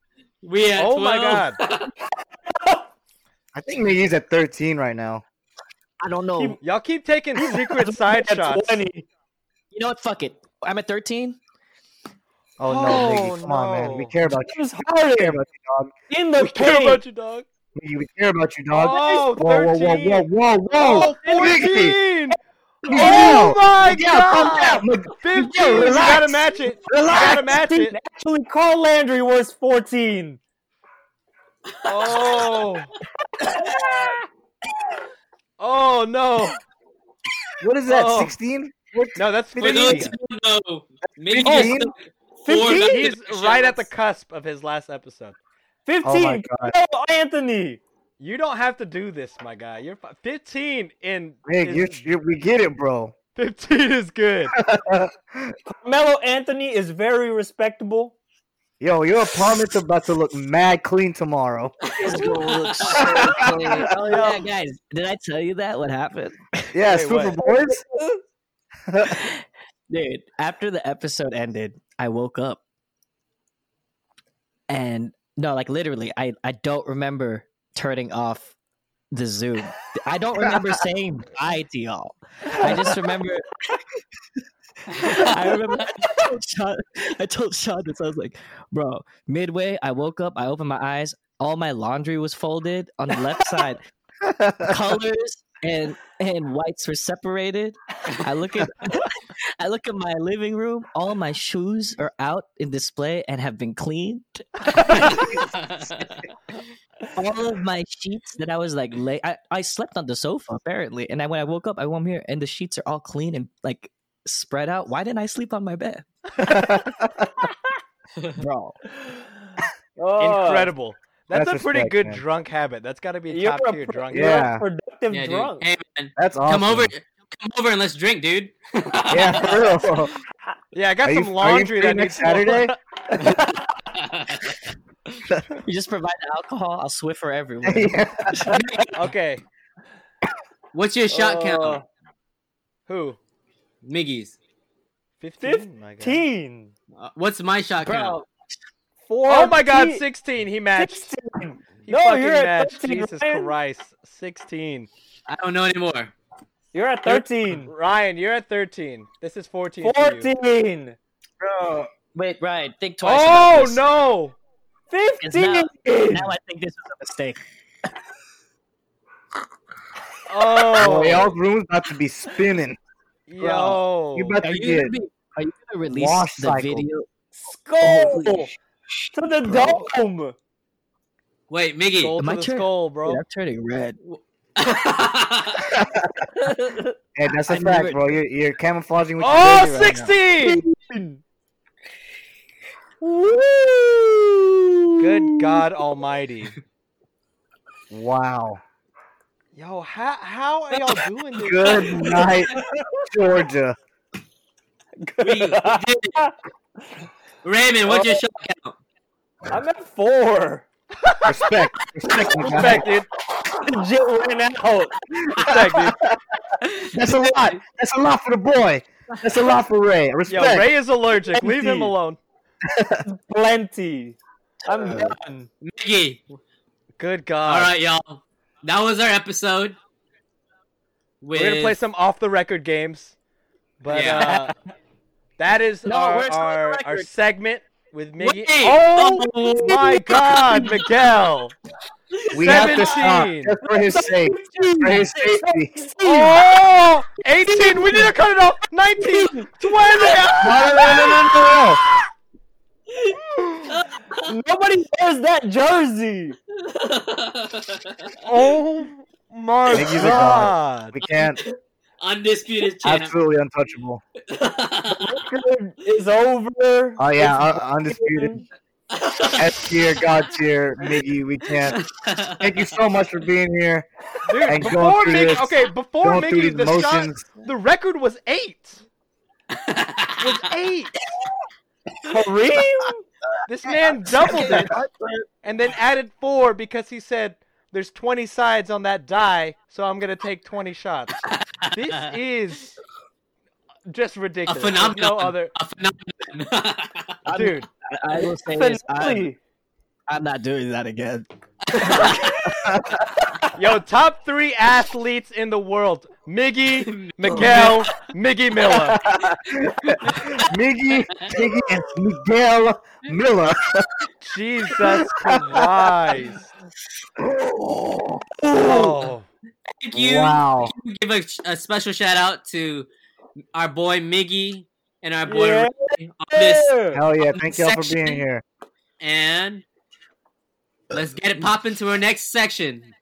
Speaker 7: We at
Speaker 2: Oh my
Speaker 7: 12.
Speaker 3: I think Miggy's at thirteen right now.
Speaker 9: I don't know. You
Speaker 2: Y'all keep taking secret side
Speaker 8: At
Speaker 2: shots.
Speaker 8: 20.
Speaker 9: know what? Fuck it. I'm at thirteen.
Speaker 3: Oh, no,
Speaker 2: Oh,
Speaker 3: Miggy, come on, man. We
Speaker 2: no.
Speaker 3: care about you.
Speaker 8: James
Speaker 3: We care
Speaker 8: Harden
Speaker 3: about you, dog.
Speaker 8: in the
Speaker 2: We care
Speaker 8: paint.
Speaker 2: about you, dog.
Speaker 3: Miggy, we care about you, dog.
Speaker 2: Oh,
Speaker 3: whoa, whoa, whoa,
Speaker 2: 13.
Speaker 3: whoa, whoa, whoa!
Speaker 2: Oh,
Speaker 3: Miggy,
Speaker 2: 14.
Speaker 3: Miguel,
Speaker 2: Oh, my
Speaker 3: Miguel, calm down,
Speaker 2: God.
Speaker 3: Miguel,
Speaker 2: 15.
Speaker 3: Miguel,
Speaker 2: You
Speaker 3: relax.
Speaker 2: gotta match it. You gotta match it.
Speaker 8: Actually, Carl Landry was 14.
Speaker 2: Oh. Oh, no.
Speaker 3: What is that?
Speaker 2: Oh.
Speaker 3: Sixteen? What?
Speaker 2: No, that's
Speaker 7: For those
Speaker 2: 15.
Speaker 7: who don't know, Miggy
Speaker 3: Fifteen?
Speaker 7: just took four
Speaker 8: 15?
Speaker 7: double
Speaker 2: He's
Speaker 7: digit
Speaker 2: right at the
Speaker 7: shots.
Speaker 2: cusp of his last episode.
Speaker 8: 15.
Speaker 3: Oh my god,
Speaker 8: Carl Anthony.
Speaker 2: You don't have to do this, my guy. You're fi- 15 in
Speaker 3: Mig,
Speaker 2: is-
Speaker 3: you're, you we get it, bro.
Speaker 2: 15 is good.
Speaker 8: Carmelo Oh, Anthony is very respectable.
Speaker 3: Yo, your apartment's about to look mad clean tomorrow.
Speaker 9: It's gonna look so clean. Oh yeah, guys. Did I tell you that? What happened?
Speaker 3: Yeah,
Speaker 2: Wait,
Speaker 3: super
Speaker 2: what?
Speaker 3: boards.
Speaker 9: Dude, after the episode ended, I woke up and no, like literally, I, I don't remember turning off the Zoom. I don't remember saying bye to y'all. I just remember. I remember I told, Sean, I told Sean this. I was like, bro, midway, I woke up, I opened my eyes, all my laundry was folded on the left side colors and and whites were separated. I look at I look at my living room. All my shoes are out in display and have been cleaned. All of my sheets that I was like lay I, I slept on the sofa apparently. And I, when I woke up, I woke here and the sheets are all clean and like spread out. Why didn't I sleep on my bed? Bro.
Speaker 8: Oh,
Speaker 2: Incredible. That's,
Speaker 3: That's
Speaker 2: a pretty
Speaker 3: respect,
Speaker 2: good
Speaker 3: man.
Speaker 2: drunk habit. That's got to be a
Speaker 8: You're
Speaker 2: top
Speaker 8: a,
Speaker 2: tier
Speaker 8: pro-
Speaker 2: drunk.
Speaker 8: you're
Speaker 2: habit.
Speaker 3: Yeah.
Speaker 8: a productive
Speaker 7: yeah, dude.
Speaker 8: drunk.
Speaker 7: Hey, man.
Speaker 3: That's awesome.
Speaker 7: Come over. Come over and let's drink, dude.
Speaker 3: Yeah, for real.
Speaker 2: Yeah, I got
Speaker 3: Are you-
Speaker 2: some
Speaker 3: are you
Speaker 2: laundry
Speaker 3: free
Speaker 2: that
Speaker 3: next
Speaker 2: needs to-
Speaker 3: Saturday?
Speaker 9: You just provide the alcohol, I'll swiffer everyone.
Speaker 3: Yeah.
Speaker 2: okay,
Speaker 7: What's your shot count,
Speaker 2: Oh. who?
Speaker 7: Miggy's?
Speaker 2: 15. My God.
Speaker 8: 15.
Speaker 7: Uh, What's my shot
Speaker 9: Bro.
Speaker 7: count?
Speaker 8: four.
Speaker 2: Oh my God, sixteen. He matched. He
Speaker 8: No,
Speaker 2: fucking
Speaker 8: you're at
Speaker 2: matched.
Speaker 8: 13,
Speaker 2: Jesus
Speaker 8: Ryan.
Speaker 2: Christ, sixteen.
Speaker 7: I don't know anymore.
Speaker 8: You're at thirteen.
Speaker 2: Ryan, you're at thirteen. This is fourteen. for you.
Speaker 8: Fourteen.
Speaker 3: Bro,
Speaker 9: Wait, Ryan, think twice. about
Speaker 2: Oh
Speaker 9: this.
Speaker 2: no!
Speaker 9: It's Now,
Speaker 8: Fifteen.
Speaker 9: now I think this is a mistake.
Speaker 3: oh,
Speaker 2: Oh,
Speaker 3: y'all room's about to be spinning.
Speaker 2: yo!
Speaker 3: You about
Speaker 9: Are
Speaker 3: to
Speaker 9: you
Speaker 3: get
Speaker 9: gonna, be, are you gonna release
Speaker 3: Wash
Speaker 9: the
Speaker 3: cycle.
Speaker 9: video?
Speaker 8: Skull
Speaker 9: Holy
Speaker 8: to the dome.
Speaker 7: Wait, Miggy.
Speaker 2: Skull
Speaker 9: Am I
Speaker 2: to the
Speaker 9: turn-
Speaker 2: skull, bro.
Speaker 9: Dude, I'm turning red.
Speaker 3: Hey, that's a
Speaker 9: I
Speaker 3: fact,
Speaker 9: never-
Speaker 3: bro. You're, you're camouflaging with your
Speaker 2: Oh,
Speaker 3: baby right now.
Speaker 2: 16!
Speaker 8: Woo!
Speaker 2: Good God Almighty!
Speaker 3: Wow.
Speaker 2: Yo, how how are y'all doing this?
Speaker 3: Good night, Georgia.
Speaker 7: we, we did it. Raymond, what's your
Speaker 2: Oh.
Speaker 7: shot count?
Speaker 8: I'm at four.
Speaker 3: Respect. Respect. my guy.
Speaker 2: Respect, dude.
Speaker 8: Legit ran out.
Speaker 2: Respect, dude.
Speaker 3: That's a lot. That's a lot for the boy. That's a lot for Ray.
Speaker 2: Yo,
Speaker 3: Respect.
Speaker 2: Ray is allergic. Leave
Speaker 8: Empty.
Speaker 2: him alone.
Speaker 8: Plenty. I'm
Speaker 3: Uh,
Speaker 8: done.
Speaker 7: Miggy.
Speaker 2: Good
Speaker 7: All
Speaker 2: God!
Speaker 7: right, y'all. That was our episode. With...
Speaker 2: We're gonna play some off the record games, but
Speaker 7: Yeah.
Speaker 2: uh, that is
Speaker 9: No,
Speaker 2: our
Speaker 9: where's the
Speaker 2: our, our
Speaker 9: record?
Speaker 2: segment with Miggy.
Speaker 7: Wait!
Speaker 2: Oh my God, Miguel!
Speaker 3: we have to stop
Speaker 2: 17.
Speaker 3: just for his sake. Just for his safety.
Speaker 2: Oh, 18. We need to cut it off. 19. 20.
Speaker 3: No, no, no, no, no, no, no.
Speaker 8: Nobody wears that jersey.
Speaker 2: Oh my
Speaker 3: Thank you, Miguel.
Speaker 2: God.
Speaker 3: We can't.
Speaker 7: Undisputed champ.
Speaker 3: Absolutely untouchable.
Speaker 8: Record is over.
Speaker 3: Oh yeah, uh, undisputed. S tier, God tier, Miggy. We can't. Thank you so much for being here.
Speaker 2: Dude,
Speaker 3: And going
Speaker 2: before
Speaker 3: through
Speaker 2: Mickey,
Speaker 3: this-
Speaker 2: okay, before
Speaker 3: Going through
Speaker 2: Mickey,
Speaker 3: these
Speaker 2: the shot,
Speaker 3: motions.
Speaker 2: the record was eight. Was eight.
Speaker 8: Kareem?
Speaker 2: This man doubled it and then added four because he said, "There's 20 sides on that die, so I'm gonna take 20 shots." This is just
Speaker 7: a
Speaker 2: ridiculous. There's
Speaker 7: phenomenon.
Speaker 2: No other
Speaker 7: A phenomenon.
Speaker 9: I'm-
Speaker 2: dude.
Speaker 9: I, I will say this. I'm,
Speaker 8: Finale.
Speaker 9: I'm not doing that again.
Speaker 2: Yo, top three athletes in the world: Miggy, Miguel, Miggy Miller.
Speaker 3: Miggy, Miggy, and Miguel Miller.
Speaker 2: Jesus Christ! Oh,
Speaker 7: Thank you.
Speaker 3: Wow.
Speaker 7: We Give a, a special shout out to our boy Miggy and our boy
Speaker 8: Yeah.
Speaker 7: Ray on this.
Speaker 3: Hell yeah! Thank y'all for being
Speaker 7: Section.
Speaker 3: here.
Speaker 7: And let's get it popping to our next section.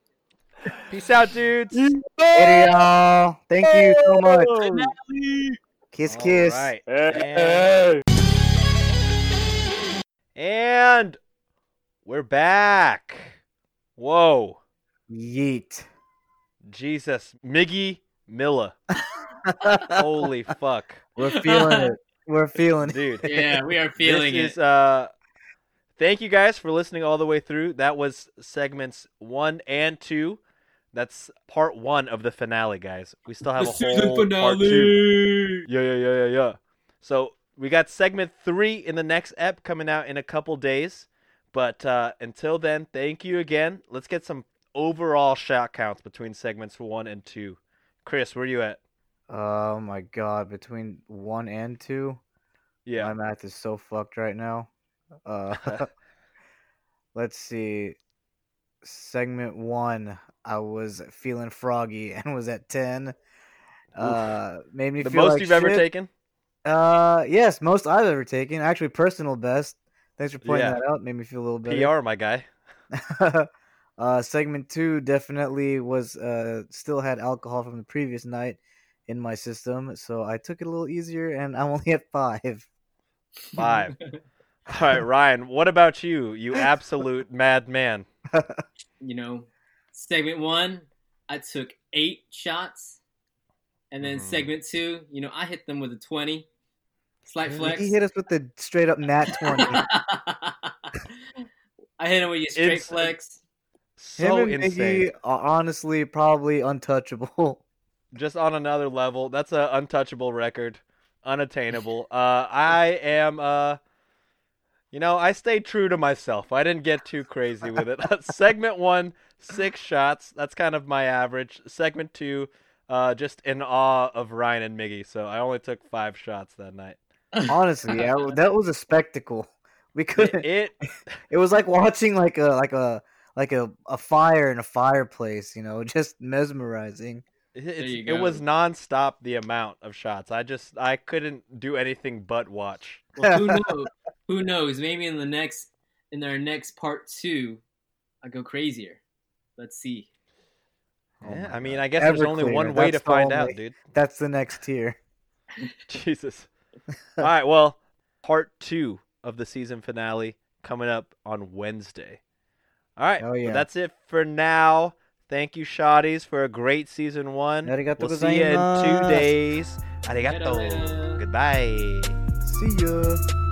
Speaker 2: peace out, dudes.
Speaker 3: Later, y'all. Thank you so much. Kiss, kiss.
Speaker 2: All right.
Speaker 8: Hey.
Speaker 2: And we're back. Whoa.
Speaker 3: Yeet.
Speaker 2: Jesus. Miggy Miller. Holy fuck.
Speaker 3: We're feeling it. We're feeling it.
Speaker 2: Dude.
Speaker 7: Yeah, we are
Speaker 2: this
Speaker 7: feeling
Speaker 2: is
Speaker 7: it.
Speaker 2: uh thank you guys for listening all the way through. That was segments one and two. That's part one of the finale, guys. We still have a whole part two. Yeah, yeah, yeah, yeah, yeah. So we got segment three in the next ep coming out in a couple days. But uh, until then, thank you again. Let's get some overall shot counts between segments one and two. Chris, where you at?
Speaker 3: Oh my god! Between one and two, my
Speaker 2: Yeah.
Speaker 3: math is so fucked right now. Uh, let's see. Segment one, I was feeling froggy and was at ten. Uh, made me
Speaker 2: The
Speaker 3: feel
Speaker 2: most
Speaker 3: like
Speaker 2: you've ever
Speaker 3: shit.
Speaker 2: taken?
Speaker 3: Uh, yes, most I've ever taken. Actually, personal best. Thanks for pointing
Speaker 2: Yeah.
Speaker 3: that out. Made me feel a little better.
Speaker 2: PR, my guy.
Speaker 3: uh, segment two definitely was uh still had alcohol from the previous night in my system, so I took it a little easier, and I'm only at five.
Speaker 2: Five. all right, Ryan, what about you? You absolute madman.
Speaker 7: You know, segment one, I took eight shots. And then
Speaker 2: Mhm.
Speaker 7: segment two, you know, I hit them with a 20. Slight flex.
Speaker 3: He hit us with the straight up nat twenty. Him
Speaker 7: I hit him with your straight
Speaker 2: It's-
Speaker 7: flex.
Speaker 2: So
Speaker 3: and
Speaker 2: insane.
Speaker 3: Miggy are honestly probably untouchable.
Speaker 2: just on another level. That's an untouchable record, unattainable. Uh, I am uh, You know, I stayed true to myself. I didn't get too crazy with it. Segment one, six shots. That's kind of my average. Segment two, uh, just in awe of Ryan and Miggy. So I only took five shots that night.
Speaker 3: Honestly, yeah, that was a spectacle. We couldn't.
Speaker 2: It
Speaker 3: It was like watching like a like a like a, a fire in a fireplace. You know, just mesmerizing.
Speaker 2: It's,
Speaker 7: you
Speaker 2: it
Speaker 7: go.
Speaker 2: was nonstop the amount of shots. I just I couldn't do anything but watch.
Speaker 7: Well, who knows? Who knows? Maybe in the next, in our next part two, I go crazier. Let's see.
Speaker 3: Oh
Speaker 2: Yeah,
Speaker 3: my
Speaker 2: I mean,
Speaker 3: God.
Speaker 2: I guess there's only
Speaker 3: Everclear,
Speaker 2: one way to
Speaker 3: that's the
Speaker 2: find
Speaker 3: only-
Speaker 2: out, dude.
Speaker 3: That's the next tier.
Speaker 2: Jesus. All right, well, part two of the season finale coming up on Wednesday. All right,
Speaker 3: Oh,
Speaker 2: well,
Speaker 3: yeah.
Speaker 2: that's it for now. Thank you, Shotties, for a great season one.
Speaker 3: Arigato
Speaker 2: we'll see you in two
Speaker 3: gozaimasu.
Speaker 2: days.
Speaker 7: Later,
Speaker 2: Arigato.
Speaker 7: later.
Speaker 2: Goodbye.
Speaker 3: See ya.